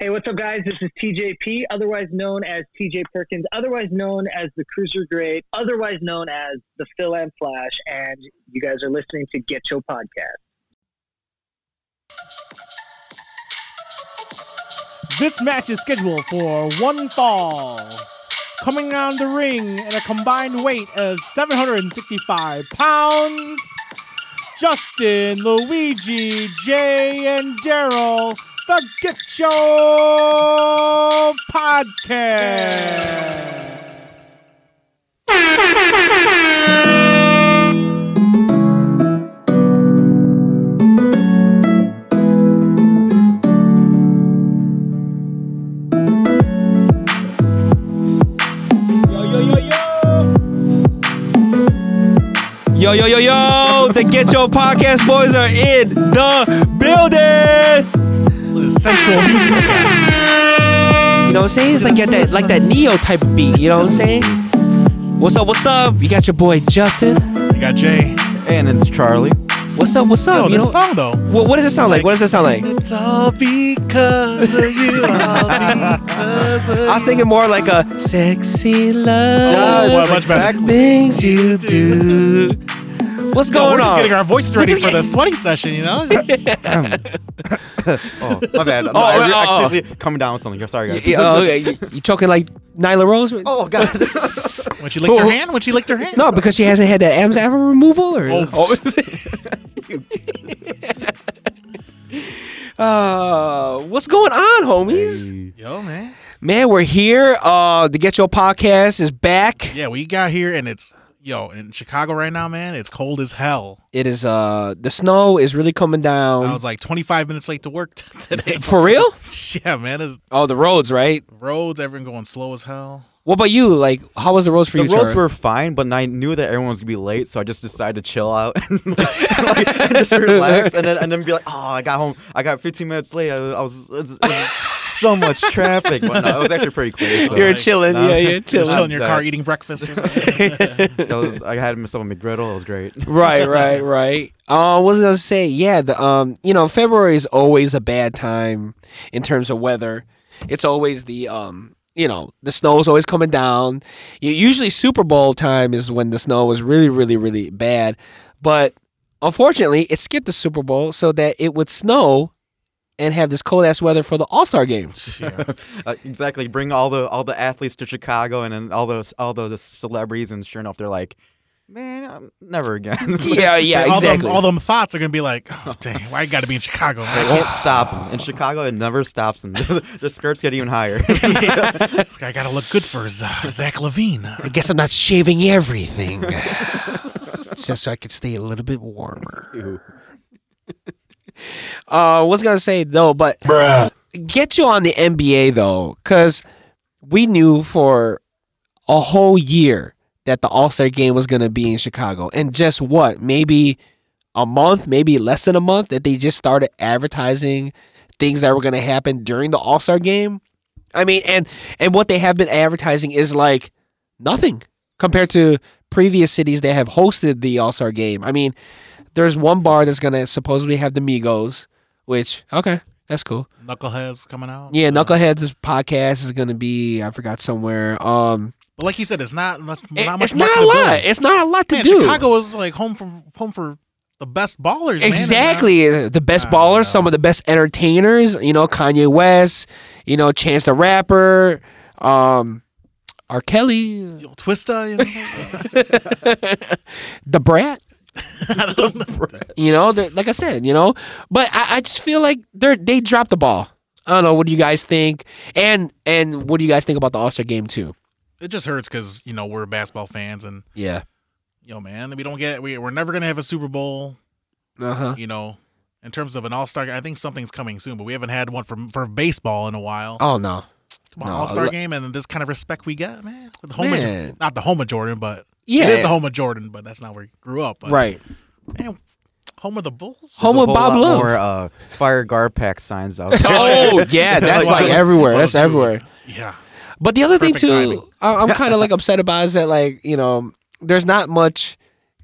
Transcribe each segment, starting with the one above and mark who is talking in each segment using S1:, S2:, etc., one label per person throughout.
S1: Hey, what's up, guys? This is TJP, otherwise known as TJ Perkins, otherwise known as the Cruiser Great, otherwise known as the Phil and Flash, and you guys are listening to Get Your Podcast.
S2: This match is scheduled for one fall. Coming around the ring at a combined weight of 765 pounds, Justin, Luigi, Jay, and Daryl, the Get Show Podcast.
S3: Yo, yo, yo, yo. Yo, yo, yo, yo. The Get Your Podcast boys are in the building. Sensual music. You know what I'm saying? It's like get that, like that Neo type of beat. You know what I'm saying? What's up? What's up? You got your boy Justin.
S4: You got Jay.
S5: And it's Charlie.
S3: What's up? What's
S4: Yo,
S3: up? you
S4: this
S3: know,
S4: song though.
S3: what, what does it sound like? What does it sound like?
S4: It's all because of you. All because of
S3: I was thinking more like a sexy love.
S4: Oh, well, much better.
S3: Things you do. What's
S4: Yo,
S3: going
S4: we're just
S3: on?
S4: getting our voices ready
S3: just
S4: for the sweaty session, you know? Just-
S5: Oh, uh, my bad. I'm
S3: Oh,
S5: I re-
S3: oh,
S5: I
S3: oh.
S5: seriously- coming down with something. I'm sorry, guys.
S3: Yeah, oh, okay. You, you choking like Nyla Rose? With?
S5: Oh, God.
S4: when she licked her hand? When she licked her hand?
S3: Oh. No, because she hasn't had that M's ever removal or.
S4: Oh,
S5: oh,
S3: Uh, what's going on, homies?
S4: Yo, man.
S3: Man, we're here. Uh, the Get Your Podcast is back.
S4: Yeah, we got here and it's, yo, in Chicago right now, man, it's cold as hell.
S3: It is. Uh, the snow is really coming down.
S4: I was like 25 minutes late to work today.
S3: Um, For real?
S4: yeah, man. It's
S3: Oh, the roads, right?
S4: roads, everyone going slow as hell.
S3: What about you? Like, how was the roads for
S5: the
S3: you?
S5: roads
S3: Chara?
S5: were fine, but I knew that everyone was gonna be late, so I just decided to chill out and, like, like, and just relax, and then and then be like, oh, I got home, I got 15 minutes late. I, was- I was, it was, it was so much traffic, but no, it was actually pretty clear. So
S4: You're
S3: You're
S4: like,
S3: chilling.
S5: nah.
S3: Yeah, you're
S4: You're
S3: chilling.
S4: chilling in your
S5: that-
S4: car eating breakfast or something.
S5: that was- I had myself a McGriddle. It was great.
S3: right, right, right. Uh, what was I gonna say? Yeah, the um, you know, February is always a bad time in terms of weather. It's always the um, you know, the snow's always coming down. U- Usually Super Bowl time is when the snow was really, really, really bad. But unfortunately, it skipped the Super Bowl so that it would snow and have this cold ass weather for the All Star games.
S4: Yeah.
S5: Uh, exactly. Bring all the all the athletes to Chicago, and then all those all those celebrities, and sure enough, they're like, man, um, never again.
S3: yeah, yeah,
S4: all
S3: exactly.
S4: Them, all them thoughts are gonna be like, oh, dang, why I gotta be in Chicago?
S5: They
S4: Man?
S5: can't stop them. In Chicago, it never stops them. Their skirts get even higher.
S4: this guy gotta look good for his, uh, Zach Levine.
S3: I guess I'm not shaving everything. Just so I could stay a little bit warmer. uh, was gonna say though, but get you on the NBA though, because we knew for a whole year that the All Star game was gonna be in Chicago, and just what, maybe a month, maybe less than a month, that they just started advertising things that were gonna happen during the All Star game. I mean, and and what they have been advertising is like nothing compared to previous cities that have hosted the All Star game. I mean, there's one bar that's gonna supposedly have the Migos, which okay, that's cool.
S4: Knuckleheads coming out.
S3: Yeah, Knuckleheads podcast is gonna be I forgot somewhere. Um,
S4: But like you said, it's not much.
S3: it-
S4: Not much
S3: it's not a
S4: marketability.
S3: lot. It's not a lot to
S4: Man,
S3: do.
S4: Chicago is like home for home for the best ballers. man. uh,
S3: Exactly, Uh, the best
S4: I don't
S3: ballers,
S4: know.
S3: some of the best entertainers. You know, Kanye West. You know, Chance the Rapper. Um, R. Kelly,
S4: You know, Twista. uh, You know?
S3: the Brat.
S4: I don't know.
S3: You know, they're- like I said, you know, but I, I just feel like they're they dropped the ball. I don't know. What do you guys think? And and what do you guys think about the All Star game too?
S4: It just hurts because you know we're basketball fans, and
S3: Yeah.
S4: you know, man, we don't get we we're never gonna have a Super Bowl.
S3: Uh huh.
S4: You know, in terms of an All Star, I think something's coming soon, but we haven't had one for for baseball in a while.
S3: Oh no.
S4: Come on,
S3: No,
S4: All Star
S3: le-
S4: game, and this kind of respect we get, man. With the home
S3: Man.
S4: Of, not the home of Jordan, but
S3: Yeah.
S4: it is the home of Jordan, but that's not where he grew up. But,
S3: Right.
S4: man, home of the Bulls.
S3: Home
S5: There's
S3: of
S5: a whole
S3: Bob
S5: lot
S3: Love.
S5: More uh, fire guard pack signs out. there.
S3: oh yeah, that's like
S4: Well,
S3: everywhere.
S4: well,
S3: That's
S4: dude,
S3: everywhere.
S4: Yeah,
S3: But the other thing
S4: Perfect
S3: too,
S4: timing.
S3: I, I'm kind of like upset about is that like you know, there's not much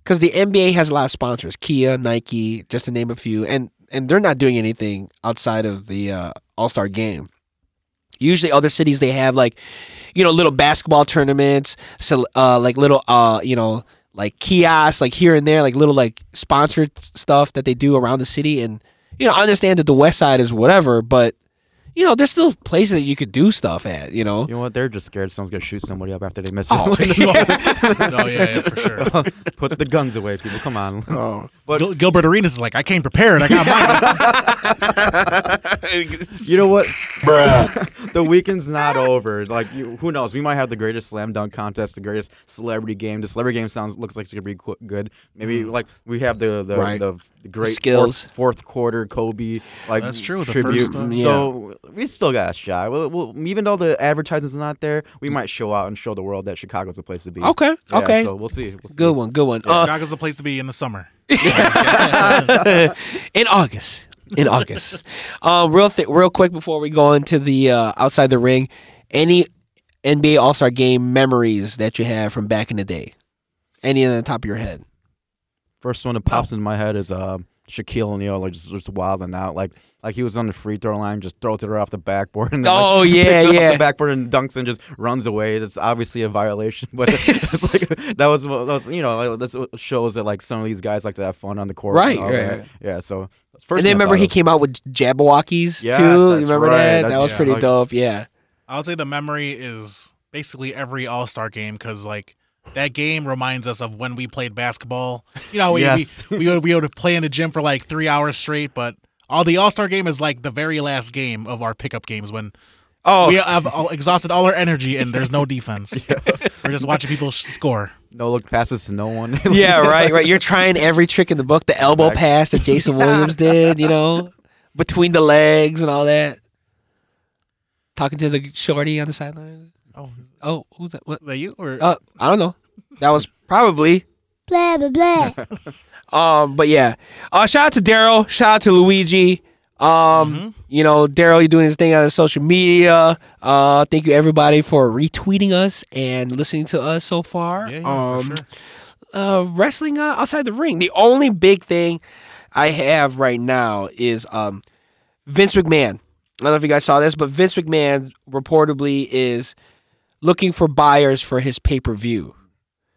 S3: because the NBA has a lot of sponsors, Kia, Nike, just to name a few, and and they're not doing anything outside of the uh, All Star game. Usually, other cities they have like, you know, little basketball tournaments, so uh, like little uh, you know, like kiosks, like here and there, like little like sponsored s- stuff that they do around the city. And you know, I understand that the West Side is whatever, but you know, there's still places that you could do stuff at. You know,
S5: You know what? They're just scared someone's gonna shoot somebody up after they miss
S3: Oh,
S5: it.
S4: oh yeah, yeah, for sure.
S5: Put the guns away, people. Come on.
S3: oh.
S5: But-
S4: Gil- Gilbert Arenas is like, I came prepared. I got mine.
S5: You know what? the weekend's not over. Like, you, who knows? We might have the greatest slam dunk contest, the greatest celebrity game. The celebrity game sounds looks like it's gonna be qu- good. Maybe
S4: Mm.
S5: like we have the the,
S3: Right.
S5: the, the great
S3: Skills.
S5: fourth, fourth quarter Kobe. Like
S4: That's true, the
S5: Tribute.
S4: first, uh,
S5: So we still got a shot. We'll, we'll, even though the advertising's not there, we might show out and show the world that Chicago's the place to be.
S3: okay,
S5: Yeah,
S3: okay,
S5: So we'll see. We'll see.
S3: good one, good one. Uh,
S4: Chicago's the place to be in the summer.
S3: in August. In August. um, real th- real quick before we go into the uh, outside the ring, any NBA All Star Game memories that you have from back in the day? Any on the top of your head?
S5: First one that pops into my head is uh, Shaquille O'Neal, like just, just wilding out, like like he was on the free throw line, just throws it right off the backboard, and then, like,
S3: Oh, yeah,
S5: picks it up off
S3: yeah.
S5: the backboard and dunks and just runs away. That's obviously a violation, but it's like that was, what- that was you know like, that's what shows that like some of these guys like to have fun on the court, and
S3: Right,
S5: all
S3: right,
S5: that.
S3: right.
S5: yeah. So that's first
S3: and then
S5: thing I
S3: remember
S5: thought
S3: he
S5: of.
S3: came out with Jabberwockies
S5: Yes,
S3: too. You
S5: that's
S3: remember
S5: right,
S3: that? That
S5: that's-
S3: was
S5: yeah,
S3: pretty
S5: like-
S3: dope. Yeah.
S4: I would say the memory is basically every All Star game because like that game reminds us of when we played basketball. You know, we
S5: Yes.
S4: we, we, would, we would play in the gym for like three hours straight, but all the All Star game is like the very last game of our pickup games when
S3: Oh,
S4: we have all, exhausted all our energy and there's no defense. We're just watching people sh- score.
S5: no look passes to no one.
S3: yeah, right, right. You're trying every trick in the book, the elbow
S5: Exactly.
S3: pass that Jason Williams did, you know, between the legs and all that. Talking to the shorty on the sideline.
S4: Oh,
S3: Oh, who's that? What?
S4: is that you or
S3: Uh, I don't know. That was probably
S6: blah blah blah.
S3: um, but yeah. Uh, shout out to Daryl. Shout out to Luigi. Um,
S4: Mm-hmm.
S3: you know, Daryl, you're doing his thing on his social media. Uh, thank you everybody for retweeting us and listening to us so far.
S4: yeah, yeah,
S3: um,
S4: for sure.
S3: uh, wrestling uh, outside the ring. The only big thing I have right now is um, Vince McMahon. I don't know if you guys saw this, but Vince McMahon reportedly is looking for buyers for his pay per view.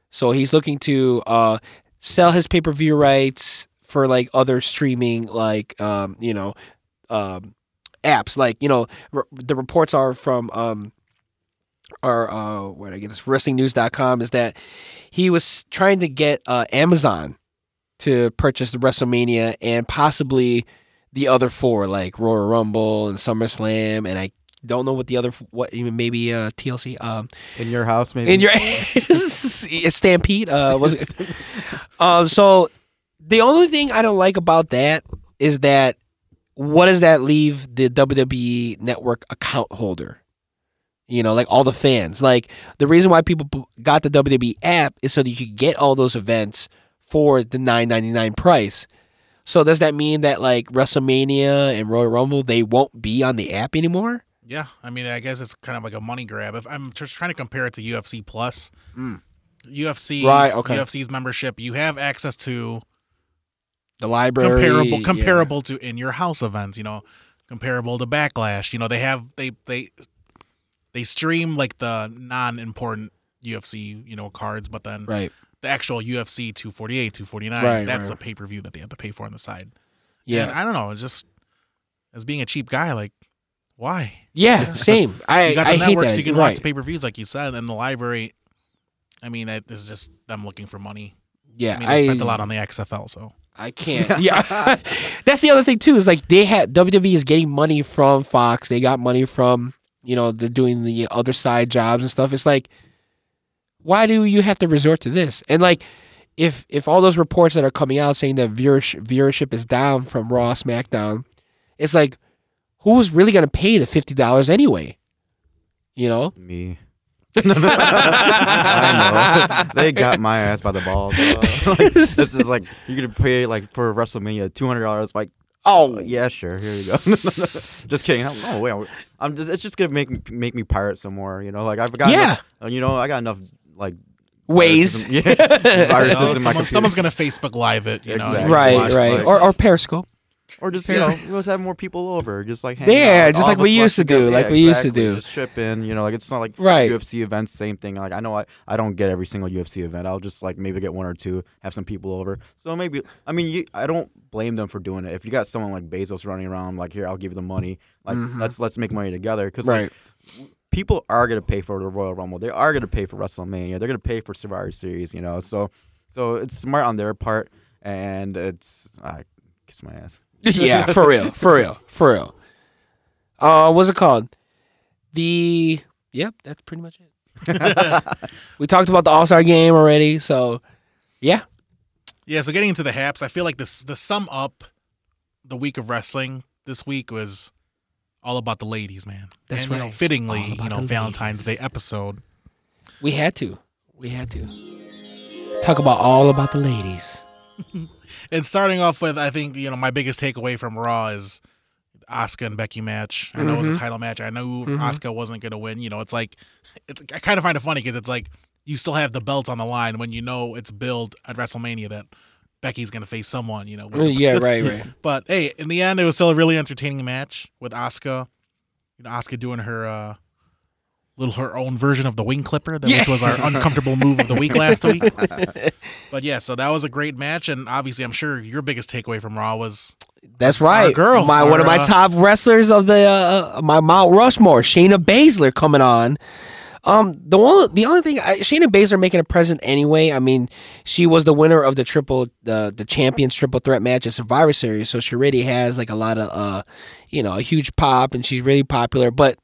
S3: So he's looking to uh, sell his pay per view rights for like other streaming, like um, you know, um, apps. Like you know, re- the reports are from um, or uh, where did I get this? WrestlingNews.com is that he was trying to get uh, Amazon to purchase the WrestleMania and possibly the other four, like Royal Rumble and SummerSlam, and I don't know what the other f- what even maybe uh, TLC. Um,
S5: in your house maybe.
S3: in your stampede uh was it um so the only thing i don't like about that is that what does that leave the wwe network account holder you know like all the fans like the reason why people b- got the wwe app is so that you could get all those events for the 999 price so does that mean that like wrestlemania and royal rumble they won't be on the app anymore
S4: Yeah, I mean, I guess it's kind of like a money grab. If I'm just trying to compare it to UFC Plus,
S3: Mm.
S4: UFC,
S3: Right, okay.
S4: UFC's membership, you have access to
S3: the library
S4: comparable,
S3: yeah.
S4: comparable to in your house events. You know, comparable to Backlash. You know, they have they they they stream like the non-important UFC, you know, cards, but then
S3: right
S4: the actual UFC 248, 249,
S3: Right,
S4: that's
S3: right.
S4: a pay-per-view that they have to pay for on the side.
S3: yeah
S4: And I don't know, just as being a cheap guy, like why?
S3: Yeah, same. I,
S4: you got the
S3: I hate
S4: networks
S3: that.
S4: you can
S3: right.
S4: watch pay per views like you said and the library i mean it is just them looking for money
S3: yeah,
S4: i mean
S3: I,
S4: they spent a lot on the xfl so
S3: I can't. Yeah, that's the other thing too. Is like they had WWE is getting money from Fox. They got money from you know they're doing the other side jobs and stuff. It's like, why do you have to resort to this? And like, if if all those reports that are coming out saying that viewership, viewership is down from Raw SmackDown, it's like, who's really gonna pay the fifty dollars anyway? You know.
S5: me. I know. They got my ass by the balls. Uh, like, this is like you're gonna pay like for WrestleMania two hundred dollars. Like
S3: Oh
S5: yeah, sure. Here you go. just kidding. I'm, oh wait, I'm. Just, it's just gonna make make me pirate some more. You know, like I've got. enough- uh, you know, I got enough like
S3: ways.
S5: viruses in-
S4: You know,
S5: Yeah, viruses in my
S4: someone-
S5: computer.
S4: someone's gonna facebook live it you know you
S5: Exactly.
S4: can just
S3: Right,
S4: watch it.
S3: right,
S5: like-
S3: or or Periscope.
S5: or just you know, let's have more people over, just like hang
S3: Yeah,
S5: out.
S3: just
S5: All
S3: like
S5: of
S3: we
S5: us
S3: used to
S5: left together.
S3: do,
S5: Yeah,
S3: like we used to
S5: exactly,
S3: do.
S5: Just tripping, you know, like it's not like
S3: Right.
S5: UFC events, same thing. Like I know I, I don't get every single UFC event. I'll just like maybe get one or two, have some people over. So maybe I mean you, I don't blame them for doing it. If you got someone like Bezos running around, like here I'll give you the money, like let's let's make money together because
S3: Mm-hmm. right.
S5: people are gonna pay for the Royal Rumble. They are gonna pay for WrestleMania. They're gonna pay for Survivor Series. You know, so so it's smart on their part, and it's I kiss my ass.
S3: yeah, for real, for real, for real. Uh, what's it called? The yep, that's pretty much it. we talked about the All Star game already, so yeah,
S4: Yeah, so getting into the haps, I feel like this the sum up the week of wrestling this week was all about the ladies, man.
S3: That's
S4: and, you know,
S3: right. It's
S4: fittingly,
S3: all
S4: you
S3: about
S4: know,
S3: the
S4: Valentine's Day episode.
S3: we had to, we had to talk about all about the ladies.
S4: And starting off with I think, you know, my biggest takeaway from Raw is Asuka and Becky match. I know it was a title match. I know
S3: Mhm.
S4: Asuka wasn't gonna win. You know, it's like it's I kind of find it funny because it's like you still have the belt on the line when you know it's billed at WrestleMania that Becky's gonna face someone, you know, with the
S3: yeah, right, right.
S4: But hey, in the end, it was still a really entertaining match with Asuka. You know, Asuka doing her uh, little her own version of the wing clipper, that which
S3: Yeah.
S4: was our uncomfortable move of the week last week. But yeah, so that was a great match, and obviously, I'm sure your biggest takeaway from Raw was
S3: That's right,
S4: girl,
S3: My one of
S4: our,
S3: my
S4: uh,
S3: top wrestlers of the uh, uh, my Mount Rushmore, Shayna Baszler coming on. Um, the one, the only thing, I, Shayna Baszler making a present anyway. I mean, she was the winner of the triple, the the champions triple threat match at Survivor Series, so she already has like a lot of, uh, you know, a huge pop, and she's really popular. But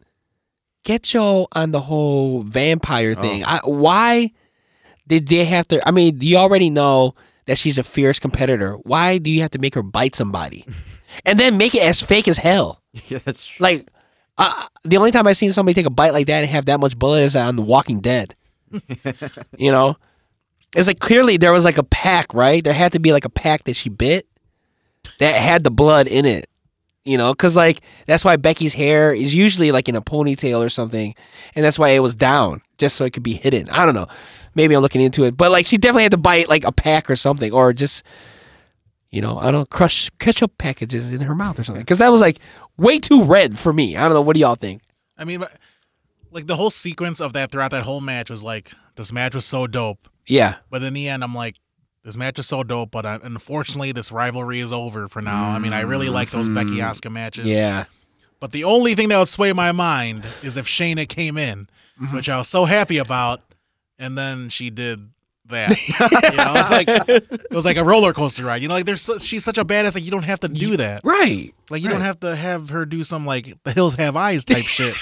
S3: get yo on the whole vampire thing. I, why did they have to? I mean, you already know that she's a fierce competitor. Why do you have to make her bite somebody, and then make it as fake as hell?
S5: yeah, that's true.
S3: Like, uh, the only time I've seen somebody take a bite like that and have that much bullet is on The Walking Dead. you know, it's like clearly there was like a pack, right? There had to be like a pack that she bit that had the blood in it. You know, because like that's why Becky's hair is usually like in a ponytail or something, and that's why it was down just so it could be hidden. I don't know. Maybe I'm looking into it, but like she definitely had to bite like a pack or something, or just you know, I don't crush ketchup packages in her mouth or something. Because that was like way too red for me. I don't know. What do y'all think?
S4: I mean, but, like the whole sequence of that throughout that whole match was like this match was so dope,
S3: Yeah.
S4: but in the end, I'm like. This match is so dope, but uh, unfortunately, this rivalry is over for now. I mean, I really like those Becky Asuka matches.
S3: Mm-hmm. Yeah.
S4: But the only thing that would sway my mind is if Shayna came in,
S3: Mm-hmm.
S4: which I was so happy about, and then she did that. you know, it's like it was like a roller coaster ride. You know, like there's so, she's such a badass like you don't have to do that.
S3: Right.
S4: Like you
S3: right.
S4: don't have to have her do some like the hills have eyes type shit.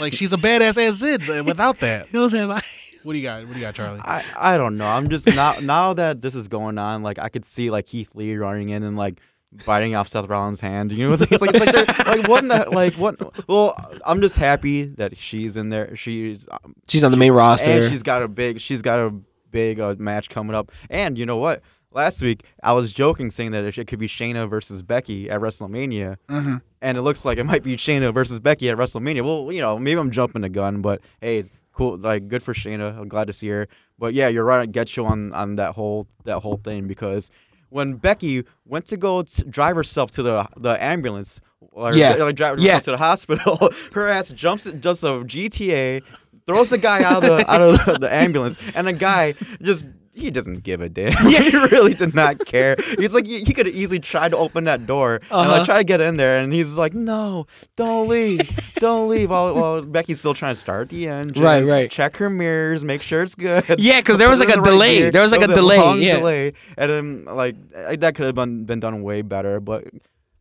S4: like she's a badass as it uh, without that.
S3: Those have I.
S4: What do you got? What do you got, Charlie?
S5: I, I don't know. I'm just now now that this is going on, like I could see like Heath Lee running in and like biting off Seth Rollins' hand. You know, it's like it's like, it's like, they're- like what in the like what? Well, I'm just happy that she's in there. She's um,
S3: She's on the main roster.
S5: and she's got a big she's got a big uh, match coming up. And you know what? Last week I was joking saying that it could be Shayna versus Becky at WrestleMania,
S3: Mm-hmm.
S5: and it looks like it might be Shayna versus Becky at WrestleMania. Well, you know, maybe I'm jumping the gun, but hey, cool, like good for Shayna. I'm glad to see her. But yeah, you're right. Get you on on that whole that whole thing because when Becky went to go t- drive herself to the the ambulance. Or
S3: Yeah.
S5: like drive herself
S3: Yeah.
S5: to the hospital. Her ass jumps, does a GTA, throws the guy out of the out of the, the ambulance, and the guy just he doesn't give a damn. Yeah. he really did not care. He's like he, he could have easily tried to open that door and
S3: Uh-huh.
S5: like try to get in there, and he's like, no, don't leave, don't leave. While, while Becky's still trying to start the engine,
S3: Right, right.
S5: Check her mirrors, make sure it's good.
S3: Yeah, 'cause there was,
S5: Put
S3: like,
S5: it in
S3: a
S5: the right
S3: delay.
S5: gear.
S3: There was, like, a delay,
S5: long
S3: yeah.
S5: delay, and then like I- that could have been been done way better, but.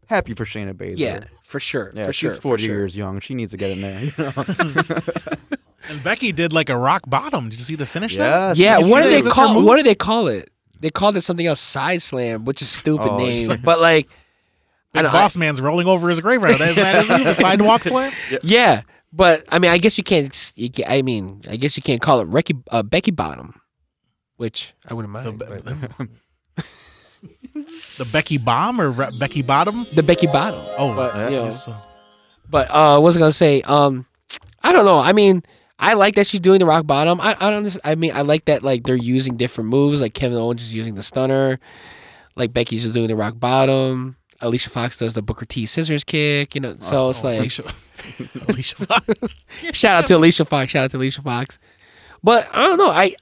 S5: Happy for Shayna Baszler.
S3: yeah, for sure.
S5: Yeah,
S3: for
S5: she's
S3: sure. for
S5: 40
S3: sure.
S5: years young. She needs to get in there. You know?
S4: And Becky did like a rock bottom. Did you see the finish? That
S5: Yes,
S3: Yeah.
S5: you see
S3: What do
S5: that?
S3: they
S5: Is this
S3: call?
S5: her move?
S3: What do they call it? They called it something else, side slam, which is stupid
S5: Oh, it's
S3: name. But like, I
S4: Big
S3: don't-
S4: boss man's rolling over his grave right now. That is that his move, the sidewalk slam.
S3: yeah. But I mean, I guess you can't. s- You ca I mean, I guess you can't call it Ricky, uh, Becky Bottom, which I wouldn't
S4: The,
S3: mind.
S4: Be-
S3: but-
S4: the Becky bomb or Re- Becky bottom?
S3: the Becky Bottom.
S4: Oh,
S3: But,
S4: that
S3: you know.
S4: is, uh,
S3: But uh, what was I gonna say? Um, I don't know. I mean, I like that she's doing the rock bottom. I, I don't. Just, I mean, I like that like they're using different moves. Like Kevin Owens is using the stunner. Like Becky's just doing the rock bottom. Alicia Fox does the Booker T scissors kick, you know. So
S4: Oh.
S3: it's like
S4: Alicia, Alicia Fox.
S3: shout out to Alicia Fox, shout out to Alicia Fox. But I don't know. I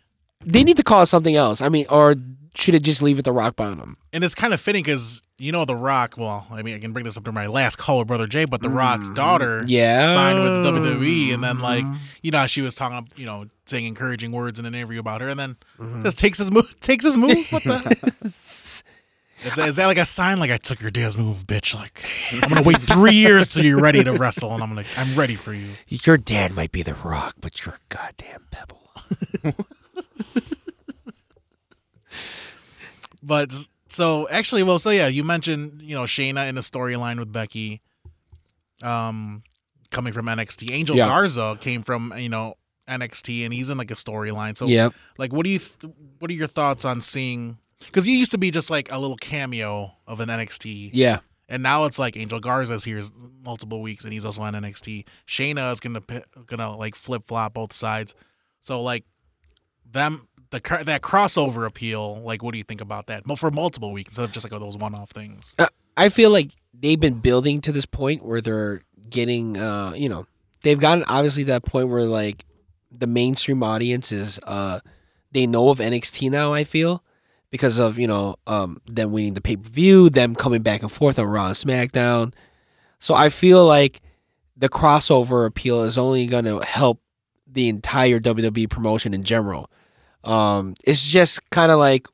S3: they need to call it something else. I mean, or should it just leave it to rock bottom?
S4: and it's kind of fitting because you know The Rock. Well, I mean, I can bring this up to my last call with Brother Jay, but The Rock's daughter
S3: Yeah.
S4: signed with the WWE, and then like you know how she was talking, you know, saying encouraging words in an interview about her, and then
S5: Mm.
S4: just takes his move, takes his move. What the? Is that, is that like a sign? Like I took your dad's move, bitch. Like I'm gonna wait three years till you're ready to wrestle, and I'm gonna I'm ready for you.
S3: Your dad might be the rock, but you're a goddamn pebble.
S4: But s- so actually, well, so yeah, you mentioned you know Shayna in the storyline with Becky, um, coming from NXT. Angel
S3: Yeah.
S4: Garza came from you know NXT, and he's in like a storyline. So
S3: Yep.
S4: like, what do you th- what are your thoughts on seeing? Because you used to be just like a little cameo of an NXT,
S3: Yeah.
S4: and now it's like Angel Garza's here s- multiple weeks, and he's also on NXT. Shayna is gonna pi- gonna like flip flop both sides. So like them the cr- that crossover appeal. Like, what do you think about that? Mo- For multiple weeks instead of just like all those one off things.
S3: Uh, I feel like they've been building to this point where they're getting, uh, you know, they've gotten obviously to that point where like the mainstream audience is, uh, they know of NXT now. I feel because of you know um, them winning the pay per view, them coming back and forth on Raw and SmackDown. So I feel like the crossover appeal is only going to help the entire WWE promotion in general. Um, it's just kind of like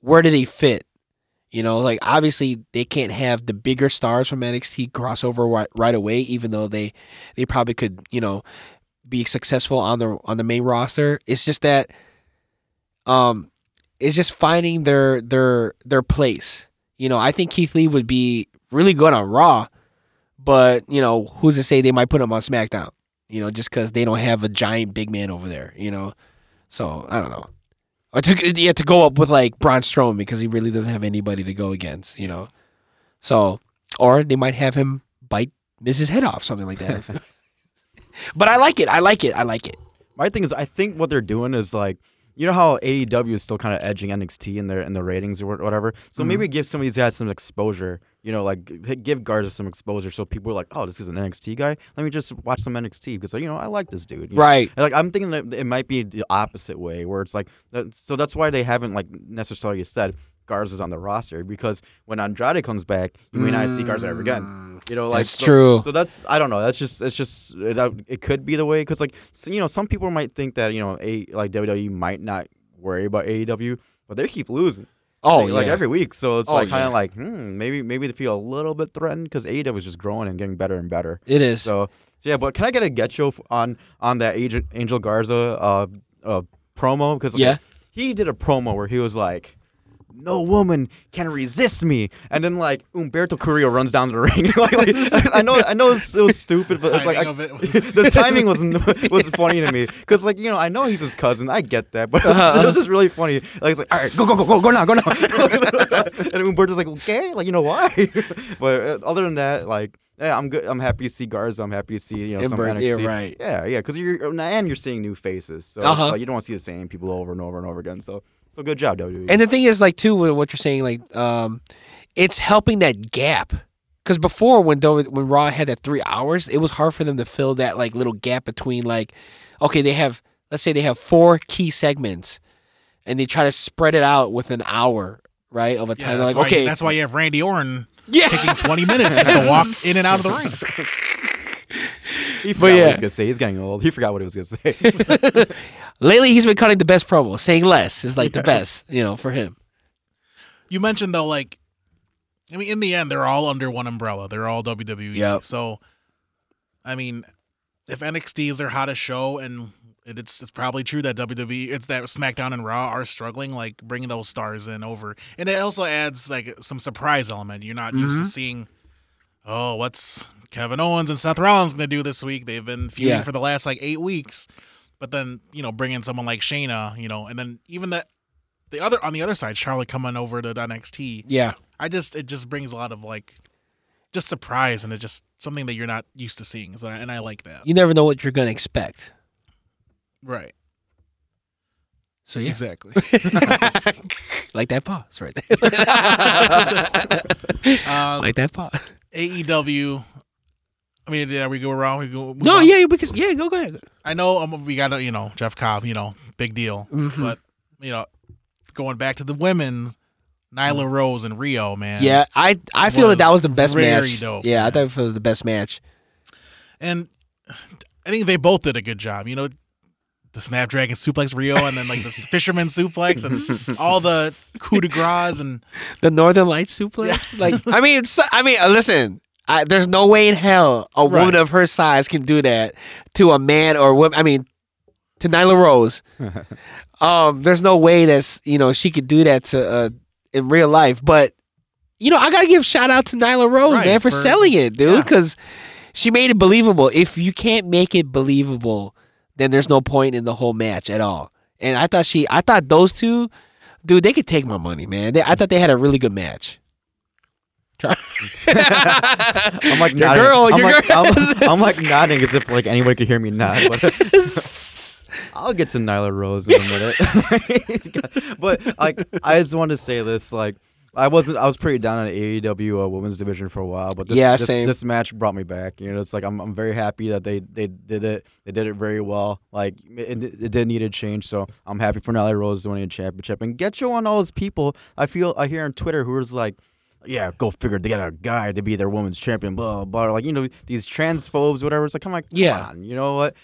S3: where do they fit? You know, like obviously they can't have the bigger stars from NXT crossover right, right away, even though they they probably could, you know, be successful on the on the main roster. It's just that, um, it's just finding their their their place. You know, I think Keith Lee would be really good on Raw, but you know, who's to say they might put him on SmackDown? You know, just because they don't have a giant big man over there. You know, so I don't know. I took yeah to go up with like Braun Strowman because he really doesn't have anybody to go against, you know. So, or they might have him bite Miz's head off, something like that. but I like it. I like it. I like it.
S5: My thing is, I think what they're doing is like, you know how AEW is still kind of edging NXT in their in the ratings or wha- whatever.
S3: Mm-hmm.
S5: So maybe give some of these guys some exposure. You know, like g- give Garza some exposure, so people are like, "Oh, this is an NXT guy. Let me just watch some NXT because you know I like this dude." you know?
S3: Right.
S5: And, Like I'm thinking that it might be the opposite way, where it's like, that- so that's why they haven't like necessarily said Garza's on the roster because when Andrade comes back, you may not see Garza ever
S3: Mm.
S5: again. You know, like
S3: That's
S5: so-
S3: true.
S5: So that's I don't know. That's just it's just it, uh, it could be the way because like s you know some people might think that you know a like WWE might not worry about AEW, but they keep losing.
S3: Oh,
S5: like, like
S3: yeah.
S5: every week. So it's
S3: Oh,
S5: like kind
S3: yeah.
S5: of like hmm, maybe maybe they feel a little bit threatened because AEW is just growing and getting better and better.
S3: It is.
S5: So, so yeah, but can I get a get you on on that Angel, Angel Garza uh, uh, promo? Because
S3: Yeah.
S5: he did a promo where he was like, "No woman can resist me," and then like Umberto Carrillo runs down to the ring. like, like, I know, I know, it's, it was stupid, but it's like I,
S4: Timing of it was-
S5: the timing was was funny to me because like you know I know he's his cousin, I get that, but it was, it was just really funny. Like it's like, "All right, go go go go go now, go now," and Umberto's like, "Okay, like you know why?" but uh, other than that, like. Yeah, I'm good. I'm happy to see Garza. I'm happy to see you know some
S3: Umber- yeah,
S5: NXT.
S3: right.
S5: Yeah, yeah, because you're and you're seeing new faces, so it's
S3: Uh-huh.
S5: like, you don't want to see the same people over and over and over again. So, so good job WWE.
S3: And the thing is, like, too, with what you're saying, like, um, it's helping that gap. Because before, when though when Raw had that three hours, it was hard for them to fill that like little gap between like, okay, they have let's say they have four key segments, and they try to spread it out with an hour, right, of a
S4: Yeah,
S3: time.
S4: that's
S3: They're like,
S4: why you-
S3: okay,
S4: that's why you have Randy Orton
S3: yeah,
S4: taking 20 minutes just to walk in and out of the ring.
S5: he forgot what
S3: yeah.
S5: he was gonna say. He's getting old. He forgot what he was gonna say.
S3: Lately, he's been cutting the best promo. Saying less is like the best, you know, for him.
S4: You mentioned though, like, I mean, in the end, they're all under one umbrella. They're all WWE.
S3: Yep.
S4: So, I mean, if NXT is their hottest show, and it, it's it's probably true that WWE, it's that SmackDown and Raw are struggling, like bringing those stars in over, and it also adds like some surprise element. You're not
S3: Mm-hmm.
S4: used to seeing, oh, what's Kevin Owens and Seth Rollins going to do this week? They've been feuding
S3: Yeah.
S4: for the last like eight weeks, but then you know, bring in someone like Shayna, you know, and then even that. The other on the other side, Charlotte coming over to NXT.
S3: Yeah,
S4: I just it just brings a lot of like just surprise and it's just something that you're not used to seeing. So, and I like that.
S3: you never know what you're gonna expect.
S4: Right.
S3: So yeah,
S4: Exactly.
S3: like that pause right there.
S4: Um,
S3: like that pause.
S4: AEW. E I mean, yeah, we go around. We go.
S3: No,
S4: we go-
S3: yeah, because yeah, go go ahead.
S4: I know um, we got to, you know, Jeff Cobb, you know, big deal.
S3: Mhm.
S4: But, you know, going back to the women, Nyla Rose and Rio, man.
S3: Mm. Yeah, I I feel that that
S4: Was
S3: was the best
S4: very
S3: match.
S4: dope,
S3: yeah, I
S4: yeah.
S3: thought it was the best match.
S4: And I think they both did a good job. You know, the Snapdragon suplex Rio and then like the fisherman suplex and all the coup de grace and
S3: The Northern Lights suplex. Like I mean, it's, I mean, uh, listen. I, there's no way in hell a woman
S4: Right.
S3: of her size can do that to a man or a woman. I mean, to Nyla Rose. um, there's no way that's you know she could do that to uh, in real life. But you know, I gotta give shout out to Nyla Rose,
S4: Right,
S3: man, for,
S4: for-
S3: selling it, dude,
S4: yeah.
S3: because she made it believable. If you can't make it believable, then there's no point in the whole match at all. And I thought she, I thought those two, dude, they could take my money, man. They, I thought they had a really good match.
S5: I'm like
S3: Your
S5: nodding.
S3: girl,
S5: I'm
S3: your
S5: like,
S3: girl.
S5: I'm, I'm like nodding as if like anybody could hear me nod. But I'll get to Nyla Rose in a minute. but like, I just want to say this. Like, I wasn't. I was pretty down on AEW uh, women's division for a while, but this,
S3: Yeah,
S5: this,
S3: same.
S5: this match brought me back. You know, it's like I'm, I'm very happy that they they did it. They did it very well. Like, it, it did need a change, so I'm happy for Nyla Rose winning a championship. And get you on all those people. I feel I hear on Twitter who is like. Yeah, go figure. They got a guy to be their women's champion, blah blah. blah. Like you know these transphobes, whatever. It's like I'm like, come
S3: Yeah.
S5: on, you know what?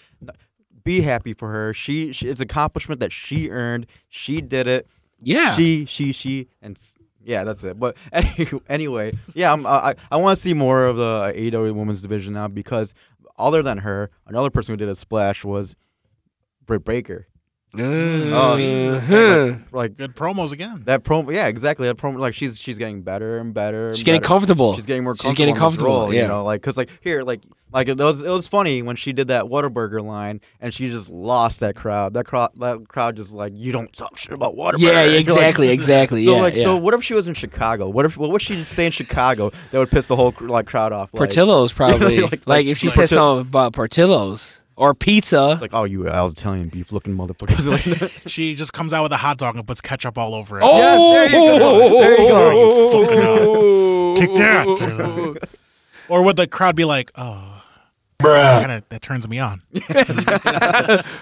S5: be happy for her. She, she it's an accomplishment that she earned. She did it.
S3: yeah.
S5: She, she, she, and s- yeah, that's it. But any, anyway, yeah, I'm, I I want to see more of the uh, AEW women's division now because other than her, another person who did a splash was Britt Baker.
S3: Uh-huh.
S5: Oh, Like, like
S4: good promos again.
S5: that promo, yeah, exactly. That promo, like she's she's getting better and better. And
S3: She's getting
S5: better.
S3: comfortable.
S5: She's getting more
S3: She's
S5: comfortable.
S3: getting
S5: in this
S3: comfortable,
S5: role,
S3: yeah.
S5: You know, like because like here, like like it was it was funny when she did that Whataburger line and she just lost that crowd. That crowd that crowd just like you don't talk shit about Whataburger.
S3: Yeah,
S5: You're like-
S3: exactly, exactly.
S5: So
S3: yeah,
S5: like
S3: yeah.
S5: so what if she was in Chicago? What if what would she say in Chicago that would piss the whole cr- like crowd off? Like,
S3: Portillo's probably like,
S5: like- like-
S3: if she
S5: like
S3: said
S5: Portil-
S3: something about Portillo's or pizza.
S5: Like oh you was Italian beef looking motherfuckers. Like,
S4: She just comes out with a hot dog and puts ketchup all over it.
S5: Oh! Yes, there you go.
S4: Oh!
S5: There you
S2: Oh!
S5: go.
S4: Take that. Or would the crowd be like, oh,
S6: Bruh.
S4: kind of that turns me on.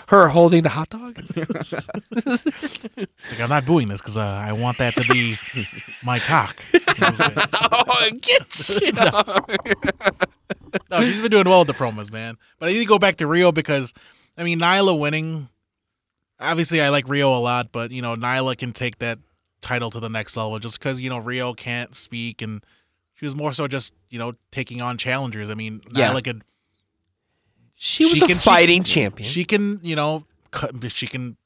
S3: Her holding the hot dog.
S4: Like I'm not booing this because uh, I want that to be my cock.
S3: oh, get shit out.
S4: No, she's been doing well with the promos, man. But I need to go back to Rio because, I mean, Nyla winning. Obviously, I like Rio a lot, but you know, Nyla can take that title to the next level just because you know Rio can't speak, and she was more so just you know taking on challengers. I mean,
S3: Yeah.
S4: Nyla could
S3: She was
S4: She
S3: a
S4: can- she
S3: fighting
S4: can-
S3: champion.
S4: she can you know cut, she can.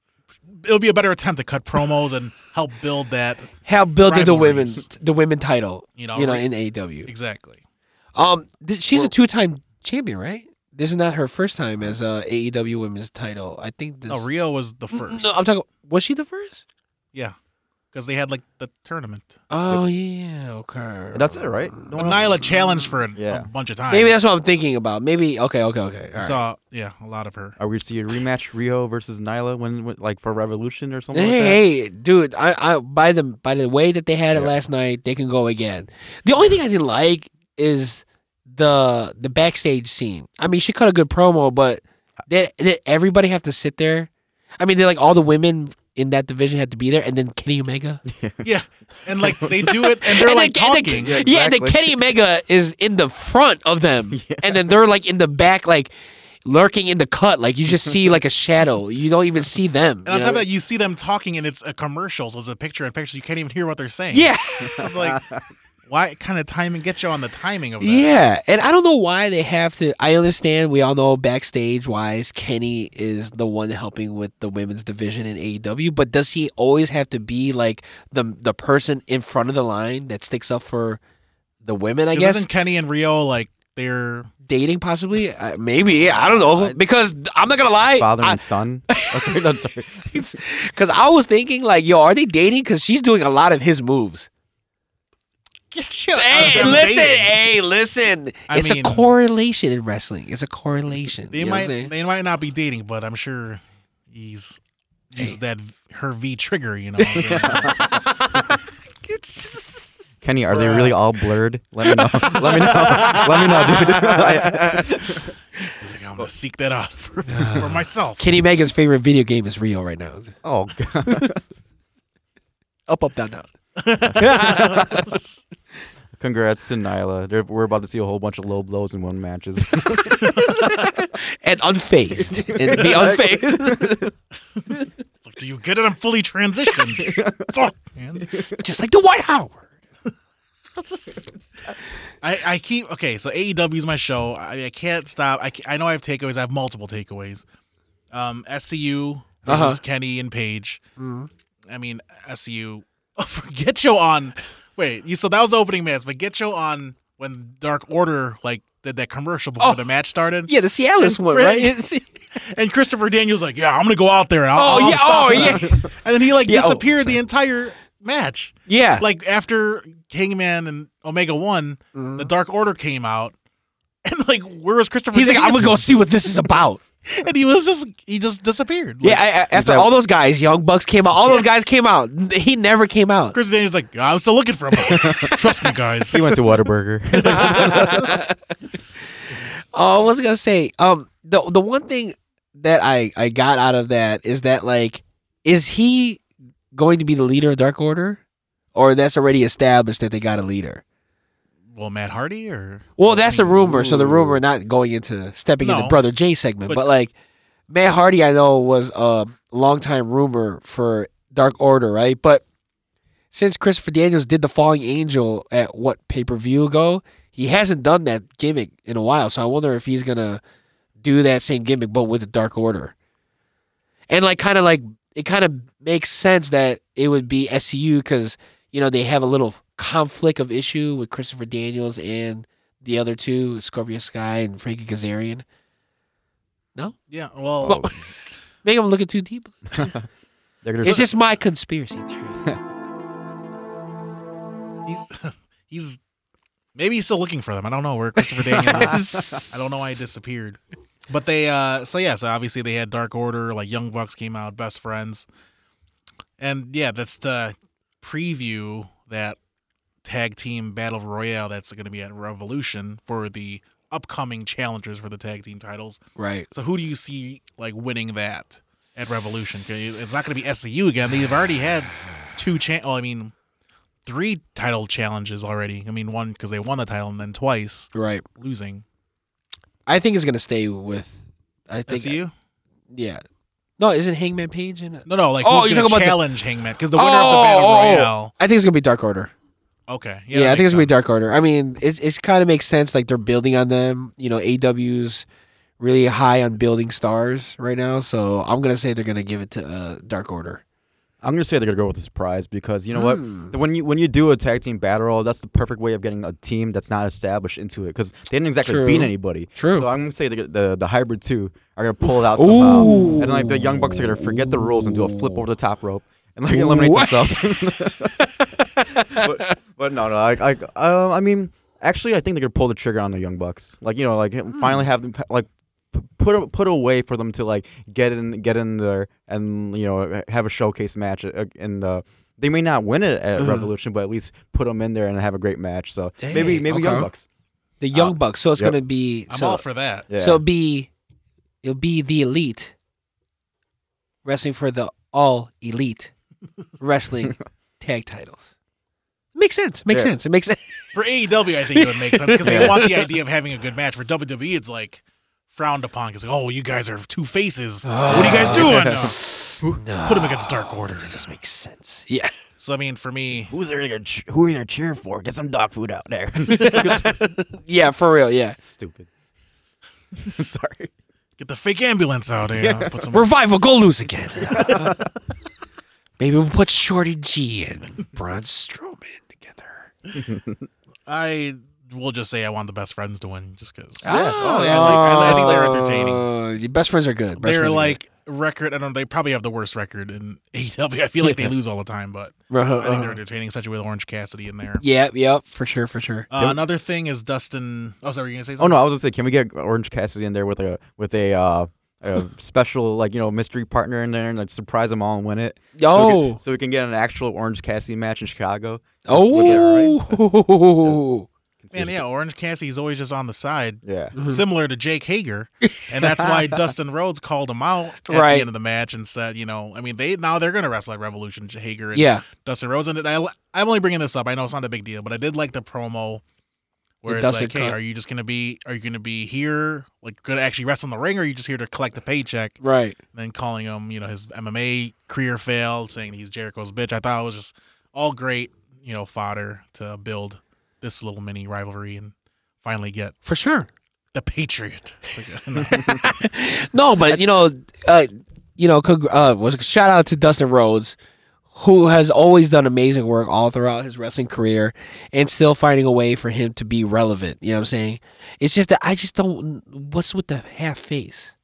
S4: It'll be a better attempt to cut promos and help build that
S3: Have built the women
S4: rivalries.
S3: the women title.
S4: You know,
S3: you know
S4: re-
S3: in E AEW.
S4: exactly.
S3: Um, th- she's a two time champion, right? This is not her first time as a AEW women's title. I think this.
S4: No,
S5: Oh,
S4: Rio was the first.
S3: No, I'm talking. Was she the first?
S4: Yeah, because they had like the tournament.
S3: Oh yeah, okay.
S5: That's it, right? No
S4: But
S5: one else-
S4: Nyla challenged for a, a
S5: Yeah.
S4: bunch of times.
S3: Maybe that's what I'm thinking about. Maybe okay, okay, okay. all
S4: I
S3: right.
S4: saw. Yeah, a lot of her.
S5: Are we gonna see a rematch Rio versus Nyla when, when like for Revolution or something? like that?
S3: Hey, hey, dude! I, I, by the by the way that they had it last night, they can go again. The only thing I didn't like is the the backstage scene. I mean, she cut a good promo, but did, did everybody have to sit there? I mean, they're like all the women in that division had to be there, and then Kenny Omega.
S4: Yeah, and like they do it, and they're
S3: And
S4: like
S3: then- and then-
S4: talking.
S5: Yeah,
S3: Yeah, and then
S5: exactly.
S3: Kenny Omega is in the front of them, and then they're like in the back, like lurking in the cut. Like you just see like a shadow. You don't even see them.
S4: and on
S3: you
S4: top of
S3: know?
S4: that, you see them talking, and it's a commercial, so it's a picture in picture. You can't even hear what they're saying.
S3: yeah.
S4: so it's like, why kind of timing get you on the timing of that?
S3: Yeah, and I don't know why they have to. I understand we all know backstage wise, Kenny is the one helping with the women's division in AEW, but does he always have to be like the the person in front of the line that sticks up for the women? I
S4: 'Cause
S3: guess
S4: isn't Kenny and Rio like they're
S3: dating possibly, uh, maybe. I don't know because I'm not gonna lie.
S5: Father
S3: I-
S5: and son. Oh, sorry, no, sorry.
S3: Because I was thinking, like, yo, are they dating? Because she's doing a lot of his moves. Hey,
S4: out of them
S3: listen,
S4: dating.
S3: hey, listen.
S4: I
S3: it's
S4: mean-
S3: a correlation in wrestling. It's a correlation.
S4: they
S3: You know what I'm
S4: might
S3: saying?
S4: they might not be dating, but I'm sure he's Use that v- her V trigger, you know.
S5: Kenny, are they really all blurred? Let me know. Let me know. Let me know, dude.
S4: He's like, I'm gonna seek that out for, for myself.
S3: Kenny Megan's favorite video game is Rio right now.
S5: oh god.
S3: Up, up, down, down.
S5: Congrats to Nyla. They're, we're about to see a whole bunch of low blows in one matches.
S3: And unfazed. and be unfazed.
S4: It's like, do you get it? I'm fully transitioned. Fuck, man.
S3: Just like the White Howard.
S4: I, I keep okay. So AEW is my show. I, I can't stop. I, ca- I know I have takeaways. I have multiple takeaways. Um, SCU versus
S3: Uh-huh. Mm-hmm.
S4: Kenny and Paige. I mean SCU. Oh, forget you on. Wait, you so that was the opening match, but get you on when Dark Order like did that commercial before
S3: Oh.
S4: the match started.
S3: Yeah, the Cialis one, right?
S4: And Christopher Daniels like, yeah, I'm gonna go out there. And
S3: oh,
S4: I'll, I'll
S3: yeah.
S4: stop
S3: Oh,
S4: it."
S3: yeah.
S4: And then he like
S3: Yeah, oh,
S4: disappeared the entire match.
S3: Yeah.
S4: Like after Hangman and Omega won,
S3: Uh-huh.
S4: the Dark Order came out, and like where was Christopher?
S3: He's like, I'm going to go
S4: Daniels?"
S3: see what this is about.
S4: and he was just he just disappeared.
S3: yeah,
S4: Like,
S3: I, I, after
S5: that-
S3: all those guys, Young Bucks came out. All those guys came out. He never came out.
S4: Chris Daniels like, I'm still looking for him. Trust me, guys.
S5: he went to Whataburger.
S3: Oh, I was gonna say, um, the the one thing that I I got out of that is that like, is he going to be the leader of Dark Order, or that's already established that they got a leader?
S4: Well, Matt Hardy or
S3: Well, that's a rumor. So the
S5: Ooh.
S3: rumor, not going into stepping into
S4: No.
S3: Brother J segment, but,
S4: But-
S3: like, Matt Hardy, I know was a longtime rumor for Dark Order, right? But since Christopher Daniels did the Falling Angel at what pay per view ago, he hasn't done that gimmick in a while. So I wonder if he's gonna do that same gimmick, but with the Dark Order, and like kind of like it kind of makes sense that it would be SCU because you know they have a little conflict of issue with Christopher Daniels and the other two, Scorpio Sky and Frankie Kazarian.
S4: yeah. Well,
S3: Well, Maybe I'm looking too deep.
S5: They're gonna-
S3: It's just my conspiracy theory.
S4: he's he's maybe he's still looking for them. I don't know where Christopher Daniels is. I don't know why he disappeared. But they uh so yeah, so obviously they had Dark Order, like Young Bucks came out, Best Friends. And yeah, that's to preview that tag team battle royale that's gonna be at Revolution for the upcoming challengers for the tag team titles.
S3: Right.
S4: So who do you see like winning that at Revolution? 'Cause It's not gonna be SCU again. They've already had two cha- well, I mean three title challenges already. I mean one because they won the title and then twice
S3: Right.
S4: losing.
S3: I think it's gonna stay with. I think.
S4: SCU?
S3: Yeah. No, isn't Hangman Page in it?
S4: No, no, like
S3: Oh,
S4: oh, who's
S3: you're talking
S4: going to
S3: about the-
S4: challenge Hangman? Because the winner of the Battle
S3: Oh, oh, oh.
S4: Royale.
S3: I think it's gonna be Dark Order.
S4: Okay.
S3: Yeah,
S4: that
S3: I think it's
S4: makes
S3: gonna be
S4: sense.
S3: Dark Order. I mean, it it kind of makes sense. Like they're building on them. You know, AW's really high on building stars right now. So I'm gonna say they're gonna give it to uh, Dark Order.
S5: I'm gonna say they're gonna go with a surprise because you know
S3: Mm.
S5: what? When you when you do a tag team battle royal, that's the perfect way of getting a team that's not established into it because they didn't exactly
S3: True.
S5: beat anybody.
S3: True.
S5: So I'm gonna say the the, the hybrid two are gonna pull it out somehow, and then, like the young bucks are gonna forget the rules and do a flip over the top rope and like eliminate
S3: Ooh.
S5: themselves. but, but no, no, I I, uh, I mean, actually, I think they're gonna pull the trigger on the young bucks. Like you know, like finally have them like p- put a, put a way for them to like get in get in there and you know have a showcase match uh, and uh, they may not win it at Revolution, but at least put them in there and have a great match. So maybe
S3: Dang,
S5: maybe Young
S3: okay.
S5: Bucks.
S3: The Young Bucks. So it's
S5: yep.
S3: gonna be.
S4: Uh, I'm
S3: so,
S4: all for that.
S5: Yeah.
S3: So it'll be, it'll be the elite wrestling for the all elite wrestling tag titles. Makes sense. Makes
S5: Yeah.
S3: sense. It makes sense.
S4: For AEW, I think it would make sense because they
S5: Yeah.
S4: want the idea of having a good match. For WWE, it's like frowned upon because, like, oh, you guys are two faces. what are you guys
S3: Ah.
S4: doing? No. Put them against Dark Order.
S3: That just makes sense. Yeah.
S4: So, I mean, for me,
S5: Who's there to ch- who are you gonna cheer for? Get some dog food out there.
S3: Yeah. For real. Yeah.
S5: Stupid. Sorry.
S4: get the fake ambulance out here. Put some,
S3: Revival. Go lose again. Maybe we'll put Shorty G and Braun Strowman together.
S4: I will just say I want the best friends to win just because.
S3: Oh,
S4: yeah, I like- I think they're entertaining.
S3: Your Uh, best friends are good. Best
S4: They're
S3: friends are
S4: like record. I don't know. They probably have the worst record in AEW. I feel like they lose all the time, but
S3: good. Uh-huh,
S4: I think they're
S3: uh-huh.
S4: entertaining, especially with Orange Cassidy in there.
S3: Yeah. Yep. For sure. For sure.
S4: Uh, another thing is Dustin. Oh, sorry, were you gonna say
S5: Oh
S4: something?
S5: no, I was gonna say, can we get Orange Cassidy in there with a with a uh, a special like you know mystery partner in there and like surprise them all and win it. So we,
S3: Yo.
S5: can, so we can get an actual Orange Cassidy match in Chicago.
S3: Oh.
S4: Man, yeah, Orange Cassidy's always just on the side,
S5: Yeah.
S3: Mm-hmm.
S4: similar to Jake Hager, and that's why Dustin Rhodes called him out at
S3: Right.
S4: the end of the match and said, you know, I mean, they now they're going to wrestle at Revolution J- Hager and
S3: Yeah.
S4: Dustin Rhodes, and I, I'm only bringing this up. I know it's not a big deal, but I did like the promo where
S3: The
S4: it's
S3: Dustin
S4: like, hey,
S3: cut.
S4: are you just going to be, are you going to be here, like, going to actually wrestle in the ring, or are you just here to collect the paycheck?
S3: Right.
S4: then calling him, you know, his MMA career failed, saying he's Jericho's bitch. I thought it was just all great, you know, fodder to build this little mini rivalry and finally get
S3: For sure.
S4: the Patriot. It's like, no.
S3: No, but you know, uh, you know, congr- uh, was shout out to Dustin Rhodes, who has always done amazing work all throughout his wrestling career, and still finding a way for him to be relevant. You know what I'm saying? It's just that I just don't. What's with the half face?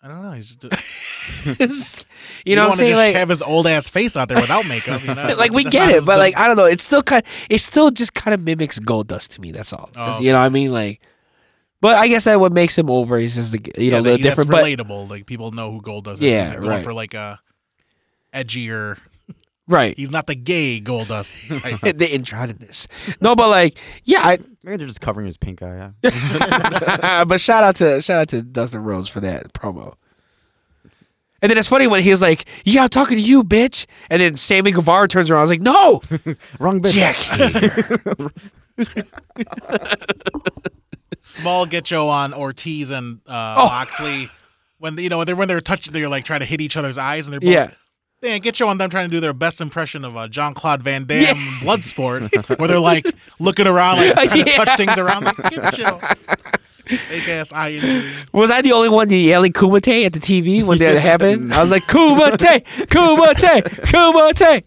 S4: I don't know. He's just,
S3: you
S4: Hmm.
S3: know
S4: you
S3: what I'm
S4: don't want to
S3: saying?
S4: just
S3: Like,
S4: have his old ass face out there without makeup. You know?
S3: like we
S4: That's
S3: get
S4: not
S3: it,
S4: his
S3: but
S4: d-
S3: like I don't know. It's still kind. It still just kind of mimics gold dust to me. That's all.
S4: Oh,
S3: You know what I mean? Like, but I guess that what makes him over is just the, you know a
S4: yeah,
S3: little
S4: that-
S3: different.
S4: That's
S3: But
S4: relatable. Like people know who Gold does.
S3: Yeah,
S4: he's going
S3: right.
S4: for like a edgier.
S3: right,
S4: He's not the gay Gold Dust.
S3: the intraudiness. No, but like yeah, I,
S5: Maybe they're just covering his pink eye. Yeah.
S3: but shout out to shout out to Dustin Rhodes for that promo. And then it's funny when he was like, "Yeah, I'm talking to you, bitch," and then Sammy Guevara turns around. I was like, "No,
S5: Wrong bitch.
S3: Jack Hager."
S4: small get yo on Ortiz and uh,
S3: Oh.
S4: Moxley when you know when they're when they're touching they're like trying to hit each other's eyes and they're both,
S3: yeah,
S4: man get yo on them trying to do their best impression of uh, John Claude Van Damme Bloodsport where they're like looking around like trying to
S3: Yeah.
S4: touch things around like get yo fake ass eye injury
S3: was I the only one yelling Kumite at the TV when that happened? I was like, "Kumite, Kumite, Kumite."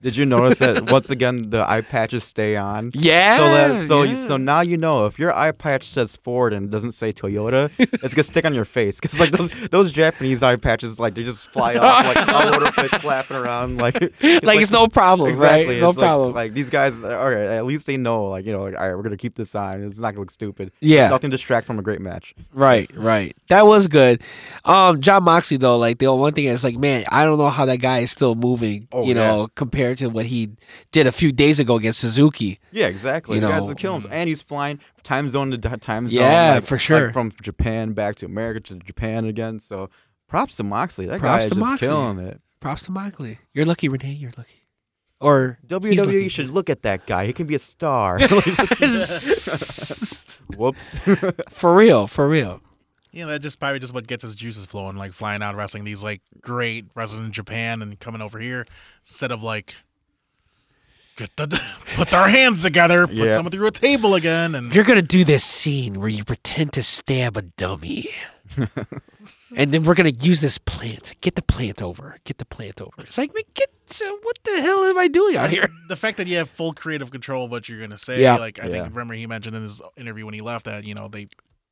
S5: Did you notice that once again the eye patches stay on?
S3: Yeah,
S5: So that so
S3: yeah.
S5: so now you know if your eye patch says Ford and doesn't say Toyota, it's gonna stick on your face because like those those Japanese eye patches like they just fly off like all over the place flapping around like
S3: Like, it's no problem,
S5: exactly
S3: right? No
S5: it's like-
S3: problem.
S5: Like, these guys, all right, at least they know like you know like all right, we're gonna keep this on. It's not gonna look stupid.
S3: Yeah.
S5: nothing distract from a great match.
S3: Right, right. That was good. Um, John Moxley though, like the one thing is like, man, I don't know how that guy is still moving.
S5: Oh,
S3: you know, compared to what he did a few days ago against Suzuki.
S5: Yeah, exactly.
S3: You
S5: the guys
S3: know,
S5: will kill him, and he's flying time zone to di- time zone.
S3: Yeah,
S5: like-
S3: for
S5: like
S3: sure.
S5: from Japan back to America to Japan again. So props to Moxley. That
S3: Props
S5: guy is
S3: to
S5: just
S3: Moxley.
S5: killing it.
S3: Props to Moxley. You're lucky, Renee. You're lucky. Or he's
S5: WWE
S3: lucky.
S5: E should look at that guy. He can be a star. Whoops.
S3: for real, for real.
S4: you know that just probably just what gets his juices flowing like flying out wrestling these like great wrestlers in Japan and coming over here instead of like. Get the, put their hands together, put
S5: Yeah.
S4: someone through a table again, and
S3: You're gonna do this scene where you pretend to stab a dummy. and then we're gonna use this plant. Get the plant over. Get the plant over. It's like, man, get what the hell am I doing out here?
S4: the fact that you have full creative control of what you're going to say,
S3: Yeah.
S4: like I
S5: Yeah.
S4: think remember he mentioned in his interview when he left that you know they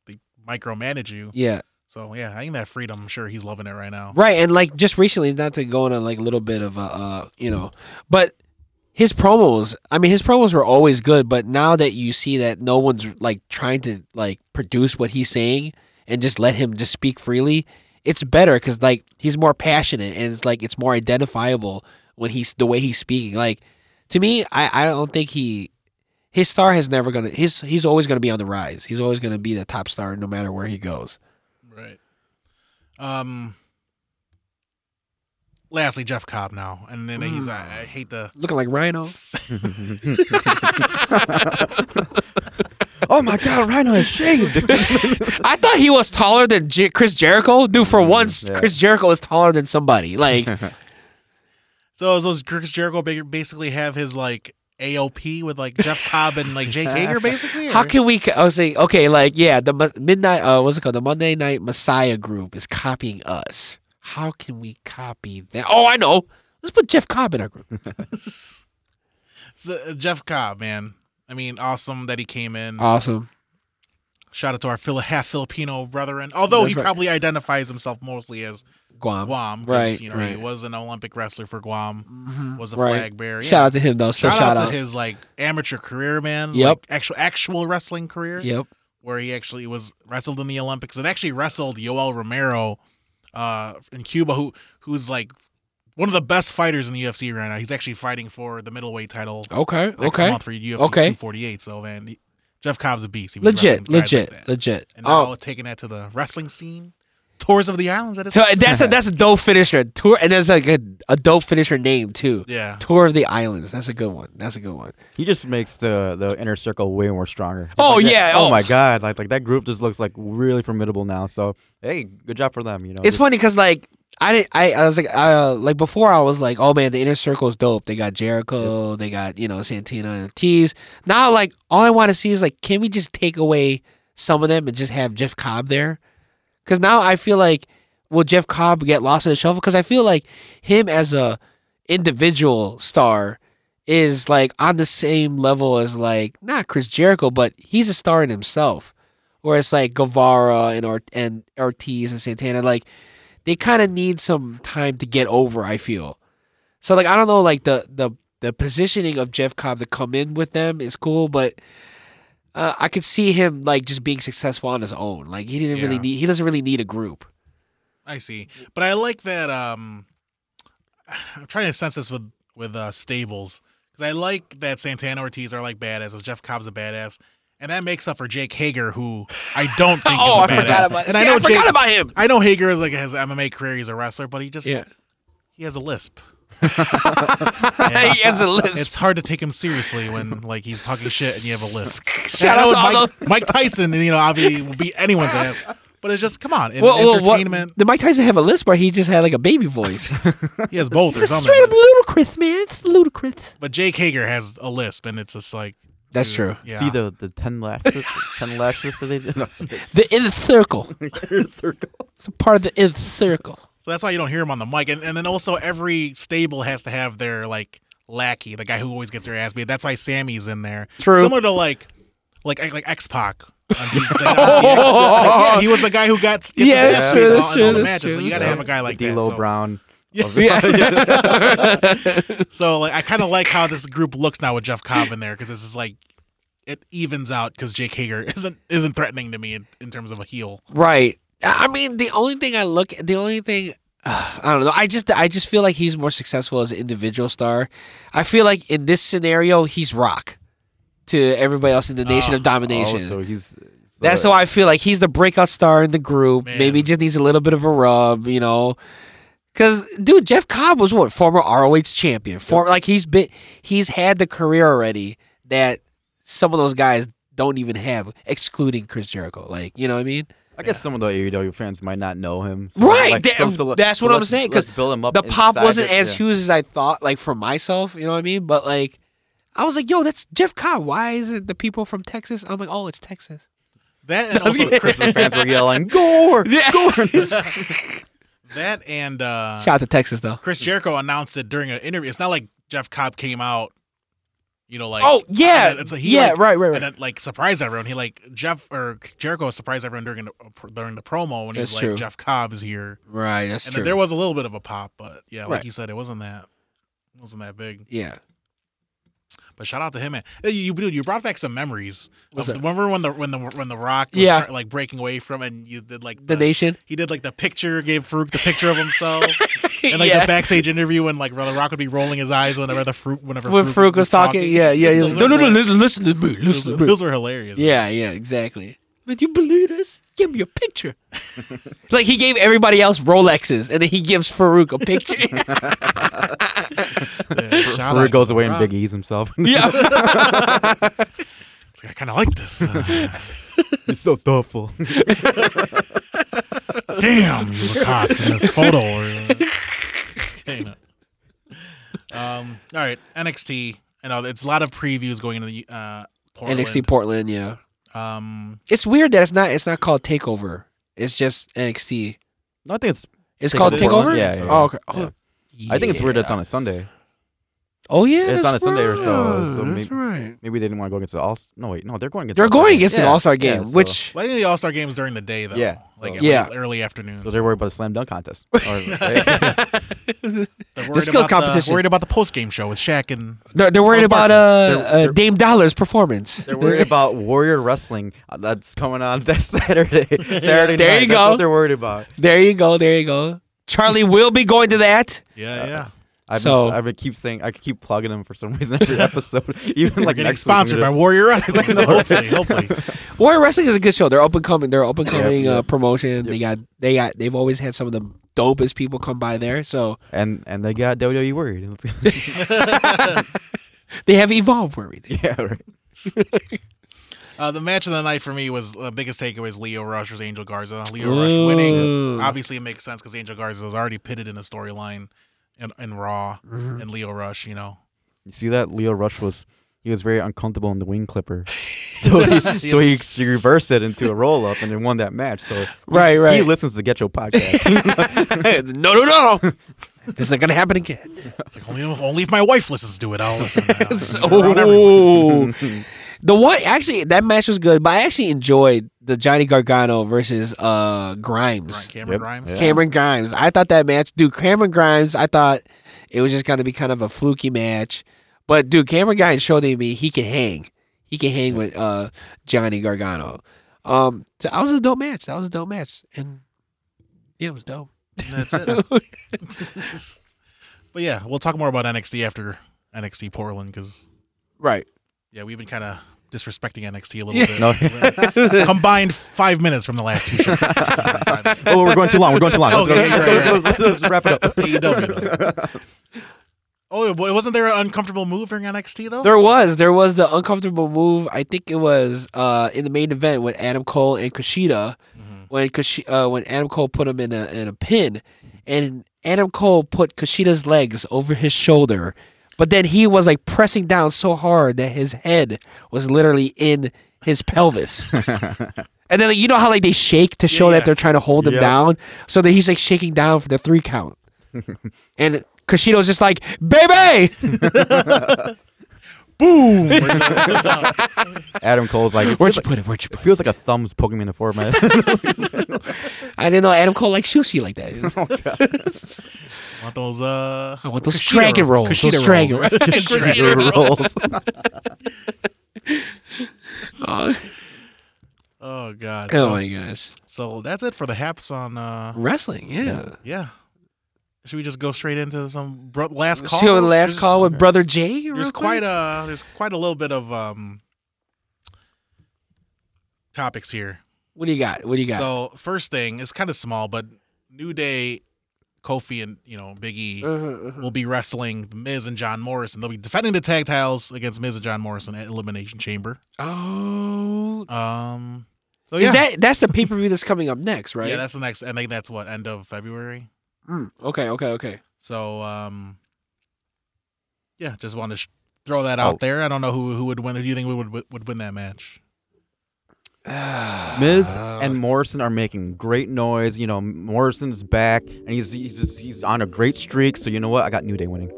S4: they micromanage you.
S3: Yeah.
S4: So yeah, I think that freedom. I'm sure he's loving it right now.
S3: Right, and like just recently, not to go on a like little bit of a uh, you know, but his promos. I mean, his promos were always good, but now that you see that no one's like trying to like produce what he's saying and just let him just speak freely, it's better because like he's more passionate and it's like it's more identifiable when he's the way he's speaking. Like to me, I I don't think he. His star has never gonna. His he's always gonna be on the rise. He's always gonna be the top star, no matter where he goes.
S4: Right. Um. Lastly, Jeff Cobb now, and then he's I, I hate the
S3: Looking like Rhino.
S5: oh my God, Rhino is shaved.
S3: I thought he was taller than Jer- Chris Jericho. Dude,
S4: Mm,
S3: for once,
S5: yeah.
S3: Chris Jericho is taller than somebody. Like,
S4: so so does Chris Jericho ba- basically have his like AOP with like Jeff Cobb and like Jake Hager basically?
S3: how
S4: or-
S3: can we? I was saying, okay, like, yeah, the Mo- midnight, uh, what's it called? The Monday Night Messiah group is copying us. How can we copy that? Oh, I know. Let's put Jeff Cobb in our group.
S4: Mm-hmm. So, uh, Jeff Cobb, man. I mean, awesome that he came in.
S3: Awesome.
S4: Shout out to our Fili- half Filipino brethren. Although
S3: That's
S4: he
S3: right.
S4: probably identifies himself mostly as
S3: Guam.
S4: Guam, 'cause,
S3: Right,
S4: You know, he
S3: right.
S4: was an Olympic wrestler for Guam,
S3: Mhm.
S4: was a
S3: Right.
S4: flag bearer. Yeah.
S3: Shout out to him though. Still
S4: Shout
S3: shout,
S4: out
S3: out.
S4: to his like amateur career, man.
S3: Yep.
S4: Like, actual actual wrestling career.
S3: Yep.
S4: where he actually was wrestled in the Olympics and actually wrestled Yoel Romero uh, in Cuba, who who's like one of the best fighters in the UFC right now. He's actually fighting for the middleweight title
S3: Okay.
S4: next
S3: okay.
S4: month for UFC
S3: Okay.
S4: 248. So man, he- Jeff Cobb's a beast. He was
S3: Legit.
S4: wrestling guys
S3: Legit.
S4: like that.
S3: legit.
S4: And now
S3: Oh,
S4: taking that to the wrestling scene, tours of the islands. That is
S3: so that's a that's a dope finisher tour, and that's like a, a dope finisher name too.
S4: yeah.
S3: Tour of the Islands. That's a good one. That's a good one.
S5: He just makes the the inner circle way more stronger.
S3: Oh,
S5: Like that-
S3: yeah,
S5: Oh,
S3: oh.
S5: my god! Like like that group just looks like really formidable now. So hey, good job for them. You know,
S3: It's
S5: Just-
S3: funny because like I didn't. I, I was like uh like before I was like oh man the inner circle is dope. They got Jericho. They got you know Santina and Tease. Now like all I want to see is like can we just take away some of them and just have Jeff Cobb there? Because now I feel like will Jeff Cobb get lost in the shuffle? Because I feel like him as a individual star is like on the same level as like not Chris Jericho, but he's a star in himself. Whereas like Guevara and or- and Ortiz and Santana, like they kind of need some time to get over. I feel so like I don't know, like the the the positioning of Jeff Cobb to come in with them is cool, but uh, I could see him like just being successful on his own. Like he didn't really
S4: Yeah.
S3: need he doesn't really need a group.
S4: I see. But I like that. Um, I'm trying to sense this with with uh, Stables because I like that Santana Ortiz are like badasses. Jeff Cobb's a badass, and that makes up for Jake Hager, who I don't think. is a
S3: Oh, I
S4: badass.
S3: forgot about.
S4: And
S3: see, I,
S4: I know
S3: forgot
S4: Jake.
S3: about him.
S4: I know Hager is like has an MMA career. He's a wrestler, but he just
S3: Yeah.
S4: he has a lisp. Yeah.
S3: he has a list.
S4: It's hard to take him seriously when like he's talking shit and you have a lisp.
S3: Shout
S4: And I
S3: out
S4: know
S3: to all those.
S4: Mike, Mike Tyson, you know, obviously will beat anyone's ass. But it's just come on, in
S3: Well, well, what,
S4: entertainment,
S3: did Mike Tyson have a list where he just had like a baby voice?
S4: he has both or
S3: It's
S4: something.
S3: straight up ludicrous, man. It's ludicrous.
S4: But Jake Hager has a lisp, and it's just like
S3: That's
S4: dude,
S3: true.
S4: Yeah,
S5: see the the ten lashes, ten lashes that they did. No,
S3: The inner circle.
S5: circle.
S3: It's a part of the inner circle.
S4: so that's why you don't hear him on the mic. And, and then also every stable has to have their like lackey, the guy who always gets their ass beat. That's why Sammy's in there.
S3: True.
S4: Similar to like like like X Pac. yeah, he was the guy who got gets his
S3: Yeah,
S4: ass
S5: that's
S4: beat
S5: true,
S4: in all-
S3: that's
S4: in all
S3: true,
S4: the
S3: that's
S4: matches.
S3: true,
S4: So you got to
S3: that's
S4: have a guy like
S5: D'Lo
S4: that. so-
S5: Brown. Oh,
S4: So like I kind of like how this group looks now with Jeff Cobb in there because this is like it evens out because Jake Hager isn't isn't threatening to me in, in terms of a heel.
S3: Right. I I mean, the only thing I look, the only thing, uh, I don't know. I just, I just feel like he's more successful as an individual star. I feel like in this scenario, he's Rock to everybody else in the Nation
S4: Oh.
S3: of Domination.
S5: Oh, so he's. So
S3: That's how I feel like he's the breakout star in the group.
S4: Man.
S3: Maybe he just needs a little bit of a rub, you know. Cause dude, Jeff Cobb was what former ROH champion. Former like he's been he's had the career already that some of those guys don't even have, excluding Chris Jericho. Like you know what I mean?
S5: I guess some of the AEW fans might not know him.
S3: Right, that- that's what I'm
S5: let's-
S3: saying, 'cause
S5: Let's build him up.
S3: The pop
S5: inside
S3: wasn't
S5: it,
S3: as
S5: yeah.
S3: huge as I thought. Like for myself, you know what I mean? But like, I was like, yo, that's Jeff Cobb. Why is it the people from Texas? I'm like, oh, it's Texas.
S4: That and
S5: Also,
S4: also
S5: the Christmas fans were yelling, "Gore!"
S3: Yeah.
S4: that and uh,
S3: Shout out to Texas though.
S4: Chris Jericho announced it during an interview. It's not like Jeff Cobb came out, you know, like
S3: oh yeah,
S4: and it's a- he,
S3: yeah,
S4: like-
S3: right, right, right.
S4: and it, like surprised everyone. He like Jeff or Jericho surprised everyone during the during the promo when
S3: That's
S4: he's like
S3: true.
S4: Jeff Cobb is here,
S3: Right, that's
S4: and
S3: true.
S4: then there was a little bit of a pop, but yeah, like
S3: Right.
S4: you said, it wasn't that wasn't that big.
S3: yeah.
S4: But shout out to him, man. Hey, You, dude, you brought back some memories.
S3: What's
S4: Of-
S3: that?
S4: remember when the when the when the Rock was
S3: Yeah.
S4: start- like breaking away from, and you did like
S3: The nation.
S4: he did like the picture, gave Farouk the picture of himself, and like
S3: yeah.
S4: the backstage interview when like the Rock would be rolling his eyes whenever the Farouk whenever
S3: when Farouk was talking, yeah, yeah, yeah.
S4: Those
S3: No,
S4: were-
S3: no, no, listen, listen to me,
S4: Those,
S3: listen to me.
S4: those were hilarious.
S3: Yeah, yeah, exactly. Would you believe this? Give me a picture. like he gave everybody else Rolexes, and then he gives Farouk a picture.
S4: Yeah, shout out
S5: Farouk
S4: to
S5: goes
S4: The
S5: away and
S4: Rock.
S5: Big E's himself.
S3: yeah,
S4: It's like, I kind of like this. Uh,
S5: It's so thoughtful.
S4: damn, you look hot in this photo. Or, Okay, no. um, all right, NXT. I know it's a lot of previews going into the uh, Portland.
S3: NXT Portland. Yeah,
S4: Um,
S3: it's weird that it's not. It's not called Takeover. It's just NXT.
S5: No, I think it's.
S3: It's called
S5: Takeover
S3: Takeover.
S5: Portland? Yeah, yeah,
S3: Oh, okay.
S5: yeah.
S3: Oh,
S5: I think it's weird.
S3: yeah.
S5: That's on a Sunday.
S3: Oh yeah,
S5: It's
S3: that's
S5: on a Sunday or so,
S3: right.
S5: so
S3: that's
S5: maybe-
S3: right.
S5: Maybe they didn't want to go against the All. No, wait, no, they're going against.
S3: They're
S5: All-Star
S3: going
S5: game.
S3: against an
S5: Yeah,
S3: All Star
S5: yeah,
S3: game,
S5: so-
S3: which
S4: Well, I think the All Star game's during the day though.
S5: Yeah,
S4: Like
S5: so-
S4: at,
S3: Yeah.
S4: like, early afternoon.
S5: So they're worried about the slam dunk contest. Or,
S4: worried
S3: skill
S4: about
S3: competition.
S4: worried about the post game show with Shaq and
S3: they're, they're worried
S4: All-Star
S3: about
S4: game.
S3: uh,
S5: They're-
S3: uh
S5: they're-
S3: Dame Dollar's performance.
S5: they're worried about Warrior Wrestling uh, that's coming on that Saturday. Saturday night.
S3: There you
S5: That's
S3: go.
S5: what they're worried about.
S3: there you go. There you go. Charlie will be going to that.
S5: Uh,
S4: yeah, yeah.
S5: I've
S3: So-
S5: been, I've been keep saying I keep plugging them for some reason every episode, even
S4: We're
S5: like
S4: getting
S5: next
S4: sponsored
S5: week.
S4: by Warrior Wrestling. hopefully, hopefully.
S3: Warrior Wrestling is a good show. They're up and coming. They're up and coming
S5: Yep,
S3: uh,
S5: yep.
S3: promotion. They got they got they've always had some of the dopest people come by there. So
S5: and and they got WWE worried. Let's go.
S3: they have evolved where we did.
S5: yeah, right.
S4: Uh, the match of the night for me was the biggest takeaway is Leo Rush versus Angel Garza. Leo Rush winning.
S3: Ooh.
S4: Obviously, it makes sense because Angel Garza was already pitted in a storyline in, in Raw, and Leo Rush, you know,
S5: You see that Leo Rush was he was very uncomfortable in the wing clipper, so he, so he, he reversed it into a roll up and then won that match. So
S3: Right,
S5: he
S3: right.
S5: listens to Get Your Podcast.
S3: no, no, no. this is not gonna happen again.
S4: it's like only, only if my wife listens to it, I'll listen. Now. Around everyone.
S3: Oh, the one actually that match was good, but I actually enjoyed the Johnny Gargano versus uh Grimes,
S4: Brian Cameron
S5: Yep.
S4: Grimes.
S5: Yeah.
S3: Cameron Grimes. I thought that match, dude, Cameron Grimes. I thought it was just gonna be kind of a fluky match, but dude, Cameron Grimes showed me he can hang. He can hang with uh Johnny Gargano. Um, so that was a dope match. That was a dope match, and yeah, it was dope.
S4: That's it. but yeah, we'll talk more about NXT after NXT Portland because
S3: Right.
S4: yeah, we've been kind of disrespecting NXT a little bit.
S5: No.
S4: Combined five minutes from the last two shows. Five minutes.
S5: oh, we're going too long. We're going too long. Let's, go,
S4: Okay,
S5: let's, go,
S4: right,
S5: let's, go, let's, go, let's wrap it up.
S4: E AEW. oh, it- wasn't there an uncomfortable move during NXT though?
S3: There was there was the uncomfortable move. I think it was uh, in the main event with Adam Cole and Kushida when Kushi- uh, when Adam Cole put him in a in a pin, and Adam Cole put Kushida's legs over his shoulder, but then he was like pressing down so hard that his head was literally in his pelvis. And then like, you know how like they shake to show
S4: Yeah, yeah.
S3: that they're trying to hold him
S5: Yep.
S3: down, so that he's like shaking down for the three count, and Kushida's just like, "Baby,
S4: Boom! Where's the-
S5: Adam Cole's like, it
S3: where'd
S5: feels
S3: you
S5: like,
S3: put it? Where'd you put it?"
S5: it feels like a thumb's poking me in the forehead.
S3: I didn't know Adam Cole liked sushi like that.
S4: want those? Uh,
S3: I want those
S4: Kushida
S3: dragon rolls.
S4: Kushida
S3: those dragon
S4: rolls.
S3: rolls.
S5: Your rolls.
S3: oh
S4: Oh god!
S3: oh
S4: So,
S3: my gosh.
S4: so that's it for the haps on. uh
S3: Wrestling, yeah.
S4: Yeah. Should we just go straight into some bro- last
S3: Let's
S4: call?
S3: do a last
S4: There's-
S3: call with Brother Jay. real
S4: There's
S3: quick?
S4: quite a there's quite a little bit of um topics here.
S3: What do you got? What do you got?
S4: So first thing is kind of small, but New Day, Kofi, and you know Big E will be wrestling Miz and John Morrison. They'll be defending the tag titles against Miz and John Morrison at Elimination Chamber.
S3: oh,
S4: Um, so yeah,
S3: is that that's the pay per view that's coming up next, right?
S4: yeah, that's the next. I think that's what end of February.
S3: Mm, okay, okay, okay.
S4: So um, yeah, just wanted to sh- throw that
S5: Oh.
S4: out there. I don't know who who would win. Who do you think would would, would win that match?
S5: Miz
S3: Uh,
S4: Uh,
S5: and Morrison are making great noise. You know, Morrison's back, and he's he's just, he's on a great streak. So you know what? I got New Day winning.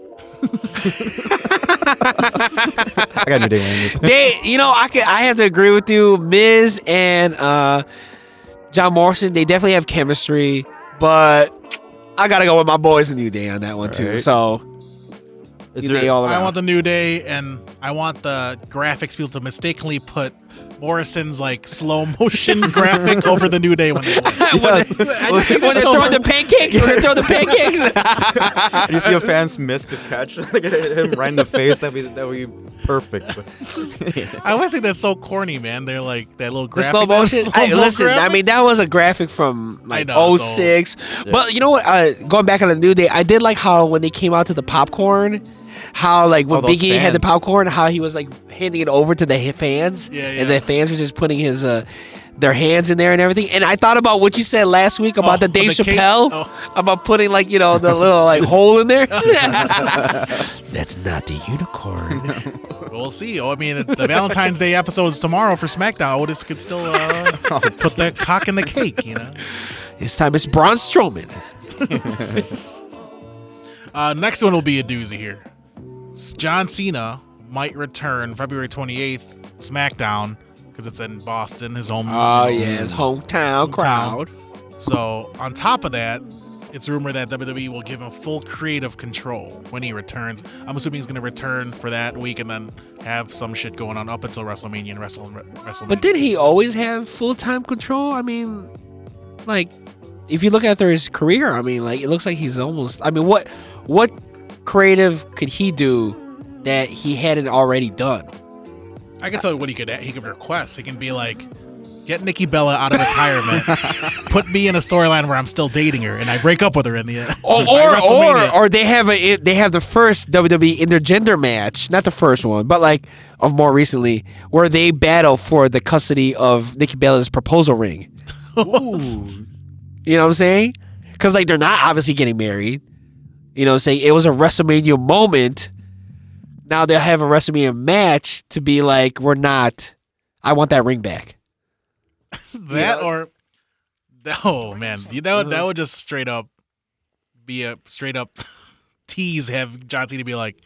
S5: I got New Day winning. this.
S3: they, you know, I could, I have to agree with you. Miz and uh, John Morrison, they definitely have chemistry, but I gotta go with my boys in New Day on that one too.
S5: Right.
S3: So,
S5: Is
S3: New
S5: there-
S3: Day all around.
S4: I want the New Day, and I want the graphics people to mistakenly put Morrison's like slow motion graphic over the New Day when they win.
S5: Yes.
S3: I just think when they're throwing the pancakes, when they throw the pancakes.
S5: And you see a fans miss the catch, like hit him right in the face. That'd be that would be perfect.
S4: I always think that's so corny, man. They're like that little
S3: the
S4: graphic.
S3: slow
S4: that
S3: motion.
S4: slow
S3: I,
S4: mo
S3: listen, I
S4: graphic.
S3: mean, that was a graphic from like
S4: know, it's old.
S3: 06. But you know what? Uh, going back on the new day, I did like how when they came out to the popcorn, how like when
S5: Oh, those
S3: Biggie had the
S5: fans.
S3: popcorn, how he was like handing it over to the ha- fans,
S4: Yeah,
S3: and
S4: yeah.
S3: the fans were just putting his uh, their hands in there and everything. And I thought about what you said last week about
S4: Oh,
S3: the Dave
S4: the cake-
S3: Chappelle
S4: oh.
S3: about putting like you know the little like hole in there. That's not the unicorn.
S4: we'll see. Oh, I mean, the Valentine's Day episode is tomorrow for SmackDown. Otis could still uh,
S3: Oh,
S4: put that cock in the cake, you know.
S3: This time it's Braun Strowman.
S4: Uh, next one will be a doozy here. John Cena might return February 28th, SmackDown, because it's in Boston, his home.
S3: Oh yeah, it's hometown crowd.
S4: So, on top of that, it's rumored that WWE will give him full creative control when he returns. I'm assuming he's going to return for that week and then have some shit going on up until WrestleMania and Wrestle- WrestleMania.
S3: But did he always have full time control? I mean, like, if you look at his career, I mean, like, it looks like he's almost. I mean, what what creative could he do that he hadn't already done?
S4: I can tell you what he could he could request. He can be like, get Nikki Bella out of retirement, put me in a storyline where I'm still dating her, and I break up with her in the end.
S3: Or or, or or they have a they have the first WWE intergender match, not the first one, but like of more recently, where they battle for the custody of Nikki Bella's proposal ring. You know what I'm saying? Because like they're not obviously getting married. You know what I'm saying? It was a WrestleMania moment. Now they'll have a WrestleMania match to be like, we're not. I want that ring back.
S4: that or oh man, that would, that would just straight up be a straight up tease. Have John Cena be like,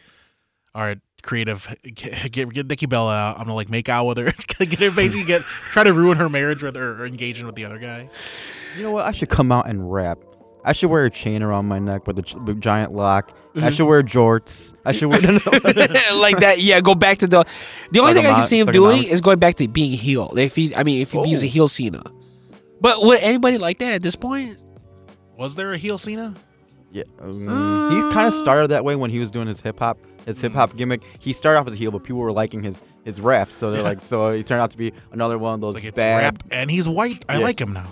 S4: all right. Creative, get, get, get Nikki Bella. out. I'm gonna like make out with her. get her basically get try to ruin her marriage with her or engagement with the other guy.
S5: You know what? I should come out and rap. I should wear a chain around my neck with a ch- big giant lock.
S3: Mm-hmm.
S5: I should wear jorts. I should wear.
S3: like that, yeah. Go back to the. The only
S5: Like
S3: thing I
S5: a
S3: can
S5: mo-
S3: see him
S5: like a
S3: doing
S5: mouse.
S3: is going back to being heel. If he, I mean, if he he's a heel Cena, but would anybody like that at this point?
S4: Was there a heel Cena?
S5: yeah,
S4: mm.
S5: um, he kind
S3: Mm.
S5: of started that way when he was doing his hip hop, his hip hop gimmick. He started off as a heel, but people were liking his his raps, so they're like, so he turned out to be another one of those
S4: Like it's
S5: bad.
S4: rap, and he's white. I
S5: Yeah.
S4: like him now.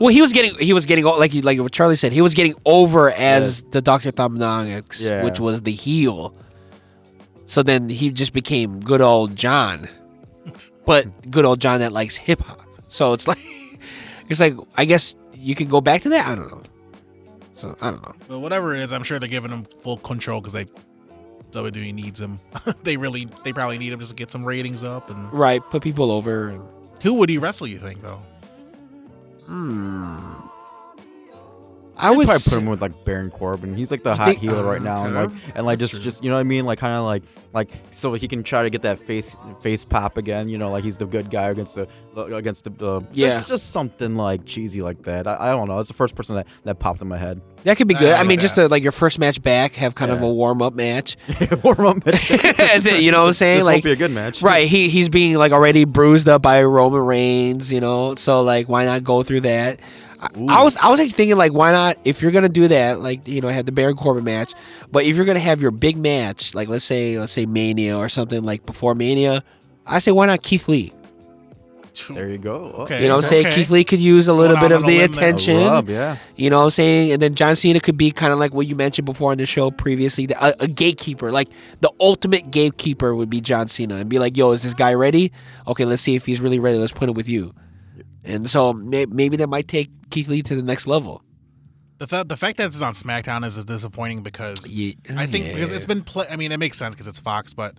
S3: Well, he was getting, he was getting, o- like, you- like what Charlie said, he was getting over as the Doctor Thumbnomics,
S5: Yeah.
S3: which was the heel. So then he just became good old John, but good old John that likes hip hop. So it's like, it's like I guess you could go back to that. I don't know. So I don't know.
S4: But whatever it is, I'm sure they're giving him full control because they WWE needs him. they really, they probably need him just to get some ratings up. And
S3: Right, put people over. And,
S4: who would he wrestle? You think though?
S3: hmm. I
S5: I
S3: would
S5: would probably
S3: s-
S5: put him with like Baron Corbin. He's like the
S3: You
S5: hot
S3: think- Oh,
S5: heel right now, and like,
S3: Okay.
S5: and like
S4: That's
S5: just
S4: true.
S5: just you know what I mean, like kind of like like so he can try to get that face face pop again. You know, like he's the good guy against the against the uh,
S3: Yeah.
S5: It's just something like cheesy like that. I, I don't know. It's the first person that that popped in my head.
S3: that could be
S4: I
S3: good. I,
S4: like
S3: mean, just
S4: that.
S3: to, like your first match back, have kind of
S5: Yeah.
S3: a warm up match.
S5: Warm up.
S3: And then, you know what I'm saying?
S5: This
S3: like
S5: won't be a good match,
S3: Right, he he's being like already bruised up by Roman Reigns, you know. So like, why not go through that? I, I was I was actually thinking like, why not if you're gonna do that, like you know, have the Baron Corbin match, but if you're gonna have your big match, like let's say let's say Mania or something like before Mania, I say why not Keith Lee?
S5: There you go. Oh,
S4: Okay.
S3: You know what I'm saying?
S4: Okay.
S3: Keith Lee could use a little
S4: Going
S3: bit
S4: out
S3: of
S4: on a
S3: the
S4: limb there. A
S3: attention.
S5: Rub, yeah.
S3: You know what I'm saying? And then John Cena could be kind of like what you mentioned before on the show previously, the, a, a gatekeeper. Like the ultimate gatekeeper would be John Cena and be like, yo, is this guy ready? Okay, let's see if he's really ready. Let's put him with you. And so may, maybe that might take Keith Lee to the next level.
S4: The, fa- the fact that it's on SmackDown is, is disappointing because
S3: Yeah.
S4: I think because it's been. Pl- I mean, it makes sense because it's Fox, but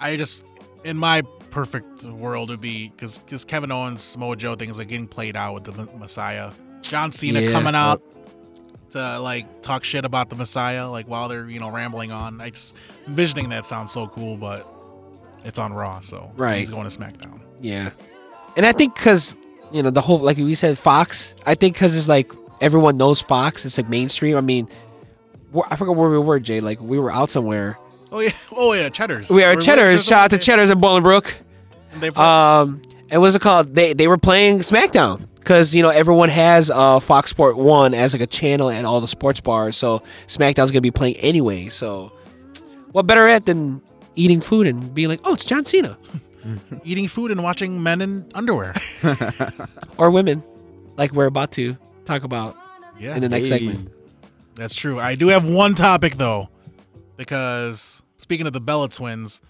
S4: I just in my perfect world would be because because Kevin Owens Mojo things are getting played out with the M- Messiah, John Cena
S3: Yeah.
S4: coming out to like talk shit about the Messiah like while they're you know rambling on. I just envisioning that sounds so cool, but it's on Raw, so
S3: Right.
S4: he's going to SmackDown.
S3: Yeah. And I think because, you know, the whole, like we said, Fox, I think because it's like everyone knows Fox, it's like mainstream. I mean, wh- I forgot where we were, Jay. Like we were out somewhere.
S4: Oh yeah, oh yeah, Cheddar's.
S3: We are
S4: We're-
S3: at Cheddar's. Shout out to Cheddar's in Bolingbrook.
S4: They play-
S3: Um, and what's it called? They they were playing SmackDown because you know everyone has uh Fox Sport One as like a channel at all the sports bars, so SmackDown's gonna be playing anyway. So, what better at than eating food and being like, oh, it's John Cena
S4: eating food and watching men in underwear.
S3: or women, like we're about to talk about
S4: Yeah,
S3: in the next
S5: Hey.
S3: segment.
S4: That's true. I do have one topic though, because speaking of the Bella twins,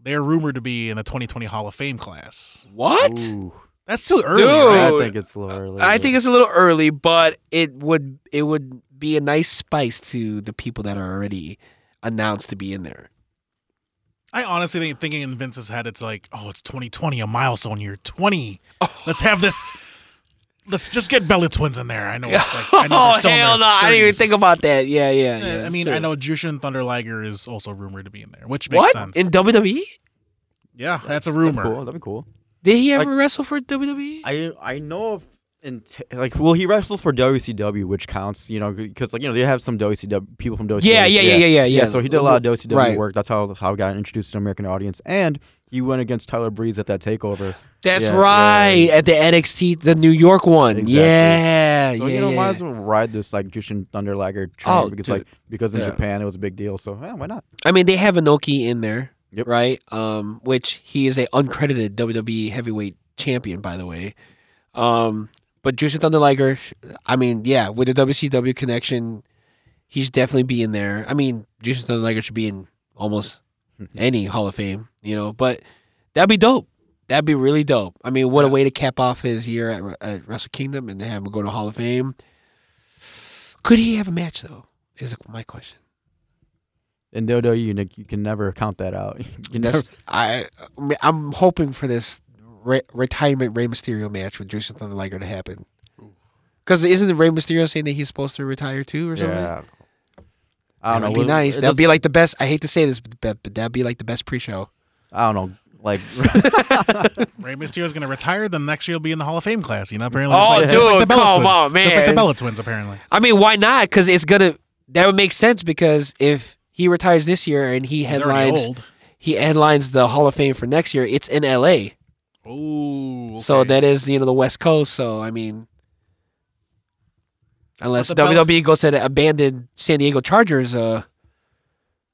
S4: they're rumored to be in the 2020 Hall of Fame class.
S3: What?
S5: Ooh.
S4: That's too early.
S3: Dude.
S4: right?
S5: I
S3: Dude.
S5: think it's lower.
S3: I think it's a little early, but it would it would be a nice spice to the people that are already announced to be in there.
S4: I honestly think thinking in
S3: Oh.
S4: Vince's head, it's like, oh, it's 2020, a milestone year, 20. Let's have this let's just get Bella Twins in there. I know it's like I know
S3: oh
S4: they're still in
S3: hell no!
S4: their
S3: I didn't even
S4: 30s.
S3: think about that. Yeah, yeah.
S4: Eh,
S3: yeah
S4: I mean,
S3: sure.
S4: I know Jushin Thunder Liger is also rumored to be in there, which makes
S3: What
S4: sense.
S3: in WWE?
S4: yeah, that's a
S5: That'd be
S4: rumor.
S5: cool. That'd be cool.
S3: Did he ever
S5: Like-
S3: wrestle for E? WWE?
S5: I I know of in t- like well he wrestles for WCW which counts you know because like you know they have some WCW people from WCW
S3: yeah, yeah, yeah, yeah, yeah, yeah.
S5: so he did a lot of WCW
S3: Right.
S5: work that's how how I got introduced to an American audience and he went against Tyler Breeze at that takeover
S3: That's
S5: Yeah,
S3: right.
S5: yeah.
S3: At the NXT, the New York one.
S5: Exactly.
S3: Yeah,
S5: so
S3: yeah,
S5: you know
S3: yeah.
S5: might as well ride this like Jushin Thunder Liger train
S3: Oh,
S5: because
S3: dude.
S5: like because in
S3: Yeah.
S5: Japan it was a big deal so yeah, why not
S3: I mean, they have Inoki in there,
S5: Yep.
S3: right? Um, which he is a uncredited WWE heavyweight champion, by the way. Um, but Jushin Thunder Liger, sh- I mean, yeah, with the WCW connection, he's definitely be in there. I mean, Jushin Thunder Liger should be in almost any Hall of Fame, you know. But that'd be dope. That'd be really dope. I mean, what a way to cap off his year at, Wre- at Wrestle Kingdom and to have him go to Hall of Fame. Could he have a match though? Is my question.
S5: in WWE Nick you can never count that out you can never-
S3: That's, I, I mean, I'm hoping for this re- retirement Rey Mysterio match with Jushin Thunder Liger to happen. Because isn't Rey Mysterio saying that he's supposed to retire too or something?
S5: yeah
S3: That
S5: I don't know
S3: would be
S5: it-
S3: nice.
S5: it
S3: That'd be
S5: doesn't-
S3: like the best. I hate to say this, but, but- but that'd be like the best pre-show.
S5: I don't know like
S4: Rey Mysterio's gonna retire, then next year he'll be in the Hall of Fame class. You know,
S3: Oh,
S4: apparently. just like, just like the Bella Twins. Just like the Bella Twins, apparently.
S3: I mean, why not? Because it's gonna. That would make sense because if he retires this year and he
S4: He's already
S3: headlines,
S4: old.
S3: he headlines the Hall of Fame for next year. It's in L.A.
S4: Oh, okay.
S3: So that is you know the West Coast. So I mean, unless
S4: the Pel-
S3: WWE goes to the abandoned San Diego Chargers uh,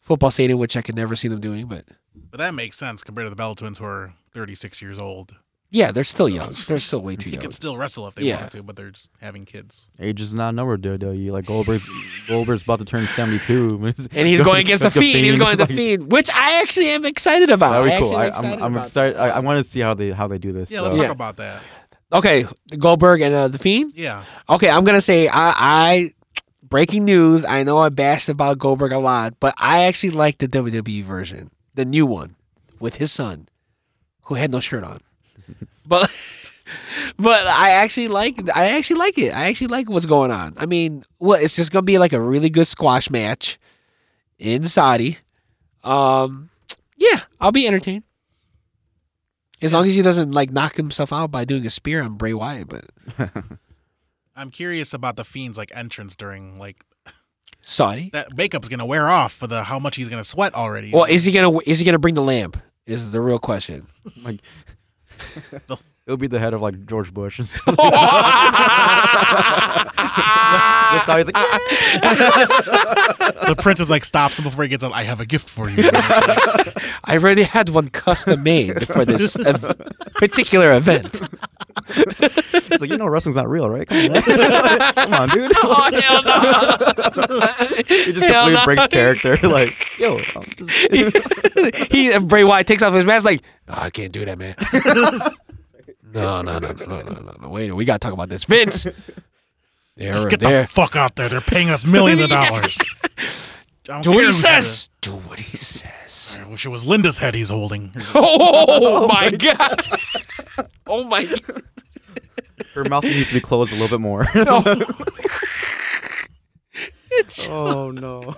S3: football stadium, which I could never see them doing, but
S4: but that makes sense compared to the Bella Twins, who are 36 years old.
S3: yeah, they're still young. They're still way too
S4: They
S3: young.
S4: could still wrestle if they
S3: Yeah.
S4: wanted to, but they're just having kids.
S5: Age is not a number, dude. though. You like Goldberg's Goldberg's about to turn seventy two,
S3: And he's going against the Fiend. He's going against the Fiend, which I actually am excited about.
S5: That'd
S3: I
S5: be
S3: actually
S5: cool. I,
S3: am excited
S5: I'm, I'm
S3: about
S5: excited.
S3: that.
S5: I, I want to see how they how they do this.
S4: Yeah,
S5: so.
S4: let's
S3: Yeah.
S4: talk about that.
S3: okay, Goldberg and uh, the Fiend.
S4: Yeah,
S3: Okay, I'm gonna say I, I breaking news. I know I bashed about Goldberg a lot, but I actually like the WWE version, the new one with his son, who had no shirt on. But but I actually like I actually like it. I actually like what's going on. I mean, well, it's just gonna be like a really good squash match in Saudi. Um, yeah, I'll be entertained. As long as he doesn't like knock himself out by doing a spear on Bray Wyatt, but
S4: I'm curious about the Fiend's like entrance during like
S3: Saudi.
S4: that makeup's gonna wear off for the how much he's gonna sweat already.
S3: Well, is he gonna is he gonna bring the lamp? Is the real question.
S5: It'll be the head of like George Bush. And stuff.
S3: I
S5: That's how he's like. "Ah."
S4: the prince is like stops him before he gets out. I have a gift for you.
S3: already had one custom made for this ev- particular event.
S5: It's like you know wrestling's not real, right? Come on, man. Come on dude.
S3: hell no!
S5: he just
S3: hell
S5: completely
S3: no.
S5: breaks character. Like yo, I'm just,
S3: he and Bray Wyatt takes off his mask like, "Nah, I can't do that, man. no, no, no, no, no, no, no, no. Wait, we gotta talk about this, Vince. There,
S4: Just get
S3: there.
S4: the fuck out there. They're paying us millions of dollars. I don't
S3: do what
S4: care
S3: he
S4: who's got
S3: says. Do what he says.
S4: it. I wish it was Linda's head he's holding.
S3: Oh my god! Oh my god!
S5: her mouth needs to be closed a little bit more. oh no.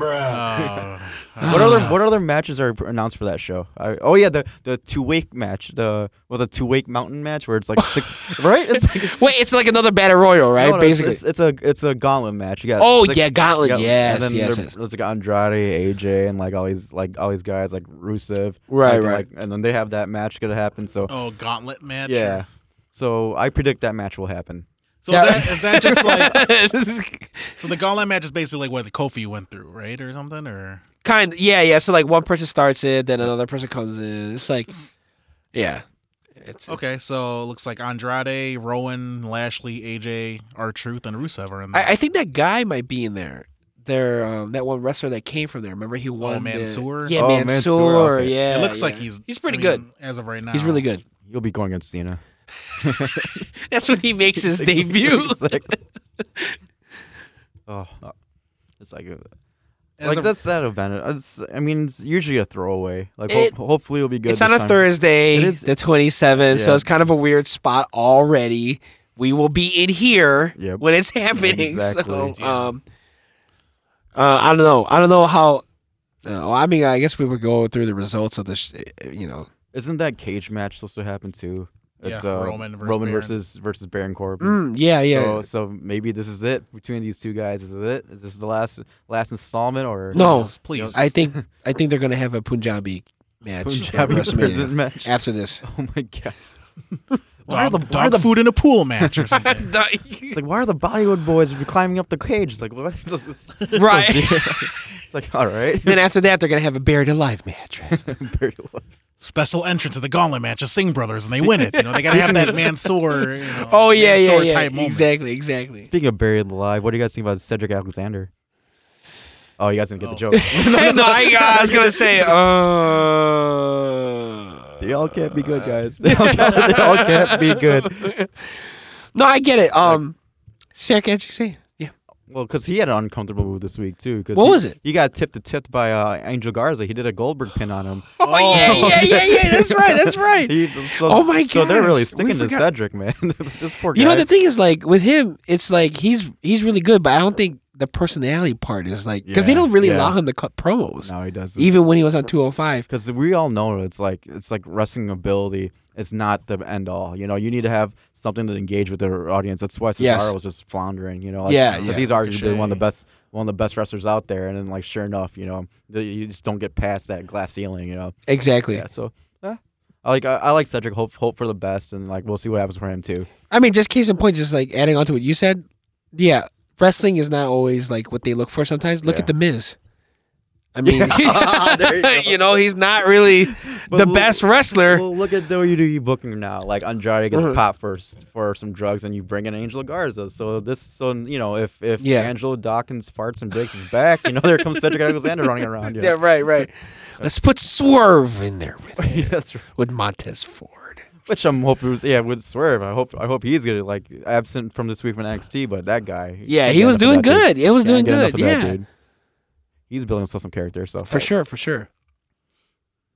S4: Uh,
S5: What other
S3: Ah.
S5: what other matches are announced for that show? I, oh yeah, the the two wake match, the was a two wake mountain match where it's like six, right? It's like,
S3: Wait, it's like another battle royal, right?
S5: no, no, it's-
S3: Basically.
S5: it's, it's a it's a gauntlet match. You got
S3: oh
S5: six-
S3: yeah, Gauntlet.
S5: you got-
S3: yes,
S5: and then
S3: yes,
S5: there-
S3: yes.
S5: It's like Andrade, AJ, and like all these like all these guys like Rusev,
S3: Right,
S5: like, and,
S3: right.
S5: like- and then they have that match gonna happen. So
S4: oh, gauntlet match.
S5: yeah,
S4: Sure.
S5: so I predict that match will happen.
S4: So is, that, is that just like so the gauntlet match is basically like what Kofi went through, right, or something, or
S3: kind. Of, yeah, yeah. So like one person starts it, then another person comes in. It's like, yeah. It's,
S4: okay. So it looks like Andrade, Rowan, Lashley, AJ, R Truth, and Rusev are in there.
S3: I, I think that guy might be in there. There, um, that one wrestler that came from there. Remember he won. the-
S4: Oh, Mansoor?
S3: Yeah,
S5: Oh,
S3: Mansoor.
S5: Mansoor, okay.
S3: Yeah.
S4: it looks like
S3: yeah.
S4: he's
S3: He's pretty
S4: I
S3: good.
S4: mean, as of right now.
S3: He's really good.
S5: You'll be going against Cena.
S3: That's when he makes his debut.
S5: Exactly. oh, it's like uh,
S4: As
S5: like
S4: a-
S5: that's that event. It's, I mean, it's usually a throwaway. Like ho-
S3: It-
S5: hopefully it'll be good.
S3: it's on a
S5: this time.
S3: Thursday,
S5: It is-
S3: the 27th, so
S5: Yeah.
S3: it's kind of a weird spot already. We will be in here
S5: Yep.
S3: when it's happening. So,
S5: Exactly.
S3: um, uh, I don't know. I don't know how. Uh, I mean, I guess we would go through the results of the, sh- eh, you know.
S5: Isn't that cage match supposed to happen too? It's
S4: Yeah,
S5: uh,
S4: Roman versus
S5: Roman
S4: Baron.
S5: versus versus Baron Corbin.
S3: Mm, yeah, yeah.
S5: So, so maybe this is it between these two guys. Is it? Is this the last last installment or
S3: No,
S4: Please, please.
S3: I think I think they're gonna have a Punjabi match
S5: Punjabi
S3: at WrestleMania
S5: prison match?
S3: after this.
S5: Oh my god! why are
S4: dog,
S5: the why are
S4: dog
S5: the
S4: food in a pool match or something.
S5: it's like why are the Bollywood boys climbing up the cage? It's like what? It's, it's,
S3: Right.
S5: it's like all right.
S3: then after that, they're gonna have a buried alive match.
S5: Very low.
S4: Special entrance of the Gauntlet match, the Singh brothers, and they win it. You know, they gotta have that Mansoor. You know,
S3: Oh,
S5: Oh,
S4: Mansoor type moment.
S3: exactly, exactly.
S5: Speaking of buried alive, what do you guys think about Cedric Alexander? Oh, you guys didn't get the joke.
S3: no, I, I was gonna say, uh,
S5: they all can't be good, guys. They all can't, they all can't be good.
S3: no, I get it. Um, Sarah, can't you say? Yeah,
S5: Well, because he had an uncomfortable move this week too. 'cause
S3: What
S5: he-
S3: was it?
S5: He got tipped to tipped by uh, Angel Garza. He did a Goldberg pin on him.
S3: oh, yeah, yeah, yeah, yeah. That's right, that's right.
S5: He- so,
S3: Oh my
S5: So they're really
S3: gosh, we
S5: sticking to
S3: forgot-
S5: Cedric, man. this poor guy.
S3: You know the thing is like with him, it's like he's he's really good, but I don't think the personality part is like because they
S5: Yeah,
S3: don't really
S5: yeah.
S3: allow him to cut promos,
S5: no, he doesn't.
S3: even when he was on 205.
S5: because we all know it's like it's like wrestling ability is not the end all. You know, you need to have something to engage with their audience. That's why Cesaro
S3: Yes.
S5: was just floundering. You know, like,
S3: Yeah, yeah.
S5: because he's arguably one of the best one of the best wrestlers out there. And then like sure enough, you know, the- you just don't get past that glass ceiling. You know,
S3: Exactly.
S5: yeah. So. eh. I like I, I like Cedric. Hope hope for the best, and like we'll see what happens for him too.
S3: I mean, just case in point, just like adding on to what you said, yeah, wrestling is not always like what they look for sometimes. Look
S5: Yeah.
S3: at The Miz. I mean,
S5: There you go.
S3: you, know, he's not really
S5: But
S3: the
S5: look-
S3: best wrestler.
S5: Well, look at WWE booking now. Like Andrade gets
S3: Mhm.
S5: popped for for some drugs, and you bring in Angel Garza. So this, so you know, if if
S3: Yeah.
S5: Angelo Dawkins farts and breaks his back, you know, there comes Cedric Alexander running around. You
S3: yeah,
S5: know?
S3: right, right. Let's put Swerve in there with,
S5: Yeah, that's right.
S3: with Montez Ford.
S5: Which I'm hoping, yeah, with Swerve. I hope I hope he's gonna like absent from this week from NXT, but that guy.
S3: Yeah,
S5: can't
S3: he
S5: get
S3: was
S5: enough of
S3: doing
S5: that dude.
S3: good. It was
S5: Can't
S3: doing
S5: get enough
S3: good.
S5: of that
S3: Yeah,
S5: dude. He's building himself some character, so
S3: for sure, for sure.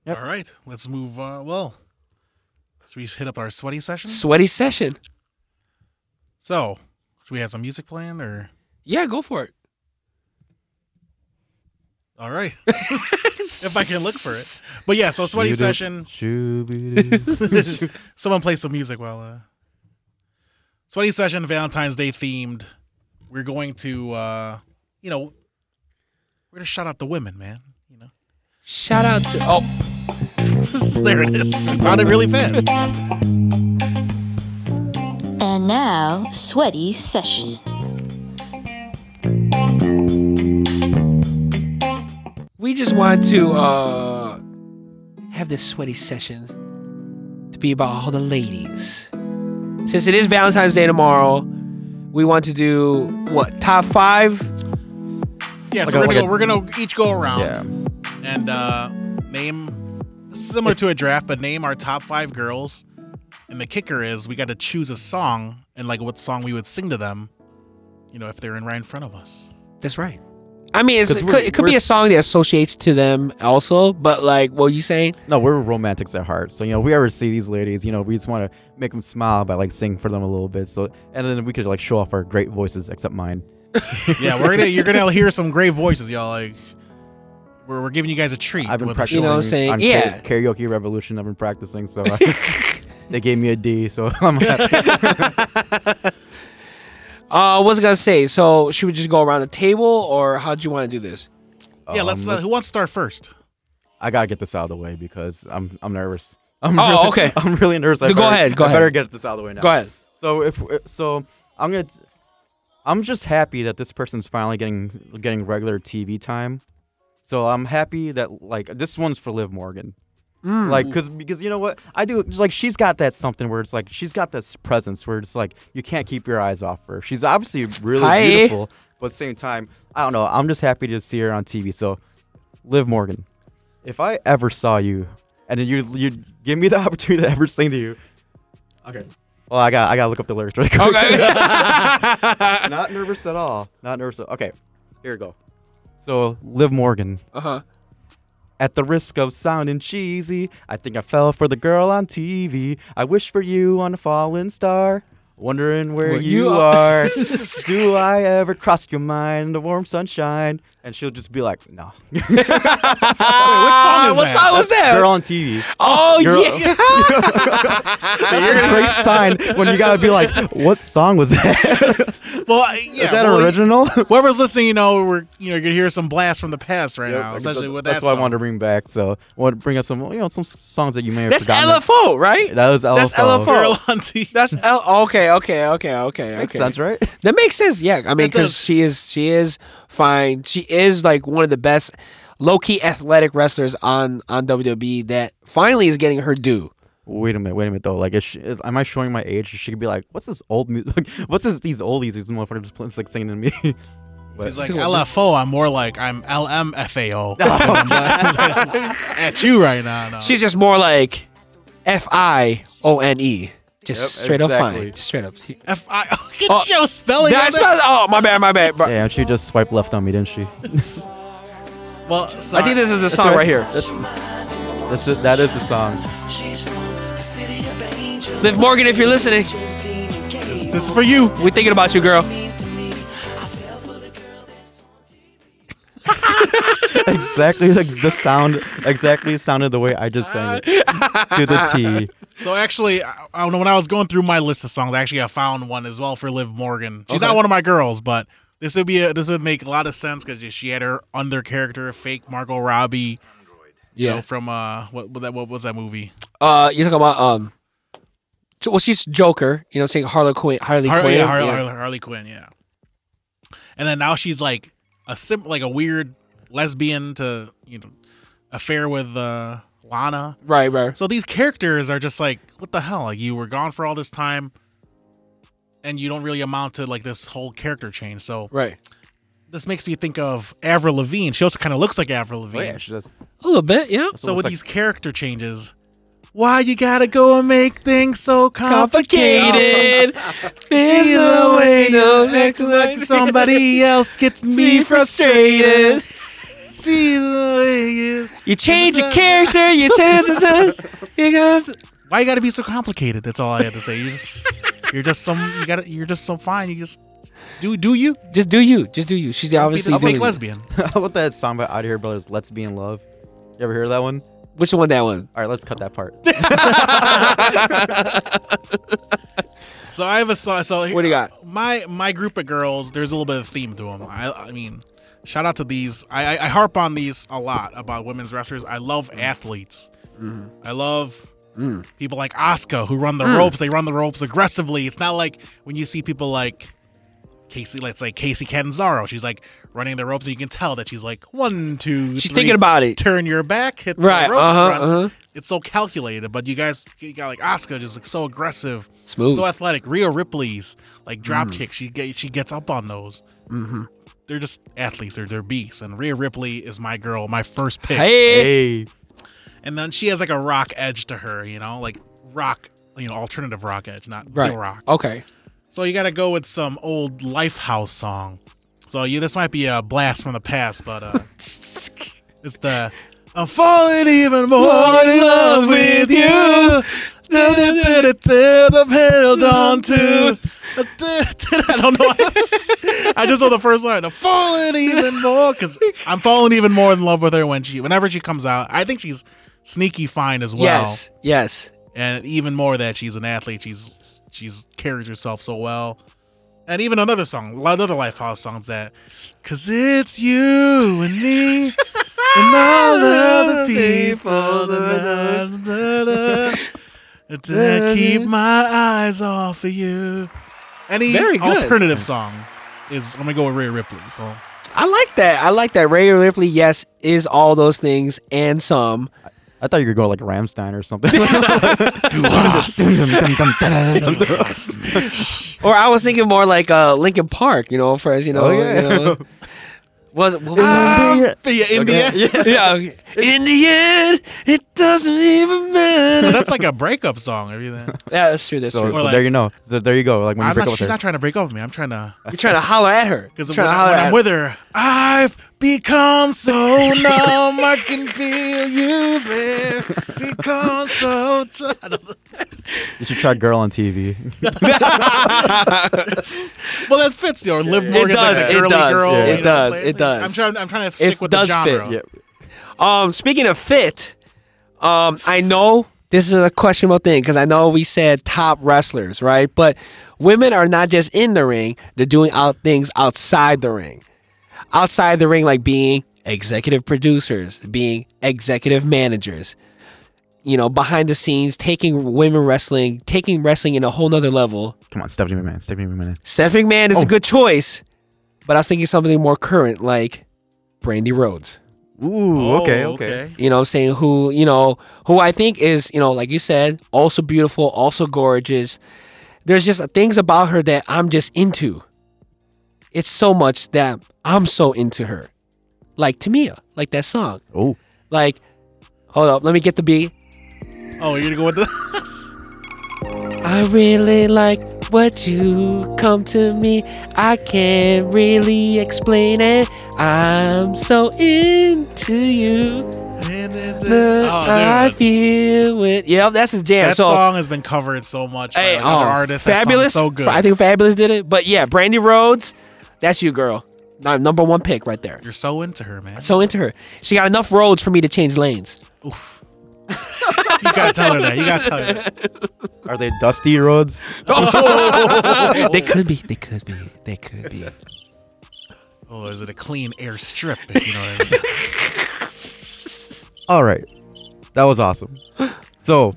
S5: Yep.
S4: All right, let's move. Uh, well, should we hit up our sweaty session?
S3: Sweaty session.
S4: So, should we have some music playing or?
S3: Yeah, go for it.
S4: All right, if I can look for it. But yeah, so sweaty
S5: You don't-
S4: session.
S5: Shoo-bee-doo.
S4: Someone play some music while. Uh... Sweaty session, Valentine's Day themed. We're going to, uh, you know, we're gonna shout out the women, man. You know,
S3: Shout out to oh,
S4: there it is. We found it really fast.
S6: And now, sweaty session.
S3: we just want to uh have this sweaty session to be about all the ladies. Since it is Valentine's Day tomorrow, we want to do what top five?
S4: Yeah,
S5: Like
S4: so
S5: a-
S4: we're gonna
S5: like
S4: go,
S5: a-
S4: we're gonna each go around
S5: yeah,
S4: and uh, name similar to a draft, but name our top five girls. And the kicker is we got to choose a song and like what song we would sing to them, you know, if they're in right in front of us.
S3: That's right. I mean, it's,
S5: 'Cause
S3: it
S5: we're-
S3: could, it could
S5: we're-
S3: be a song that associates to them also, but like what you saying?
S5: No, we're romantics at heart. So, you know, if we ever see these ladies, you know, we just want to make them smile by like singing for them a little bit. So, and then we could like show off our great voices, except mine.
S4: yeah, we're gonna you're gonna hear some great voices, y'all. Like we're, we're giving you guys a treat.
S5: I've been
S4: with our
S5: practicing.
S3: You know what I'm
S4: choice.
S3: saying?
S5: on
S3: Yeah.
S5: Ka- karaoke Revolution, I've been practicing. So, uh, they gave me a D. So, I'm
S3: Uh, what's gonna say? So should we just go around the table, or how do you want to do this?
S4: yeah, let's.
S5: um,
S3: uh,
S4: let- who wants to start first?
S5: I got to get this out of the way because I'm I'm nervous. I'm
S3: Oh,
S5: really-
S3: okay.
S5: I'm really nervous. I
S3: Go
S5: better-
S3: ahead, go
S5: I better
S3: ahead.
S5: get this out of the way now.
S3: Go ahead.
S5: So if uh, so, I'm gonna. t- I'm just happy that this person's finally getting getting regular TV time. So I'm happy that like this one's for Liv Morgan. Like, cause because you know what I do, like she's got that something where it's like she's got this presence where it's like you can't keep your eyes off her. She's obviously really
S3: Hi.
S5: beautiful, but at the same time, I don't know. I'm just happy to see her on TV. So, Liv Morgan, if I ever saw you, and then you you give me the opportunity to ever sing to you, okay. Well, Oh, I got I gotta look up the lyrics really quick.
S3: Okay.
S5: Not nervous at all. Not nervous. At, okay, here we go. So, Liv Morgan,
S3: Uh huh.
S5: at the risk of sounding cheesy, I think I fell for the girl on TV. I wish for you on a falling star. Wondering where
S3: Where
S5: you,
S3: you are.
S5: are. Do I ever cross your mind, the warm sunshine? And she'll just be like, no.
S4: song is
S3: Ah, what
S4: that?
S3: song was that?
S5: Girl on TV.
S3: oh
S5: Girl-
S3: yeah.
S5: That's a great sign when you gotta be like, what song was that?
S4: Well, I- yeah.
S5: Is that
S4: well,
S5: an original?
S4: Whoever's listening, you know, we're you know, you're gonna hear some blast from the past right
S5: Yep,
S4: now,
S5: I guess
S4: especially with that.
S5: that's what
S4: song.
S5: I wanted to bring back. So I want to bring up some, you know, some s- songs that you may have
S3: That's
S5: forgotten.
S3: LFO, right?
S5: That was LFO.
S3: That's LFO.
S4: Girl on TV.
S3: That's L- okay, okay, okay, okay.
S5: Makes
S3: okay.
S5: sense, right?
S3: That makes sense. Yeah, I mean,
S4: It does.
S3: because she is she is fine. She is like one of the best low key athletic wrestlers on on WWE that finally is getting her due.
S5: Wait a minute, wait a minute though. Like, is she, is, am I showing my age? She could be like, "What's this old music? What's this? These oldies? These motherfuckers just playing- like singing to me."
S4: He's like
S5: But
S4: LFO. I'm more like I'm LMFAO. At you right now. No.
S3: She's just more like F I O N E, just
S5: Yep,
S3: straight up
S5: exactly.
S3: fine, just straight up.
S4: F I. Oh, Get
S3: Oh,
S4: your spelling.
S3: That's
S4: on
S3: not, oh my bad, my bad. bro.
S5: damn, she just swiped left on me, didn't she?
S4: that. Well, sorry.
S3: I think this is the song
S5: right.
S3: right here.
S5: That's it, that is the song.
S3: Liv Morgan, if you're listening,
S4: This is for you.
S3: we're thinking about you, girl.
S5: Exactly, like the sound. Exactly sounded the way I just sang it to the T.
S4: So actually, I, I don't know. When I was going through my list of songs, actually I found one as well for Liv Morgan. She's not one of my girls, but this would be a, this would make a lot of sense because she had her under character, fake Margot Robbie. You know,
S3: Yeah.
S4: from uh, what what that what was that movie?
S3: Uh, you're talking about um, so- well, she's Joker. You know, what I'm saying Harley Quinn. Harley
S4: Har-
S3: Quinn.
S4: yeah, Har-
S3: yeah.
S4: Har- Harley Quinn. Yeah. And then now she's like a sim like a weird lesbian to you know affair with uh, Lana.
S3: Right, right.
S4: So these characters are just like, what the hell? Like you were gone for all this time, and you don't really amount to like this whole character change. So
S3: Right.
S4: this makes me think of Avril Lavigne. She also kind of looks like Avril
S5: Oh,
S4: Lavigne.
S5: yeah, she does.
S3: A little bit, yeah.
S4: so
S5: looks
S4: with
S5: like-
S4: these character changes, why you gotta go and make things so complicated?
S3: Complicated.
S4: See the way you act like
S3: like
S4: somebody else gets me frustrated. See the way you.
S3: You change your character, you change the because
S4: Why you gotta be so complicated? That's all I had to say. You just, you're just some. You gotta. You're just so fine. You just do do you?
S3: just do you, just do you. She's obviously
S4: Be this
S3: doing
S4: fake
S3: it.
S4: lesbian.
S5: How about that song by Out Here Brothers, "Let's Be in Love"? You ever hear that one?
S3: Which one? That one?
S5: All right, let's cut that part.
S4: So I have a song. So
S3: What do you got?
S4: My my group of girls. There's a little bit of theme to them. I I mean, shout out to these. I I, I harp on these a lot about women's wrestlers. I love athletes. I love.
S3: Mm-hmm. Mm.
S4: People like Asuka who run the ropes, they run the ropes aggressively. It's not like when you see people like Casey, let's say Casey Catanzaro, she's like running the ropes, and you can tell that she's like one, two,
S3: She's
S4: three,
S3: thinking about it.
S4: turn your back, hit
S3: Right,
S4: the ropes,
S3: uh-huh,
S4: run.
S3: uh-huh.
S4: It's so calculated, but you guys you got like Asuka just like so aggressive,
S3: Smooth.
S4: so athletic. Rhea Ripley's like drop kick, she get, she gets up on those.
S3: Mhm.
S4: They're just athletes, they're they're beasts, and Rhea Ripley is my girl, my first pick.
S3: Hey,
S5: hey,
S4: And then she has like a rock edge to her, you know, like rock, you know, alternative rock edge, not
S3: right.
S4: real rock.
S3: Okay.
S4: So you got to go with some old Lifehouse song. So you, this might be a blast from the past, but uh, it's the I'm falling even more in love with you. I've held on to. I don't know. I just know the first line. I'm falling even more because I'm falling even more in love with her when she, whenever she comes out. I think she's sneaky fine as well
S3: Yes. Yes.
S4: and even more that she's an athlete. She's she's carries herself so well, and even another song, another Lifehouse songs that, cause it's you and me and all other people da, da, da, da, da, to keep my eyes off of you. Any
S3: Very good.
S4: alternative song is I'm gonna go with Ray Ripley. So
S3: I like that. I like that. Ray Ripley, yes, is all those things and some.
S5: I thought you were going like Ramstein or something.
S4: do lost, do
S5: oh
S4: lost.
S3: Or I was thinking more like uh Lincoln Park, you know, Oh,
S5: Oh,
S3: for as you know, you know. Was, what was
S4: Ah, yeah, India.
S5: Yes.
S3: yeah, okay. In the end, it doesn't even
S4: But
S3: matter.
S4: that's like a breakup song. Or anything.
S3: yeah, that's true. That's
S5: So,
S3: true.
S5: so
S4: Or like-
S5: there you know. So there you go. Like when you
S4: I'm
S5: break
S4: not,
S5: up
S4: she's
S5: with her.
S4: not trying to break up with me. I'm trying to
S3: You're trying to holler at her. You're
S4: because
S3: trying
S4: when,
S3: to
S4: I,
S3: holler
S4: when
S3: at
S4: I'm
S3: her.
S4: with her, I've become so numb. I can feel you there. Become so. Tr- I don't know.
S5: you should try girl on TV.
S4: well, that fits. You know, Liv
S3: It
S4: Morgan's
S3: does,
S4: like a
S3: it
S4: girly
S3: does,
S4: girl.
S5: yeah.
S4: you
S5: It
S4: know,
S3: does,
S4: like-
S3: it does.
S4: I'm trying. I'm trying to stick with the
S3: does fit,
S4: genre.
S5: yeah.
S3: Um, speaking of fit, um, I know this is a questionable thing because I know we said top wrestlers, right? But women are not just in the ring; they're doing out things outside the ring, outside the ring, like being executive producers, being executive managers. You know, behind the scenes, taking women wrestling, taking wrestling in a whole nother level.
S5: Come on, Stephanie McMahon. Stephanie McMahon.
S3: Stephanie McMahon is
S5: Oh.
S3: a good choice, but I was thinking something more current, like Brandy Rhodes.
S5: Ooh.
S4: Oh,
S5: okay. Okay.
S3: you know what I'm saying, who, you know, who I think is, you know, like you said, also beautiful, also gorgeous. There's just things about her that I'm just into. It's so much that I'm so into her. Like Tamia, like that song.
S5: Oh.
S3: Like, hold up, let me get the beat.
S4: Oh, you're gonna go with this?
S3: I really like what you come to me. I can't really explain it. I'm so into you. The- I
S4: oh, dude.
S3: feel it. Yep, that's his jam.
S4: That
S3: so,
S4: song has been covered so much by
S3: hey,
S4: like,
S3: oh,
S4: other artists. That song is
S3: fabulous.
S4: so good.
S3: I think Fabulous did it. But yeah, Brandy Rhodes, that's you, girl. My number one pick right there.
S4: You're so into her, man.
S3: So into her. She got enough roads for me to change lanes.
S4: You gotta tell her that. You gotta tell her. That.
S5: Are they dusty roads?
S3: They could be. They could be. They could be.
S4: Oh, is it a clean air strip? If you know what I mean.
S5: All right. That was awesome. So,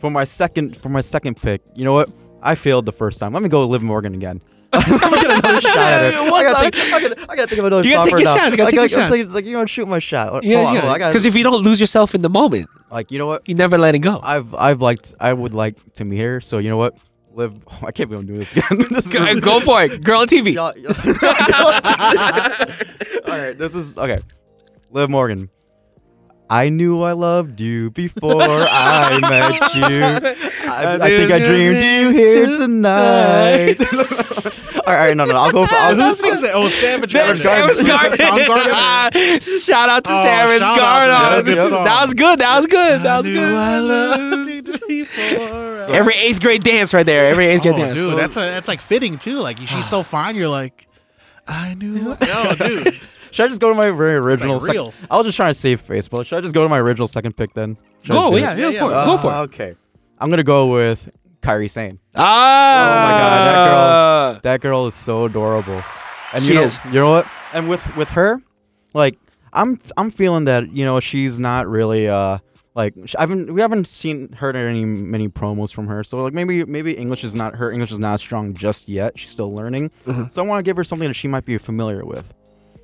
S5: for my second for my second pick, you know what? I failed the first time. Let me go with Liv Morgan again. I'm gonna get another shot at her. I gotta, think, I, gotta, I gotta think of another
S3: You
S5: shot
S3: gotta
S5: for
S3: take your
S5: now.
S3: shots, you gotta
S5: Like,
S3: take your shots.
S5: like, Like, like, you don't shoot my shot. Like,
S3: Yeah,
S5: hold on, hold on, I
S3: yeah.
S5: gotta-
S3: Because if you don't lose yourself in the moment,
S5: like you know what?
S3: you never let it go.
S5: I've I've liked I would like to meet her. So you know what? Liv, I can't believe I'm doing this again. This is-
S3: go for it. Girl on TV.
S5: Y'all- y'all- All right, this is okay. Liv Morgan. I knew I loved you before I met you. I, I think I dreamed you here tonight. all right, all right, no, no, I'll go for. I'll,
S4: Who sings that? Oh, Savage
S3: That
S4: Garden.
S5: Savage Garden.
S3: Savage Garden. Ah,
S4: Sound Garden.
S3: shout out to
S4: Oh,
S3: Savage
S4: shout out to
S3: Garden.
S4: that. Good song.
S3: That was good. That was good. That was
S4: I
S3: good.
S4: knew I loved you before I-
S3: Every eighth grade dance right there. Every eighth grade
S4: Oh,
S3: dance.
S4: dude, that's a, that's like fitting too. Like she's so fine, you're like, I knew. Oh, dude,
S5: should I just go to my very original?
S4: It's like
S5: sec-
S4: real.
S5: I was just trying to save Facebook. Should I just go to my original second pick then? Should I
S3: Go,
S5: just do
S3: yeah,
S5: it?
S3: yeah,
S4: Yeah,
S3: for
S4: yeah.
S3: it. Go for it.
S5: Uh, Okay, I'm gonna go with Kyrie Sane.
S3: Ah.
S5: Oh my god, that girl. That girl is so adorable. And
S3: She
S5: you know,
S3: is.
S5: You know what? And with with her, like I'm I'm feeling that you know she's not really uh like sh- I haven't we haven't seen heard any many promos from her. So like maybe maybe English is not her English is not strong just yet. She's still learning.
S3: Mm-hmm.
S5: So I want to give her something that she might be familiar with.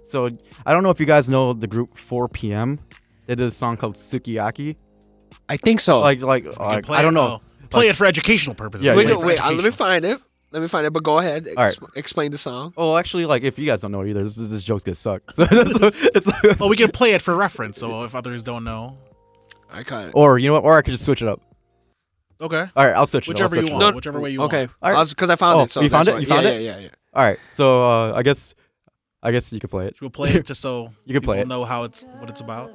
S5: So I don't know if you guys know the group 4 p.m. They did a song called Sukiyaki.
S3: I think so.
S5: Like like,
S4: You
S5: like,
S4: play
S5: I don't
S4: it-
S5: know.
S4: oh, play it for educational purposes.
S5: Yeah,
S4: Play
S3: wait,
S5: yeah.
S4: it
S3: wait,
S4: for
S3: uh, let me
S4: educational.
S3: find it. Let me find it. But go ahead.
S5: All right.
S3: Ex- Explain the song.
S5: Oh, actually, like if you guys don't know it either, this, this joke's gonna suck. So it's, it's-
S4: Well, we can play it for reference, so if others don't know,
S3: I caught it.
S5: or you know what? Or I could just switch it up.
S4: okay,
S5: All right, I'll switch
S4: whichever
S5: it.
S4: you
S5: up. I'll
S4: want,
S5: switch It up.
S4: whichever way you want.
S3: Okay.
S5: All right.
S3: Because I found
S5: Oh,
S3: it. So
S5: you found
S3: that's
S5: it?
S3: why-
S5: You found
S3: yeah,
S5: it?
S3: Yeah, yeah, yeah.
S5: All right, so uh, I guess, I guess you can play it.
S4: We'll play it just so
S5: You can play
S4: people
S5: it.
S4: know how it's what it's about.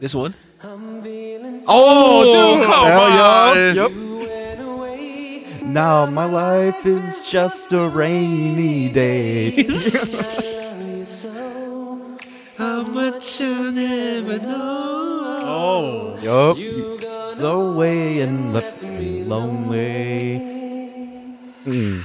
S3: This one. Oh, dude, come on.
S5: Yep. Now my life is just a rainy day.
S4: Oh,
S5: Yup. You go away and left me lonely. Mm.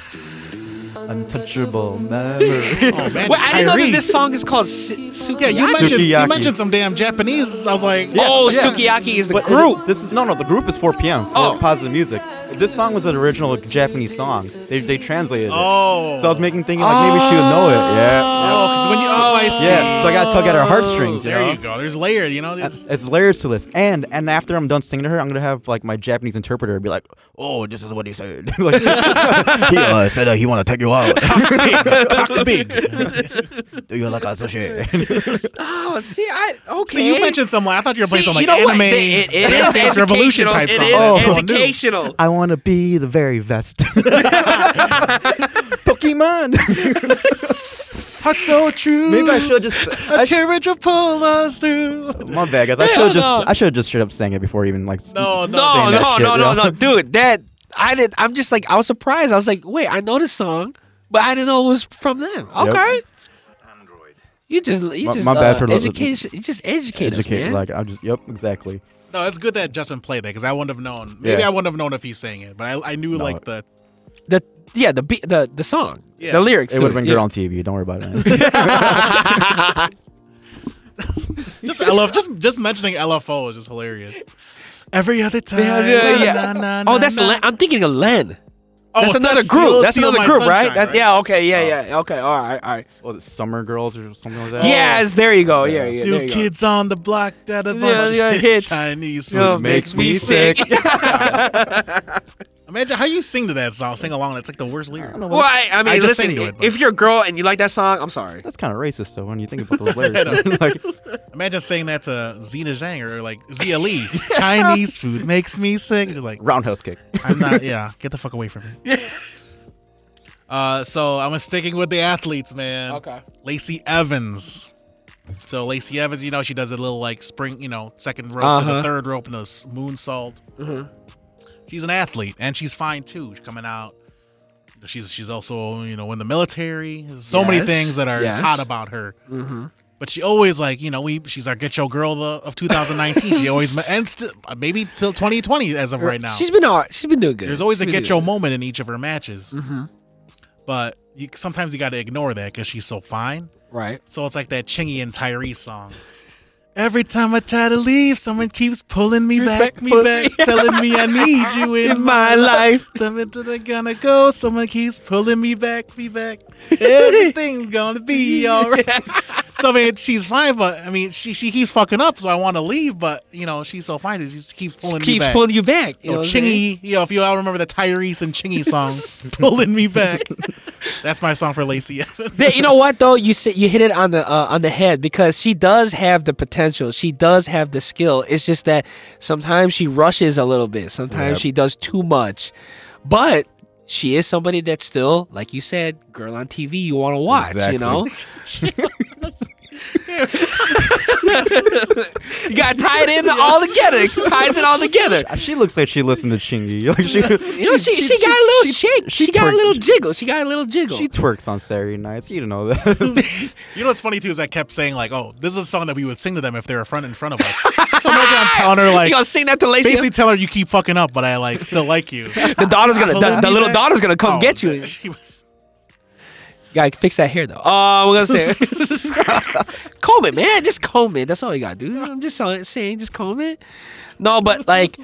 S5: Untouchable memory.
S4: oh man,
S3: Wait, I didn't know that
S4: Kyrie.
S3: this song is called Su- Sukiyaki.
S4: Yeah, you mentioned you
S5: Sukiyaki.
S4: mentioned some damn Japanese. I was like,
S3: Oh,
S4: yeah.
S3: Sukiyaki is the
S5: What-
S3: group.
S5: This is no, no. The group is 4 p.m. For
S3: Oh.
S5: positive music. This song was an original Japanese song. They, they translated it.
S4: Oh.
S5: So I was making thinking like maybe she would know it. Yeah.
S4: Oh, because when you. Oh, I see.
S5: Yeah. So I gotta tug at her heartstrings. You
S4: There
S5: know?
S4: you go. There's layer, you know? There's,
S5: It's layers to this, and and after I'm done singing to her, I'm gonna have like my Japanese interpreter be like, "Oh, this is what he said. like, he uh, said that he want to take you out.
S4: cock big.
S5: Do you like a sushi?"
S3: Oh, see, I okay.
S4: So you mentioned some. I thought you were playing
S7: See,
S4: some
S7: you
S4: like
S7: know what?
S4: anime,
S7: They- it- it
S4: Dance
S7: is
S4: Dance Revolution type
S7: educational. It
S4: song.
S7: is
S4: Oh, dude.
S7: educational.
S5: I want to be the very best. Pokemon.
S4: That's so true.
S5: Maybe I should just. I sh-
S4: Carriage will pull us through.
S5: my bad, guys. I
S3: Hell
S5: should just.
S3: no.
S5: I should have just straight up sang it before even like. s-
S4: No, no.
S5: saying that
S7: No, no,
S5: shit,
S7: no,
S5: yo.
S7: no, no,
S3: dude, that I did. I'm just like I was surprised. I was like, wait, I know this song, but I didn't know it was from them. Okay. You just, you
S5: My-
S3: just
S5: my bad
S3: uh,
S5: for the-
S3: education. You just educate, us,
S5: Educate,
S3: man.
S5: like I'm just. Yep, exactly.
S4: No, it's good that Justin played that because I wouldn't have known. Maybe
S5: Yeah.
S4: I wouldn't have known if he sang it, but I, I knew like the.
S3: the yeah, the beat, the the song,
S4: Yeah.
S3: the lyrics.
S5: It
S3: to
S5: would have been
S3: yeah.
S5: good on TV. Don't worry about it.
S4: Just LF, just just mentioning LFO is just hilarious. Every other time.
S3: Yeah, yeah, yeah.
S4: na, na, na,
S3: oh, that's
S4: na.
S3: Len- I'm thinking of Len.
S4: Oh,
S3: that's another
S4: Steal-
S3: group. That's
S4: Steal
S3: another
S4: My
S3: group, right?
S4: Sunshine, Oh.
S3: That, yeah. Okay. Yeah. Yeah. Okay. All right. All right.
S5: well, the Summer Girls or something like that.
S3: Yes. There you go. Yeah.
S5: Yeah.
S3: Yeah. there
S4: Two
S3: you go.
S4: kids on the block that a
S3: Yeah,
S4: bunch of
S3: yeah, hits.
S4: Chinese food
S3: Yeah.
S5: makes me sick.
S4: Imagine how you sing to that song, sing along. It's like the worst lyric.
S3: Well, I, I mean,
S4: I just
S3: listen.
S4: sang to it, but-
S3: if you're a girl and you like that song, I'm sorry.
S5: That's kind of racist, though, when you think about those lyrics. like,
S4: Imagine saying that to Xena Zhang or like Zia Lee. Chinese food makes me sick. It's like
S5: roundhouse kick.
S4: I'm not. Yeah, get the fuck away from me. Uh, so I'm sticking with the athletes, man. Lacey Evans. So Lacey Evans, you know, she does a little like spring, you know, second rope to
S3: Uh-huh. Mm-hmm.
S4: the third rope and the s- moonsault. She's an athlete and she's fine too. She's coming out. She's she's also you know in the military. There's so many
S3: Yes,
S4: things that are
S3: yes.
S4: hot about her.
S3: Mm-hmm.
S4: But she always like you know we she's our get your girl the, of 2019. she always and st- maybe till 2020 as of right now.
S3: She's been all right. She's been doing good.
S4: There's always
S3: She's
S4: a
S3: been
S4: get
S3: doing
S4: your moment in each of her matches, but you, sometimes you got to ignore that because she's so fine.
S3: good. right.
S4: So it's like that Chingy and Tyrese song. Every time I try to leave, someone keeps pulling me back, me
S3: pull-
S4: back, telling me I need you in my life. Tell me till they're gonna go. Someone keeps pulling me back, me back. Everything's gonna be alright. so I mean, she's fine, but I mean, she she keeps fucking up. So I want to leave, but you know, she's so fine. She just keeps pulling me
S3: Keeps
S4: back.
S3: pulling you back. you
S4: So
S3: know what I'm saying?
S4: Chingy, you know, if you all remember the Tyrese and Chingy song, pulling me back. That's my song for Lacey Evans.
S3: They- you know what though? You sit, you hit it on the uh, on the head because she does have the potential. She does have the skill. It's just that sometimes she rushes a little bit. Sometimes
S5: Yep.
S3: she does too much. But she is somebody that's still, like you said, girl on TV. You want to watch. You
S5: Exactly.
S3: know. you got to tie it in all together. It ties it all together.
S5: Uh, She looks like she listened to Chingy. Like she,
S3: You know, she, she, got a little shake. She, got a
S5: twerk-
S3: little jiggle. She got a little jiggle.
S5: She twerks on Saturday nights. You don't know that.
S4: You know what's funny too is I kept saying like, "Oh, this is a song that we would sing to them if they were front in front of us." So imagine I'm telling her like,
S3: you gonna sing that to Lacey?
S4: basically tell her you keep fucking up, but I like still like you.
S3: the daughter's gonna,
S4: Pulling
S3: the, the
S4: me
S3: little
S4: back.
S3: daughter's gonna come
S4: Oh,
S3: get you.
S4: she-
S3: Gotta fix that hair though. Oh, we're gonna say comb it, man. Just comb it. That's all you gotta do. I'm just saying- saying, just comb it. No, but like,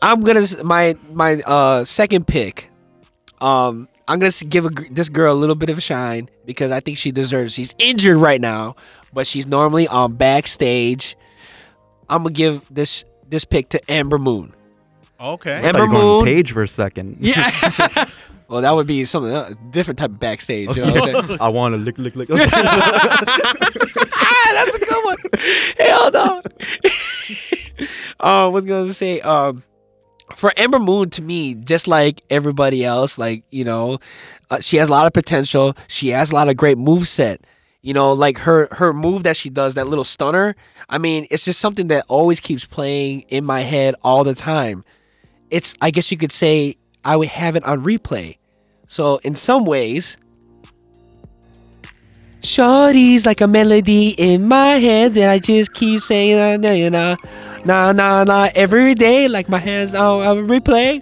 S3: I'm gonna s- my my uh second pick. Um, I'm gonna s- give a, gr- this girl a little bit of a shine because I think she deserves. She's injured right now, but she's normally on backstage. I'm gonna give this this pick to Amber Moon.
S4: Okay.
S5: Thought you
S3: Amber
S5: were going
S3: Moon.
S5: page for a second.
S3: Yeah. well, that would be something else, different type of backstage. You know what I'm saying?
S5: I want to lick, lick, lick. lick.
S3: ah, that's a good one. Hell no. uh, I was gonna say, um, for Ember Moon, to me, just like everybody else, like you know, uh, she has a lot of potential. She has a lot of great move set. You know, like her her move that she does, that little stunner. I mean, it's just something that always keeps playing in my head all the time. It's, I guess you could say, I would have it on replay. So in some ways, Shorty's like a melody in my head that I just keep saying na na na na na na every day like my hands on on replay.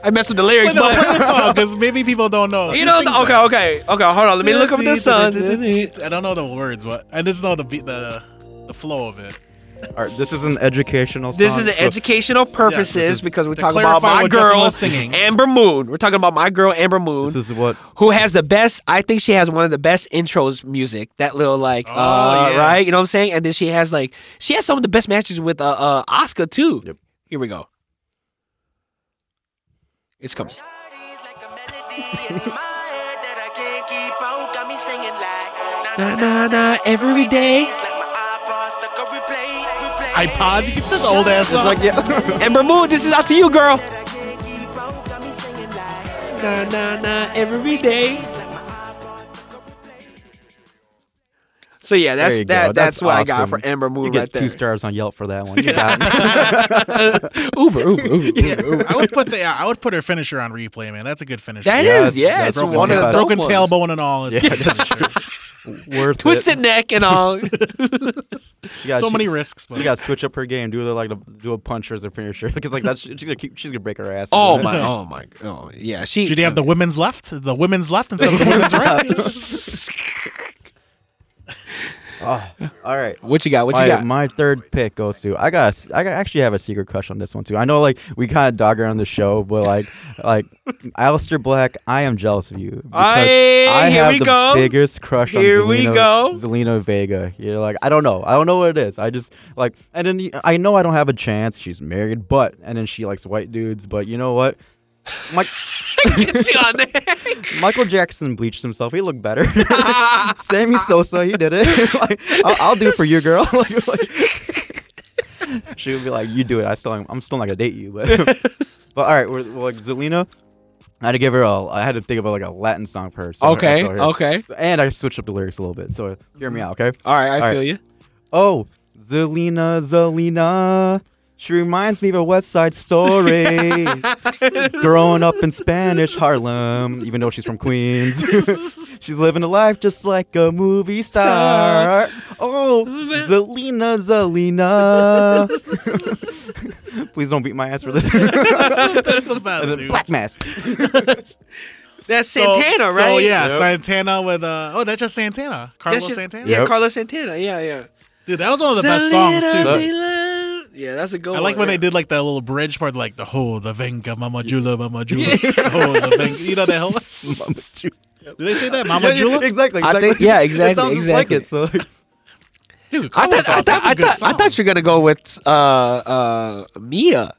S3: I messed up the lyrics,
S4: Wait, no, play
S3: but
S4: the song because maybe people don't know.
S3: you know.
S4: Who sings
S3: The, okay,
S4: that?
S3: okay, okay. Hold on, let me look up this song.
S4: I don't know the words, but I just know the beat, the the flow of it.
S5: All right, this is an educational.
S3: This
S5: song,
S3: is an
S5: so-
S3: educational purposes
S4: is
S3: because we're
S4: to
S3: talking about
S4: clarify
S3: my
S4: what Justin
S3: girl
S4: was singing.
S3: Amber Moon. We're talking about my girl Amber Moon,
S5: This is what
S3: who has the best. I think she has one of the best intros music. That little like,
S4: Oh,
S3: uh,
S4: yeah.
S3: right? You know what I'm saying? And then she has like, she has some of the best matches with uh, uh Oscar too.
S5: Yep.
S3: Here we go. It's coming.
S7: Shawty's like a melody in my head that I can't keep out. Got me singing like na
S3: Na na na every day.
S7: It's like my iPod stuck on replay, replay.
S4: iPod. This old ass
S5: it's
S4: song.
S5: like. Yeah.
S3: Amber Moon, this is out to you, girl.
S7: That I can't keep out. Got me singing like
S3: Na na na every day.
S7: it's like my iPod stuck on replay.
S3: So yeah,
S5: There
S3: that's
S5: you go.
S3: that. That's, what I got
S5: awesome.
S3: for Amber Moon
S5: You get
S3: right there.
S5: two stars on Yelp for that one. You got
S3: Uber, Uber, Uber.
S4: Yeah, I would put the I would put her finisher on replay, man. That's a good finisher.
S3: That
S5: Yeah,
S3: is,
S5: that's-
S3: yeah,
S5: that's
S3: it's
S5: broken
S3: one of the
S5: tailbone.
S4: broken
S3: dope ones.
S4: tailbone and all. It's
S5: Yeah,
S4: good
S5: that's
S4: finisher.
S5: worth
S3: twisted
S5: it.
S3: neck and all.
S5: You gotta-
S4: so many
S5: she's-
S4: risks, but
S5: You gotta switch up her game. Do the like the, do a punch as a finisher because like that's she's gonna keep she's gonna break her ass.
S3: oh my, oh my, oh yeah. She
S4: Should you have the women's left? The women's left instead of the women's right?
S5: Oh, all right.
S3: Ah, What you got? What you
S5: my,
S3: got?
S5: my third pick goes to I got I got- actually have a secret crush on this one too. I know like we kind of dog around the show, but like like Alistair Black, I am jealous of you. because
S3: Aye,
S5: I
S3: here
S5: have
S3: we
S5: the
S3: go.
S5: biggest crush on
S3: Here we
S5: Zelina-
S3: go.
S5: Zelina Vega. You know, like I don't know, I don't know what it is. I just like and then y- I know I don't have a chance. She's married, but and then she likes white dudes, but you know what? Mike,
S3: Get you on there.
S5: Michael Jackson bleached himself. He looked better. Sammy Sosa, he did it. like, I'll, I'll do it for you, girl. Like, like- she would be like, "You do it. I still, I'm still not gonna date you." But, but all right, we're, we're like Zelina. I had to give her a. I had to think about like a Latin song for her. so-
S3: Okay,
S5: so here-
S3: okay.
S5: And I switched up the lyrics a little bit, so hear me out, okay?
S3: All right, I
S5: All
S3: feel
S5: right.
S3: you.
S5: Oh, Zelina, Zelina. She reminds me of a West Side Story. Growing up in Spanish Harlem, even though she's from Queens. she's living a life just like a movie star. Oh, Zelina, Zelina. Please don't beat my ass for this.
S4: That's the best,
S5: And then
S4: dude.
S5: Black mask.
S3: That's
S4: So-
S3: Santana, right?
S4: So yeah,
S5: Yep.
S4: Santana with uh oh, that's just Santana, Carlos
S3: That's just-
S4: Santana.
S3: Yeah,
S5: Yep.
S3: Carlos Santana. Yeah, yeah.
S4: dude, that was one of the best songs too.
S3: Zelina, Zelina. Yeah, that's a good.
S4: I like
S3: one,
S4: when they
S3: yeah.
S4: did like that little bridge part, like the whole the venga, mama jula, mama jula, oh, the venga. You know that whole. Do they say that, mama jula?
S5: exactly. exactly.
S3: I think- yeah, exactly,
S5: It sounds just
S3: exactly.
S5: Like it, so like,
S4: Dude,
S3: I
S4: Carlos
S3: thought, I
S4: song,
S3: thought,
S4: that's a
S3: I
S4: good
S3: thought, I
S4: song.
S3: thought you were gonna go with uh uh Mia.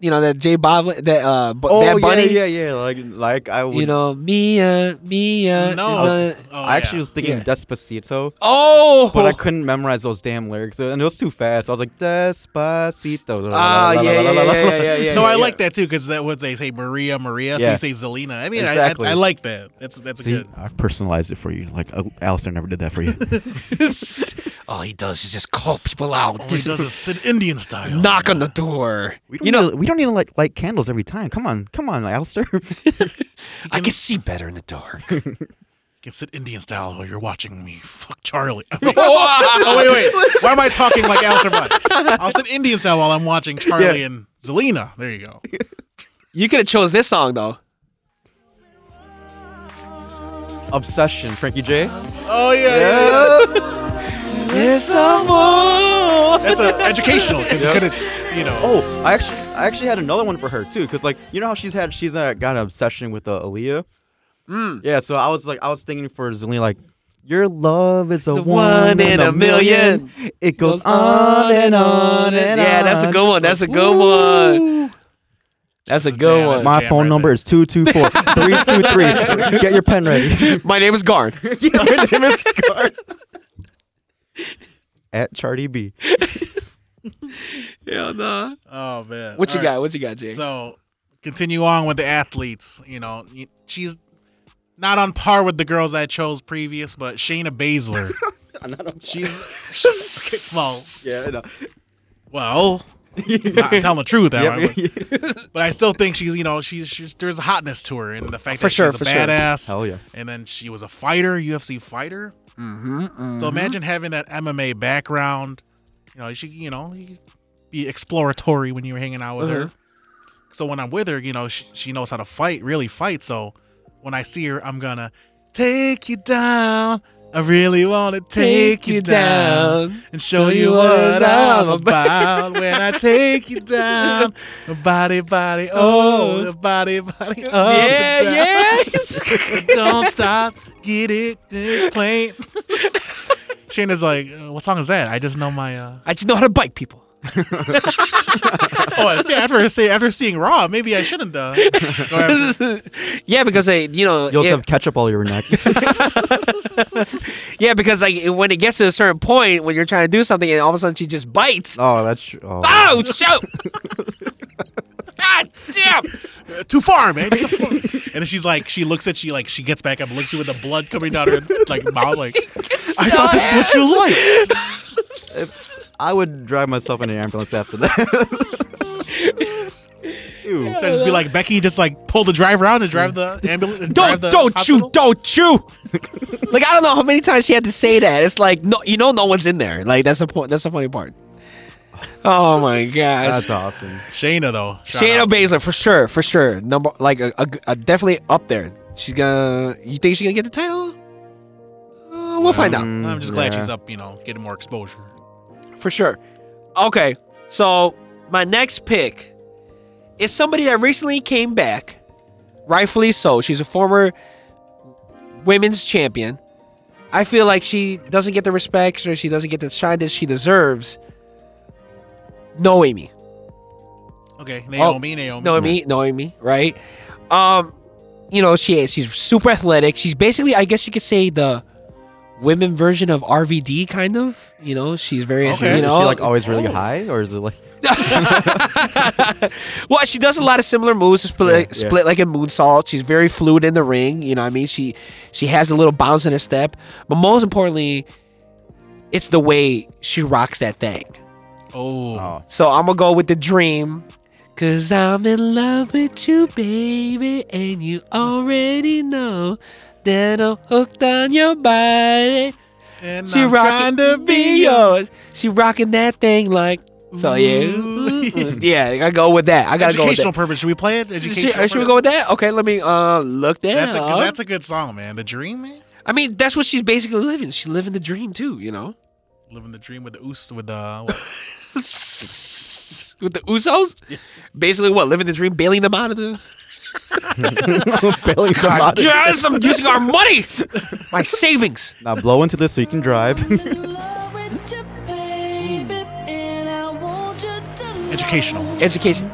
S3: You know that J Bob that uh B-
S5: oh,
S3: Bad Bunny.
S5: Yeah, yeah, yeah. Like, like I would.
S3: You know Mia, Mia.
S4: No.
S3: uh,
S4: Oh,
S5: I actually
S4: yeah.
S5: was thinking
S3: Yeah.
S5: Despacito.
S3: oh,
S5: but I couldn't memorize those damn lyrics, and it was too fast. I was like, "Despacito."
S3: Ah, yeah, yeah, yeah, yeah, yeah, yeah.
S4: no,
S3: yeah,
S4: I
S3: yeah.
S4: like that too because that what they say Maria Maria,
S5: Yeah.
S4: so you say Zelina. I mean,
S5: Exactly.
S4: I, I, I like that. That's that's a
S5: See,
S4: good.
S5: I personalized it for you. Like uh, Alistair never did that for you.
S3: Oh! All he does is just call people out.
S4: All he does is sit Indian style.
S3: knock on the door.
S5: We don't
S3: You know,
S5: need to, we don't need to light, light candles every time. Come on, come on, Alistair.
S3: I can see better in the dark. Oh,
S4: can sit Indian style while you're watching me. Fuck Charlie. I mean- oh wait, wait. Why am I talking like Alistair Black? I'll sit Indian style while I'm watching Charlie and Zelina. There you go.
S3: you could have chose this song though.
S5: Obsession, Frankie J.
S4: Oh yeah, yeah, yeah. That's a educational because
S5: Yeah.
S4: it's you know.
S5: Oh, I actually, I actually had another one for her too, because like you know how she's had, she's uh, got an obsession with uh, Aaliyah. Yeah, so I was like, I was thinking for Zelina, like, your love is a
S3: It's a
S5: one in a million. It goes on and on and on.
S3: Yeah, that's a good one. That's a good one.
S5: Woo.
S3: That's a
S4: a
S3: good
S4: jam,
S3: one.
S4: that's a
S3: Oh, My,
S5: My
S4: jam
S5: phone
S4: right
S5: number
S4: there.
S5: is 224-323. Get your pen ready.
S3: my name is Garn.
S5: My name is Garth. At Charlie B.
S3: Hell no.
S4: Oh man.
S3: What you
S4: All right.
S3: got? What you got, Jake?
S4: So continue on with the athletes. You know, y- she's not on par with the girls I chose previous, but Shayna Baszler. she's well,
S5: Yeah, no.
S4: well. I'm telling the truth, that
S5: Yep.
S4: but I still think she's, you know, she's, she's there's a hotness to her, and the fact
S3: For
S4: that
S3: sure,
S4: she's
S3: for
S4: a
S3: sure.
S4: badass,
S5: Hell yes.
S4: and then she was a fighter, UFC fighter. So imagine having that MMA background. You know, she, you know, you be exploratory when you're hanging out with her. So when I'm with her, you know, she, she knows how to fight, really fight. So when I see her, I'm gonna take you down. I really want to take you down and show you what I'm about when I take you down. The body, body, oh, the body, body, oh.
S3: Yeah, yes.
S4: Don't stop, get it, eh, plain. Shayna's like, uh, what song is that? I just know my. uh
S3: I just know how to bike people.
S4: Oh, it's- yeah, after see, after seeing Raw, maybe I shouldn't. Uh, go after-
S3: yeah, because they, you know,
S5: You'll
S3: if-
S5: have ketchup all your neck.
S3: yeah, because like when it gets to a certain point, when you're trying to do something, and all of a sudden she just bites.
S5: oh, that's true. Oh.
S3: Oh, shoot! God damn!
S4: too far, man. Get the fu- and then she's like, she looks at she like she gets back up, looks at you with the blood coming down her like mouth, like I thought this is what you liked.
S5: I would drive myself in an ambulance after that. Ew.
S4: Should I just be like Becky, just like pull the driver out and drive the ambulance? and
S3: Don't
S4: drive the
S3: don't you
S4: hospital?
S3: don't you? like I don't know how many times she had to say that. It's like no, you know, no one's in there. Like that's the point. That's the funny part. Oh my gosh.
S5: That's awesome.
S4: Shayna though. Shout
S3: Shayna
S4: out.
S3: Baszler for sure, for sure. Number like a, a, a definitely up there. She's gonna. You think she's gonna get the title? Uh, we'll find out.
S4: I'm just glad
S3: Mm,
S5: yeah.
S4: she's up, you know, getting more exposure.
S3: for sure. Okay, so my next pick is somebody that recently came back, rightfully so. She's a former women's champion. I feel like she doesn't get the respect or she doesn't get the shine that she deserves. No, Amy. Oh.
S4: Okay, Naomi, Naomi.
S5: Mm-hmm.
S3: Noemi, Noemi, right? Um, you know, she is. She's super athletic. She's basically, I guess you could say, the women version of RVD, kind of. You know, she's very,
S4: Okay.
S3: you know, oh.
S5: is she like always really high, or is it like?
S3: Well, she does a lot of similar moves. Split,
S5: Yeah, yeah.
S3: split like a moonsault. She's very fluid in the ring. You know, what I mean, she she has a little bounce in her step, but most importantly, it's the way she rocks that thing.
S4: Oh,
S5: Oh,
S3: So I'm gonna go with the dream, cause I'm in love with you, baby, and you already know that I'm hooked on your body.
S4: and
S3: She
S4: I'm
S3: rocking
S4: trying to be your.
S3: yours. She rocking that thing like. So
S4: Ooh.
S3: yeah, yeah. I go with that. I gotta go with that.
S4: Educational purpose. Should we play it? Educational.
S3: Should, should we go with that? Okay, let me uh look that
S4: That's a,
S3: up.
S4: 'cause that's a good song, man. The Dream, man.
S3: I mean, that's what she's basically living. She's living the dream too, you know.
S4: Living the dream with the Oos, with the. What?
S3: With the Usos, basically what living the dream, bailing them out of the.
S5: Billy, come on.
S3: Yes, I'm using our money, my savings.
S5: Now blow into this so you can drive.
S4: Educational.
S3: Education.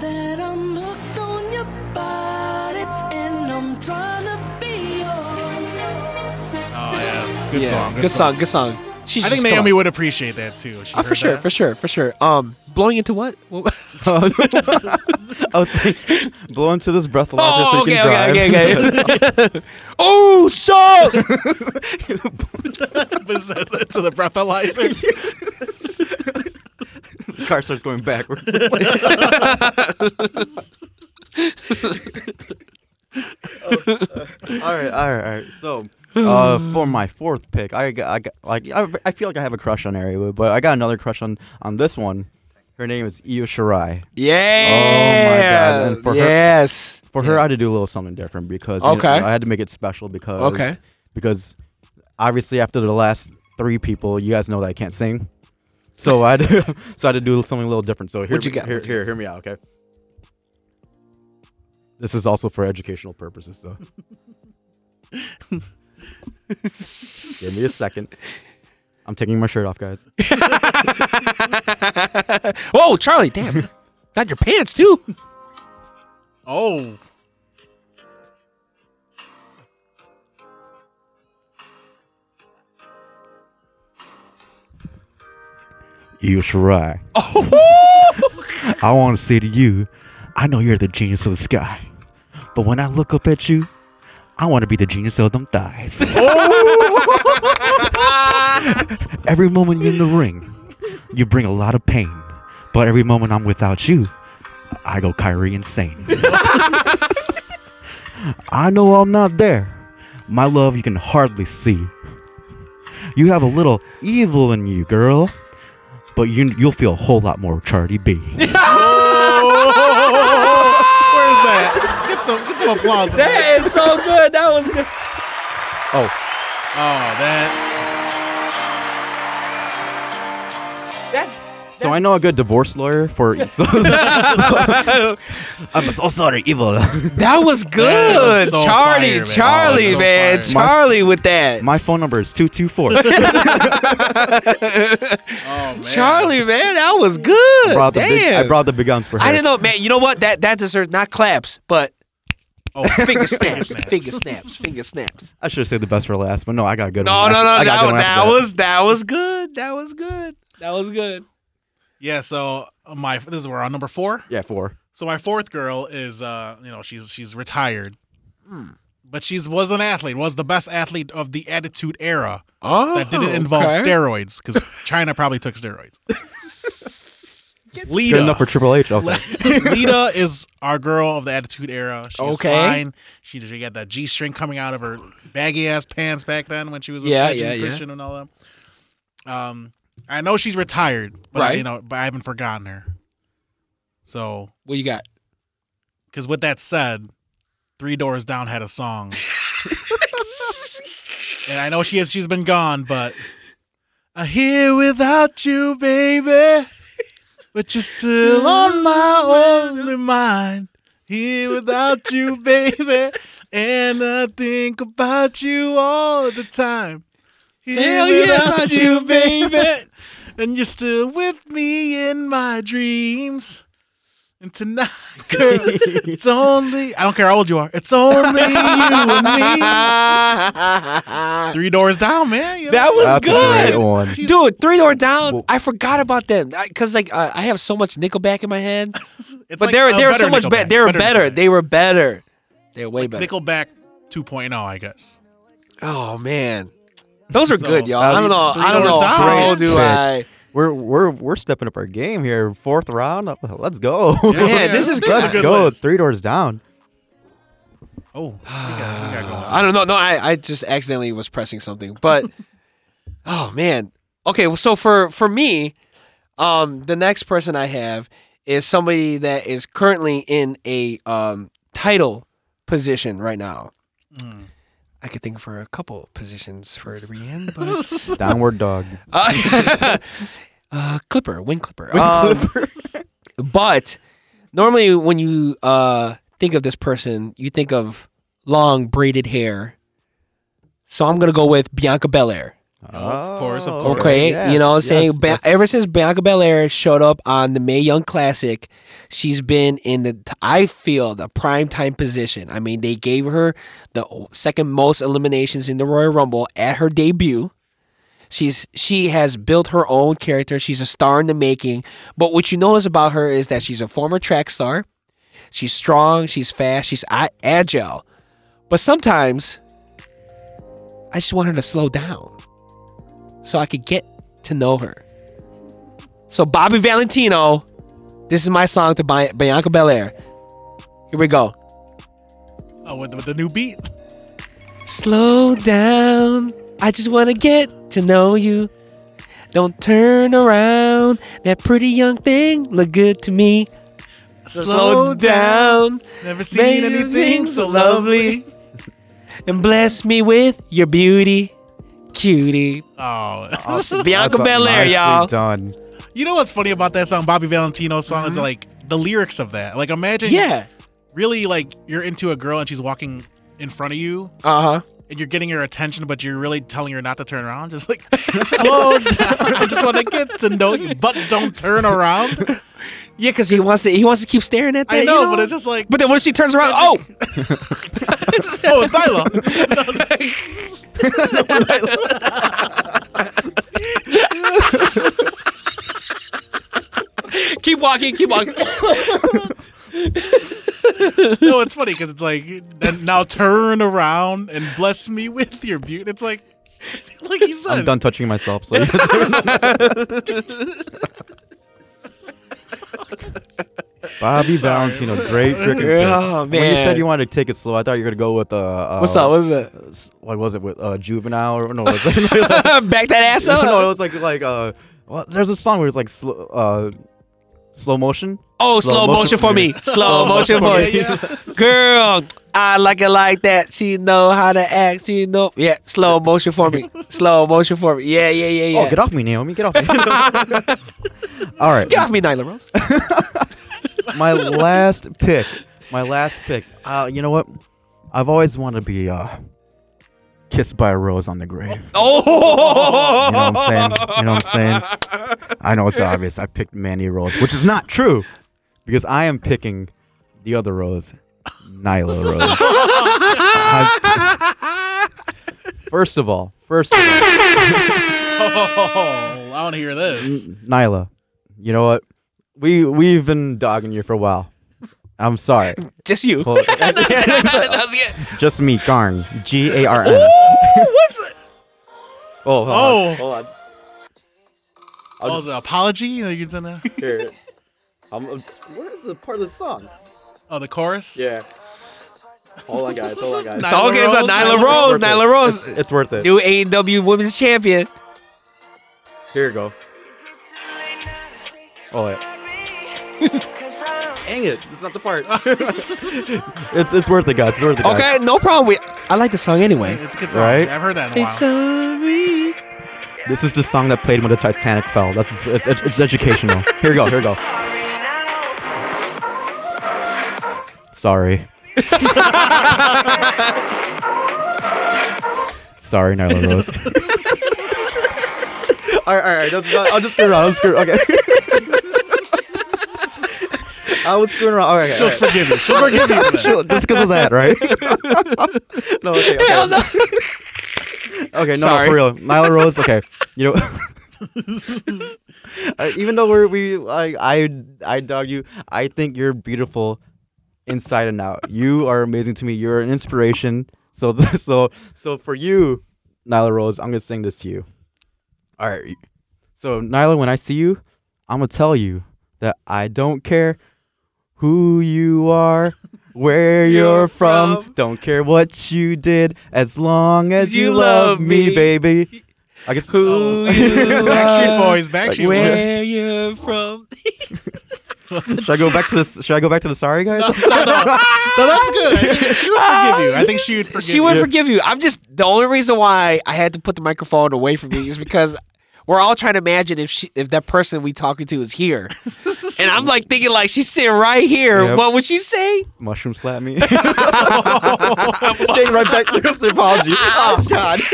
S4: Oh yeah, good
S3: Yeah,
S4: song.
S3: Good song. Good song. She's
S4: I think
S3: just- come
S4: Naomi
S3: on.
S4: would appreciate that too. She
S3: Oh, for
S4: heard
S3: sure,
S4: that.
S3: for sure, for sure. Um, blowing into what? What-
S5: I was thinking, blow into this breathalyzer
S3: oh,
S5: so you
S3: okay,
S5: can drive.
S3: okay, okay, okay, Oh, so
S4: to the breathalyzer.
S5: Car starts going backwards. Oh, uh, all right, all right, all right. So, uh, for my fourth pick, I got, I got like I, I feel like I have a crush on Ariwa, but I got another crush on on this one. Her name is Io Shirai.
S3: Oh, yeah.
S5: and for her-
S3: yes.
S5: For her, I had to do a little something different because you know,
S3: Okay.
S5: I had to make it special because
S3: Okay.
S5: because obviously after the last three people, you guys know that I can't sing, so I had to, so I had to do something a little different. So here,
S3: What'd you got?
S5: here,
S3: What'd you
S5: here, hear me out, okay? This is also for educational purposes, though. Give me a second. I'm taking my shirt off, guys.
S3: Whoa, Oh, Charlie, damn. Not your pants too.
S4: oh,
S8: You Shirai. I want to say to you, I know you're the genius of the sky, but when I look up at you, I want to be the genius of them thighs. every moment you're in the ring, you bring a lot of pain, but every moment I'm without you, I go Kyrie insane. I know I'm not there. My love, you can hardly see. You have a little evil in you, girl but you you'll feel a whole lot more Charlie B.
S4: where is that? Get some, get some applause.
S3: That is so good. That was good.
S5: Oh,
S4: Oh, that
S5: So I know a good divorce lawyer for. So, so- I'm so sorry, evil.
S3: That was good.
S4: was so
S3: Charlie,
S4: fire, man.
S3: Charlie,
S4: That was so
S3: man.
S4: fire.
S3: Charlie with that.
S5: My phone number is two two four.
S4: Oh man.
S3: Charlie, man, that was good.
S5: Brought the
S3: Damn.
S5: big, I brought the big guns for her.
S3: I didn't know, man. You know what? That that deserves not claps, but
S4: Oh,
S3: finger snaps, finger snaps, finger snaps.
S5: I should have saved the best for last, but no, I got a good
S3: No,
S5: one.
S3: no, no.
S5: I got a
S3: That,
S5: good
S3: was-
S5: one
S3: that
S5: after
S3: was that was good. That was good. That was good.
S4: Yeah. So uh, my this is we're on number four.
S5: Yeah, four.
S4: So my fourth girl is uh you know she's she's retired,
S3: Hmm.
S4: but she's was an athlete was the best athlete of the Attitude Era
S3: Oh,
S4: that didn't involve steroids because China probably took steroids.
S5: Good
S4: Lita,
S5: enough for Triple H. I was like,
S4: Lita is our girl of the Attitude Era. She's
S3: Okay.
S4: fine. She, she got that G string coming out of her baggy ass pants back then when she was with
S3: Yeah,
S4: Edge
S3: yeah,
S4: and
S3: yeah.
S4: Christian and all that. Um, I know she's retired, but I,
S3: Right.
S4: you know, but I haven't forgotten her. So,
S3: What you got?
S4: because with that said, Three Doors Down had a song, and I know she has she's been gone, but I here without you, baby, but you're still on my only mind. Here without you, baby, and I think about you all the time. Here
S3: Hell yeah, about you, baby.
S4: and you're still with me in my dreams. And tonight, girl, it's only, I don't care how old you are, it's only you and me.
S3: that
S4: Three doors down, man. you know?
S3: was
S5: that's
S3: good.
S5: a great one.
S3: Dude, three door down.
S5: Well-
S3: I forgot about them because like uh, I have so much Nickelback in my head,
S4: It's
S3: but
S4: like
S3: they're
S4: a
S3: they're so much
S4: Nickelback,
S3: better. They were better.
S4: Nickelback.
S3: They were better. They were way better.
S4: Nickelback 2.0, I guess.
S3: Oh man, those are
S4: So,
S3: good, y'all. I don't know.
S4: three
S3: I don't
S4: doors
S3: know
S4: down.
S3: how
S4: Great
S3: do
S5: pick.
S3: I.
S5: We're we're we're stepping up our game here. Fourth round. uh, Let's go.
S4: Yeah,
S3: yeah, this is good.
S5: Let's
S4: good
S5: go.
S4: list.
S5: Three doors down.
S4: Oh, we got, we got going.
S3: Uh, I don't know. No, I, I just accidentally was pressing something. But oh man. Okay, well, so for for me, um, the next person I have is somebody that is currently in a um title position right now.
S4: Mm.
S3: I could think for a couple positions for her to be in, but
S5: Downward dog.
S3: uh, uh, Clipper, Wing Clipper, Um, But normally, when you uh, think of this person, you think of long braided hair. So I'm gonna go with Bianca Belair.
S4: Of course, of
S5: Oh,
S4: course.
S3: Okay,
S5: yes,
S3: you know, what I'm saying
S5: yes,
S3: Ba-
S5: yes.
S3: ever since Bianca Belair showed up on the May Young Classic, she's been in the I feel the prime time position. I mean, they gave her the second most eliminations in the Royal Rumble at her debut. She's she has built her own character. She's a star in the making. But what you notice about her is that she's a former track star. She's strong. She's fast. She's a- agile. But sometimes, I just want her to slow down, so I could get to know her. So Bobby Valentino, this is my song to Bi- Bianca Belair. Here we go.
S4: Oh, with, with the new beat.
S3: Slow down. I just want to get to know you. Don't turn around. That pretty young thing look good to me. Slow, down.
S4: Never seen
S3: Baby,
S4: anything so lovely.
S3: and bless me with your beauty, cutie.
S4: Oh,
S5: Awesome.
S3: Bianca
S5: That's a-
S3: Belair,
S5: nicely
S3: y'all.
S5: Done.
S4: you know what's funny about that song, Bobby Valentino's song? Is like the lyrics of that. Like, imagine,
S3: Mm-hmm. Yeah.
S4: really, like you're into a girl and she's walking in front of you,
S3: Uh huh.
S4: and you're getting her attention, but you're really telling her not to turn around. Just like slow down. I just want to get to know you, but don't turn around.
S3: Yeah, because he wants to. He wants to keep staring at that.
S4: I
S3: you
S4: know, but it's just like,
S3: But then when she turns around, oh,
S4: oh, it's Nyla.
S3: keep walking, keep walking.
S4: No, it's funny because it's like, and now turn around and bless me with your beauty. It's like, like he said,
S5: I'm done touching myself. So Bobby Valentino, great freaking pick.
S3: Oh,
S5: When you
S3: man.
S5: said you wanted to take it slow, I thought you were gonna go with uh, uh
S3: What's up? What's up?
S5: s- What was it with uh, juvenile or no? It was like,
S3: Back that ass up.
S5: no, it was like like uh, well, there's a song where it's like slow uh, slow motion.
S3: Oh, slow, motion, for Oh, me. Slow motion for me. Girl, I like it like that. She know how to act. She know. Yeah, slow Oh, motion for me. Slow motion for me. Yeah, yeah, yeah, yeah.
S5: Oh, get off me, Naomi! Get off me! All right.
S3: Get off me, Nyla Rose.
S5: my last pick. My last pick. Uh, you know what? I've always wanted to be uh, kissed by a rose on the grave.
S3: Oh,
S5: You know what I'm saying? You know what I'm saying? I know it's obvious. I picked Mandy Rose, which is not true because I am picking the other Rose, Nyla Rose. I- first of all, first of all,
S4: Oh, I want to hear this.
S5: Nyla, you know what? We we've been dogging you for a while. I'm sorry.
S3: just you.
S5: Well, Just me, Garn. G A R N. Oh, hold
S4: Oh.
S5: on. Hold on.
S4: Oh, is it an apology? You know, you're gonna.
S5: Here. I'm, I'm- where is the part of the song?
S4: Oh, the chorus.
S5: Yeah. Hold on, guys. Hold on, guys.
S4: Nyla
S3: Song is
S4: Rose,
S3: on Nyla
S4: Nyla
S3: Rose.
S5: It's worth it.
S3: Nyla Oh, Rose,
S5: It's,
S3: new
S5: it's worth it.
S3: AEW Women's Champion.
S5: Here you go. Oh, wait. Dang it. It's not the part. it's, it's worth it, guys. It's worth it. guys.
S3: Okay, no problem. We, I like the song anyway.
S4: It's a good song.
S5: Right?
S4: I've heard that in a while.
S5: This is the song that played when the Titanic fell. That's it's, it's, it's educational. Here we go. Here we go. Sorry. Sorry, Nyla Rose. all right, all right. That's not, I'll just screw around. I'll screw. Okay. I was screwing around. All right, all right.
S4: She'll forgive you. She'll forgive you. for that.
S5: Sure, just because of that, right? no, okay, okay. okay, no,
S3: Sorry.
S5: no, for real. Nyla Rose, okay. You know, Uh, even though we're, we, like, I, I dog you, I think you're beautiful inside and out. You are amazing to me. You're an inspiration. So, so, so for you, Nyla Rose, I'm gonna sing this to you. All right. So, Nyla, when I see you, I'm gonna tell you that I don't care who you are, where you're from. Don't care what you did, as long as you, love me, baby. I guess oh. who
S4: Backstreet Boys. Backstreet Boys.
S3: Where you from?
S5: Should I go back to this? Should I go back to the sorry guys?
S4: No, that's good. I think she would forgive you. I think she would forgive
S3: She would
S4: you.
S3: forgive you. I'm just the only reason why I had to put the microphone away from me is because we're all trying to imagine if she, if that person we talking to is here, and I'm like thinking like she's sitting right here.
S5: Yep.
S3: What would she say?
S5: Mushroom slap me. Getting right back to the apology. Oh God.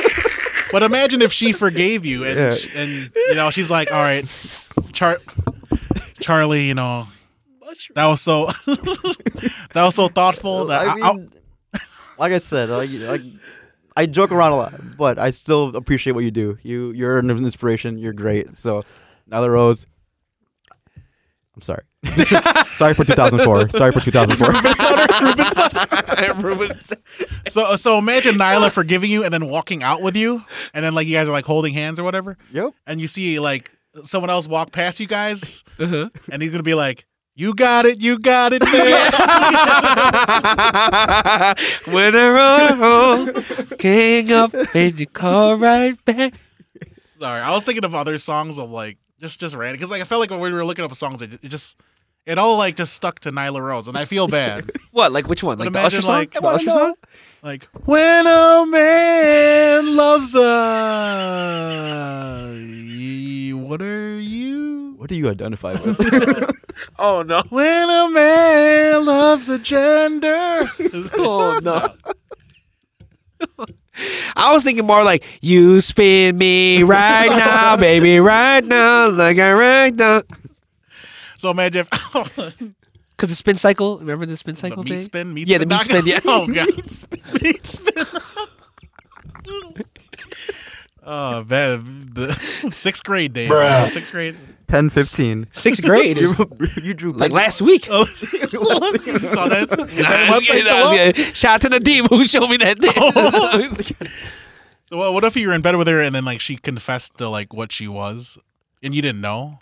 S4: But imagine if she forgave you and
S5: Yeah.
S4: sh- and you know she's like, all right, Char- Charlie, you know, that was so that was so thoughtful. That I,
S5: I mean, like I said, like, like, I joke around a lot, but I still appreciate what you do. You you're an inspiration. You're great. So, Nyla Rose. I'm sorry. sorry for 2004. Sorry for 2004.
S4: I- so so imagine Nyla forgiving you and then walking out with you, and then like you guys are like holding hands or whatever,
S5: yep.
S4: and you see like someone else walk past you guys,
S3: Uh-huh.
S4: and he's gonna be like. You got it, you got it, man.
S3: With a rose, king up, and you call right back.
S4: Sorry, I was thinking of other songs of like just just random because like I felt like when we were looking up songs, it, it just it all like just stuck to Nyla Rose, and I feel bad.
S3: What? Like which one?
S4: But
S3: Like the
S4: imagine,
S3: Usher song?
S4: like-
S3: The
S4: I wanna
S3: Usher song?
S4: Like when a man loves a what are you?
S5: What do you identify with?
S3: Oh no!
S4: When a man loves a gender.
S3: Oh no! I was thinking more like you spin me right now, baby, right now, like I right now.
S4: so imagine if oh, the
S3: Cause the spin cycle. Remember the spin cycle
S4: meat
S3: thing?
S4: spin, meat
S3: Yeah,
S4: spin,
S3: the meat
S4: doc-
S3: spin, yeah.
S4: oh god, meat spin, meat spin. oh man, the sixth grade days, sixth grade.
S5: Pen 15.
S3: Sixth grade.
S5: You,
S3: is-
S5: you drew
S3: like last week.
S4: Oh, you saw that?
S3: I was kidding, I was kidding. Shout out to the demon who showed me that thing.
S4: Oh. So what, what if you were in bed with her and then like she confessed to like what she was and you didn't know?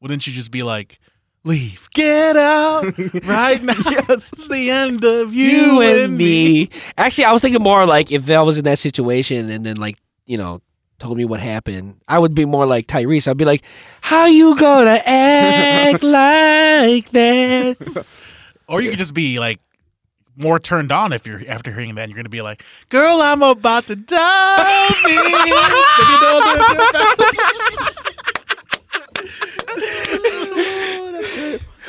S4: Wouldn't you just be like, "Leave, get out right now. It's the end of you, and me."
S3: Actually, I was thinking more like if I was in that situation and then like you know told me what happened, I would be more like Tyrese. I'd be like, "How you gonna act like that?"
S4: Or you could just be like more turned on if you're after hearing that. And you're gonna be like, "Girl, I'm about to dive in." If you don't do it,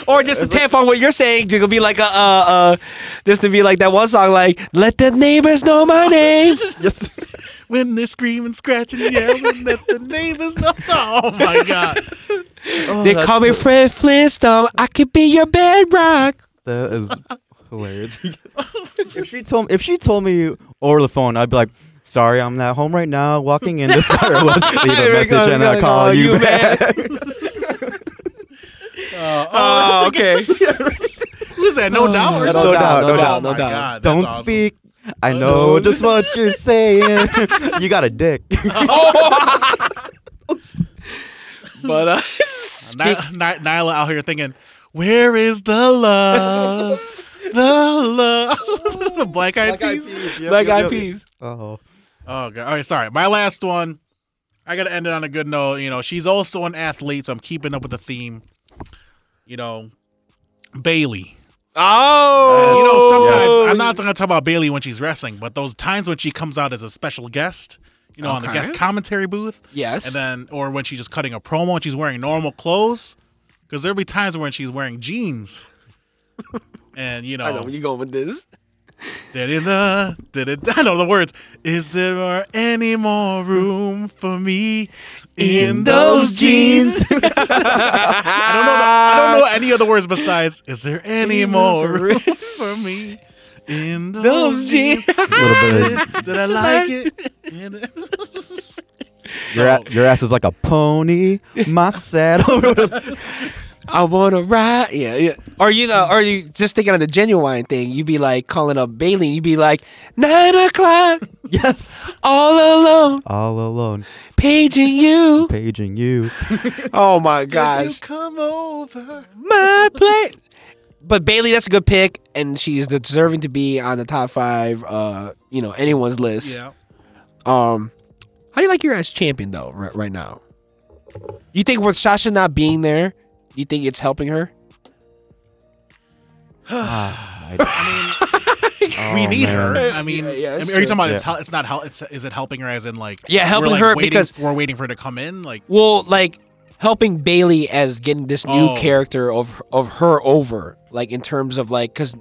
S3: Or just to tamp on what you're saying, to be like a, uh, uh, just to be like that one song, like "Let the neighbors know my name."
S5: Yes.
S4: when they scream and scratch and yell and let the neighbors know. Oh my god!
S5: Oh,
S3: they
S5: that's-
S3: call me Fred Flintstone. I could be your bedrock.
S5: That is hilarious. if she told if she told me over the phone, I'd be like, "Sorry, I'm not home right now. Walking in this car was leave
S3: Here
S5: a
S3: we
S5: message
S3: go,
S5: and I'll
S3: gonna
S5: call you back."
S3: Oh, okay.
S4: Who's that? No doubt. or
S5: No
S4: something?
S5: doubt, no
S4: Oh
S5: doubt,
S4: my
S3: no doubt.
S4: God, that's
S5: Don't
S4: awesome.
S5: speak. I know just what you're saying. you got a dick.
S3: But uh,
S4: Ni- Ni- Nyla out here thinking, "Where is the love? the love? the black eyed peas."
S3: Black Eyed Peas.
S5: Oh,
S4: Oh god. All right, sorry. My last one. I gotta end it on a good note. You know, she's also an athlete, so I'm keeping up with the theme. You know, Bailey.
S3: Oh,
S4: you know, sometimes I'm not gonna talk about Bailey when she's wrestling, but those times when she comes out as a special guest, you know, on the
S3: Okay.
S4: guest commentary booth,
S3: Yes.
S4: and then or when she's just cutting a promo and she's wearing normal clothes, because there'll be times when she's wearing jeans. And you know,
S3: I know where you going with this.
S4: Da-da-da, da-da-da. I know the words. Is there any more room for me in those jeans? I don't know. The, I don't know any other words besides. Is there any more room for me in those,
S3: Those
S4: jeans?
S3: jeans.
S5: little bit.
S4: Did I like it?
S5: Your, a- your ass is like a pony. My saddle.
S3: I wanna ride. Yeah, yeah. Or you know, or you just thinking of the genuine thing. You be like calling up Bailey. You be like nine o'clock,
S5: yes.
S3: all alone,
S5: All alone,
S3: paging you.
S5: paging you.
S3: Oh my
S4: Did you
S3: gosh,
S4: come over?
S3: my play. But Bailey, that's a good pick, and she's deserving to be on the top five. Uh, you know, anyone's list.
S4: Yeah.
S3: Um, how do you like your ass champion though? Right, right now, you think with Sasha not being there, you think it's helping her?
S4: we need
S5: Oh, man.
S4: her. I mean,
S3: Yeah, Oh, yeah,
S4: I mean,
S3: that's
S4: are you talking
S3: true.
S4: about it's,
S5: Yeah.
S4: hel- it's not help? It's is it helping her as in like
S3: Yeah, helping
S4: we're, like,
S3: her
S4: waiting,
S3: because-
S4: we're waiting for her to come in like.
S3: Well, like helping Bailey as getting this new
S4: Oh.
S3: character of of her over, like in terms of like because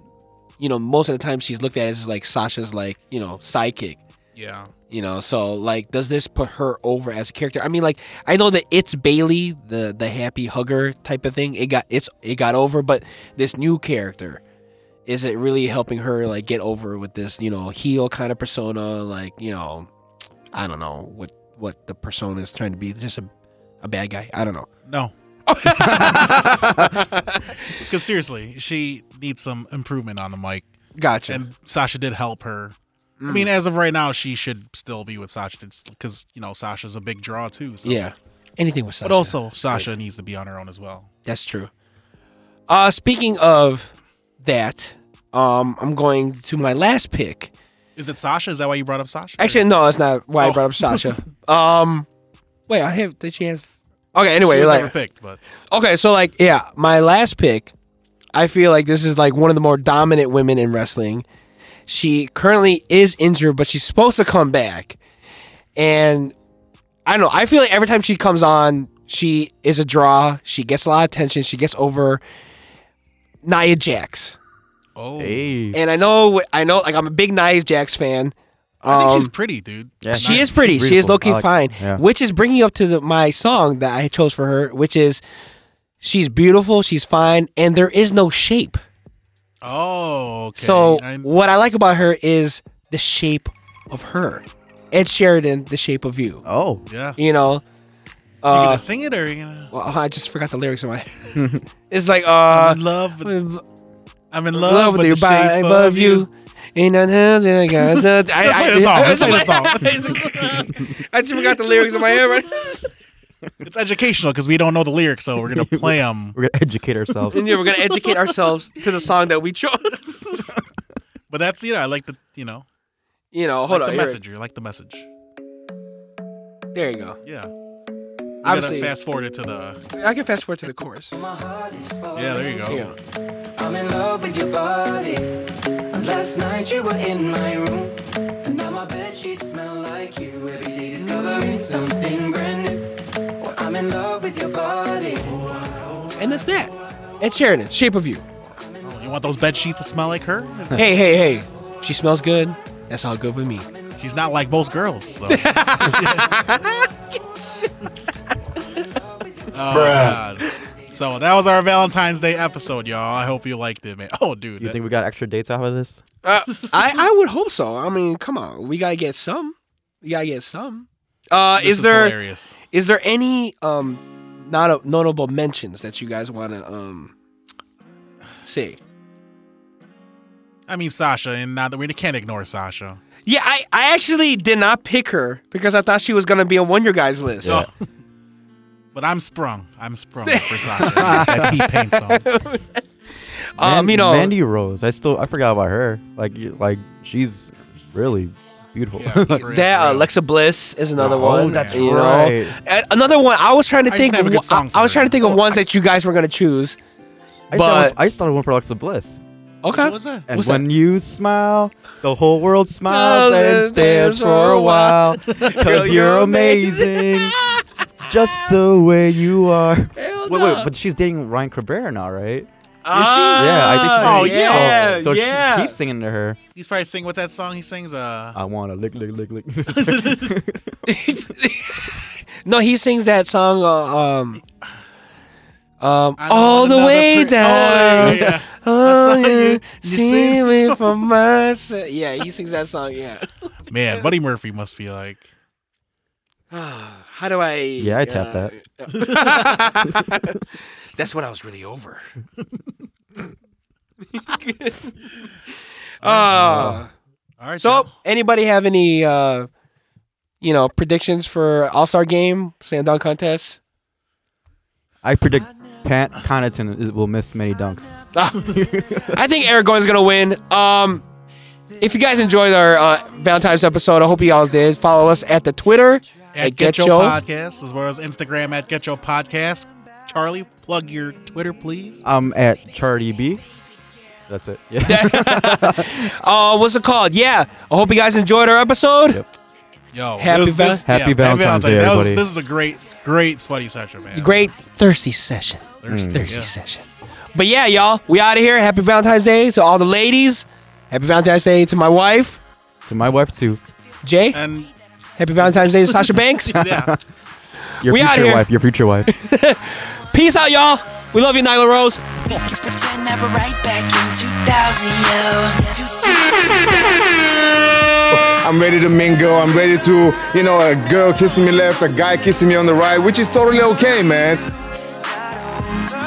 S3: you know most of the time she's looked at as like Sasha's like you know sidekick.
S4: Yeah.
S3: You know, so like, does this put her over as a character? I mean, like, I know that it's Bailey, the the happy hugger type of thing. It got it's it got over, but this new character, is it really helping her like get over with this you know heel kind of persona? Like, you know, I don't know what what the persona is trying to be. Just a a bad guy. I don't know.
S4: No. Because seriously, she needs some improvement on the mic,
S3: Gotcha.
S4: and Sasha did help her. I
S3: Mm.
S4: mean, as of right now, she should still be with Sasha because you know Sasha's a big draw too. So.
S3: yeah. Anything with Sasha.
S4: but also Sasha needs to be on her own as well.
S3: That's true. Uh, speaking of that, um, I'm going to my last pick.
S4: Is it Sasha? Is that why you brought up Sasha?
S3: Actually, no, that's not why
S4: Oh.
S3: I brought up Sasha. um, wait, I have. Did she have? Okay,
S4: She
S3: anyway,
S4: was
S3: like,
S4: never picked, but
S3: okay, so like, yeah, my last pick. I feel like this is like one of the more dominant women in wrestling. She currently is injured, but she's supposed to come back. And I don't know. I feel like every time she comes on, she is a draw. She gets a lot of attention. She gets over Nia Jax.
S4: oh,
S5: Hey.
S3: And I know, I know, like I'm a big Nia Jax fan.
S4: I think
S3: Um,
S4: she's pretty, dude.
S5: Yeah.
S3: she
S5: Nice.
S3: is pretty. She is
S5: Beautiful.
S3: looking
S5: I like-
S3: fine,
S5: yeah.
S3: which is bringing you up to the, my song that I chose for her, which is she's beautiful, she's fine, and there is no shape.
S4: Oh, okay.
S3: So
S4: I'm-
S3: what I like about her is the shape of her. Ed Sheridan, the shape of you.
S5: Oh.
S4: yeah, you
S3: You know,
S4: gonna
S3: uh,
S4: sing it or you gonna?
S3: well, I just forgot the lyrics of my. it's like
S4: I'm
S3: uh,
S4: in love. With,
S3: love,
S4: I'm in love, with, the shape of you.
S3: Ain't nothing else that I got. So- I-
S4: Let's play
S3: I-
S4: the song. Let's play the
S3: I-
S4: song.
S3: I just forgot the lyrics in my head. Right?
S4: It's educational because we don't know the lyrics, so we're gonna play them.
S5: We're gonna educate ourselves.
S3: And yeah, we're gonna educate ourselves to the song that we chose.
S4: But that's you know, I like the you know,
S3: You know,
S4: like
S3: hold
S4: the
S3: on. here-
S4: message. You like the message.
S3: There you go.
S4: Yeah. We
S3: Obviously,
S4: gotta fast forward it to the
S3: I can fast forward to the chorus.
S4: yeah. There you go.
S3: Yeah.
S9: I'm in love with your body. And last night you were in my room. And now my bed sheets smell like you. Every day discovering something brand new. Well, I'm in love with your body.
S3: And that's that. Ed Sheeran, in Shape of You.
S4: Oh, you want those bed sheets to smell like her?
S3: Hey, hey, hey. If she smells good, that's all good with me.
S4: She's not like most girls. So. oh, God. So that was our Valentine's Day episode, y'all. I hope you liked it, man. Oh, dude.
S5: You
S4: that-
S5: think we got extra dates out of this?
S4: Uh,
S3: I, I would hope so. I mean, come on. We gotta get some. We gotta get some. Uh,
S4: this
S3: is there is
S4: hilarious.
S3: there any um not a, notable mentions that you guys wanna um say?
S4: I mean, Sasha, and not that we can't ignore Sasha.
S3: Yeah, I, I actually did not pick her because I thought she was gonna be on one of your guys list.
S4: Oh. But I'm sprung. I'm sprung for Sasha. that T Pain song.
S3: um,
S5: Man-
S3: you know,
S5: Mandy Rose. I still I forgot about her. Like you- like she's really beautiful.
S4: Yeah, for real, for
S3: that uh,
S4: real.
S3: Alexa Bliss is another
S5: Oh,
S3: one.
S5: that's
S3: you
S5: right.
S3: Know? And Another one. I was trying to
S4: I just
S3: think.
S4: have a
S3: of
S4: good
S3: one-
S4: song for
S3: I, I was
S4: her.
S3: trying to think of ones that you guys were gonna choose.
S5: I
S3: But-
S5: just had one- I just started one for Alexa Bliss.
S3: Okay.
S4: What was that?
S5: And
S3: What's
S5: when you smile, the whole world smiles
S3: Smiles
S5: and stares for a while.
S3: Girl,
S5: Because
S3: you're
S5: you're amazing. Just the way you are. Wait, wait, but she's dating Ryan Cabrera now, right? yeah, I think she's
S3: Ah,
S4: Oh,
S5: dating-
S4: yeah,
S5: So, so she-
S3: yeah.
S5: he's singing to her.
S4: He's probably singing what's that song he sings? Uh,
S5: I want to lick, lick, lick, lick.
S3: no, he sings that song. Uh, um, um,
S4: I don't
S3: all
S4: want
S3: the
S4: another
S3: way
S4: pre-
S3: down.
S4: Oh, yeah, yeah.
S3: Oh,
S4: That song you-
S3: you
S4: you
S3: see me for myself. Yeah, he sings that song. Yeah.
S4: Man, Buddy Murphy must be like.
S3: How do I?
S5: Yeah, I tapped that.
S3: that. That's when I was really over. uh,
S4: All right.
S3: so,
S4: y'all.
S3: anybody have any, uh, you know, predictions for All Star Game, slam dunk contest?
S5: I predict Pat Connaughton is- will miss many dunks.
S3: Ah. I think Eric Gordon's gonna win. Um, if you guys enjoyed our uh, Valentine's episode, I hope you all did. Follow us at the Twitter
S4: at Get, Your Podcast, as well as Instagram at Get Your Podcast. Charlie, plug your Twitter, please.
S5: I'm at Charity B. That's it. Yeah.
S3: Uh, what's it called? Yeah, I hope you guys enjoyed our episode.
S4: Yo,
S3: Happy
S4: this- this-
S5: Val- Happy Valentine's Day,
S4: That was-
S5: everybody.
S4: This is a great, great sweaty session, man.
S3: Great thirsty session.
S4: Thirsty,
S3: Thirsty
S4: yeah.
S3: session. But yeah, y'all, we out of here. Happy Valentine's Day to all the ladies. Happy Valentine's Day to my wife,
S5: To my wife too.
S3: Jay.
S4: And
S3: Happy Valentine's Day to Sasha Banks.
S4: yeah,
S5: Your
S3: We out
S5: future
S3: here.
S5: wife. Your future wife.
S3: Peace out, y'all. We love you, Nyla Rose.
S7: We can pretend that we're right back in 2000, yo. 2000.
S10: I'm ready to mingle. I'm ready to, you know, a girl kissing me left, a guy kissing me on the right, which is totally okay, man.
S7: Got over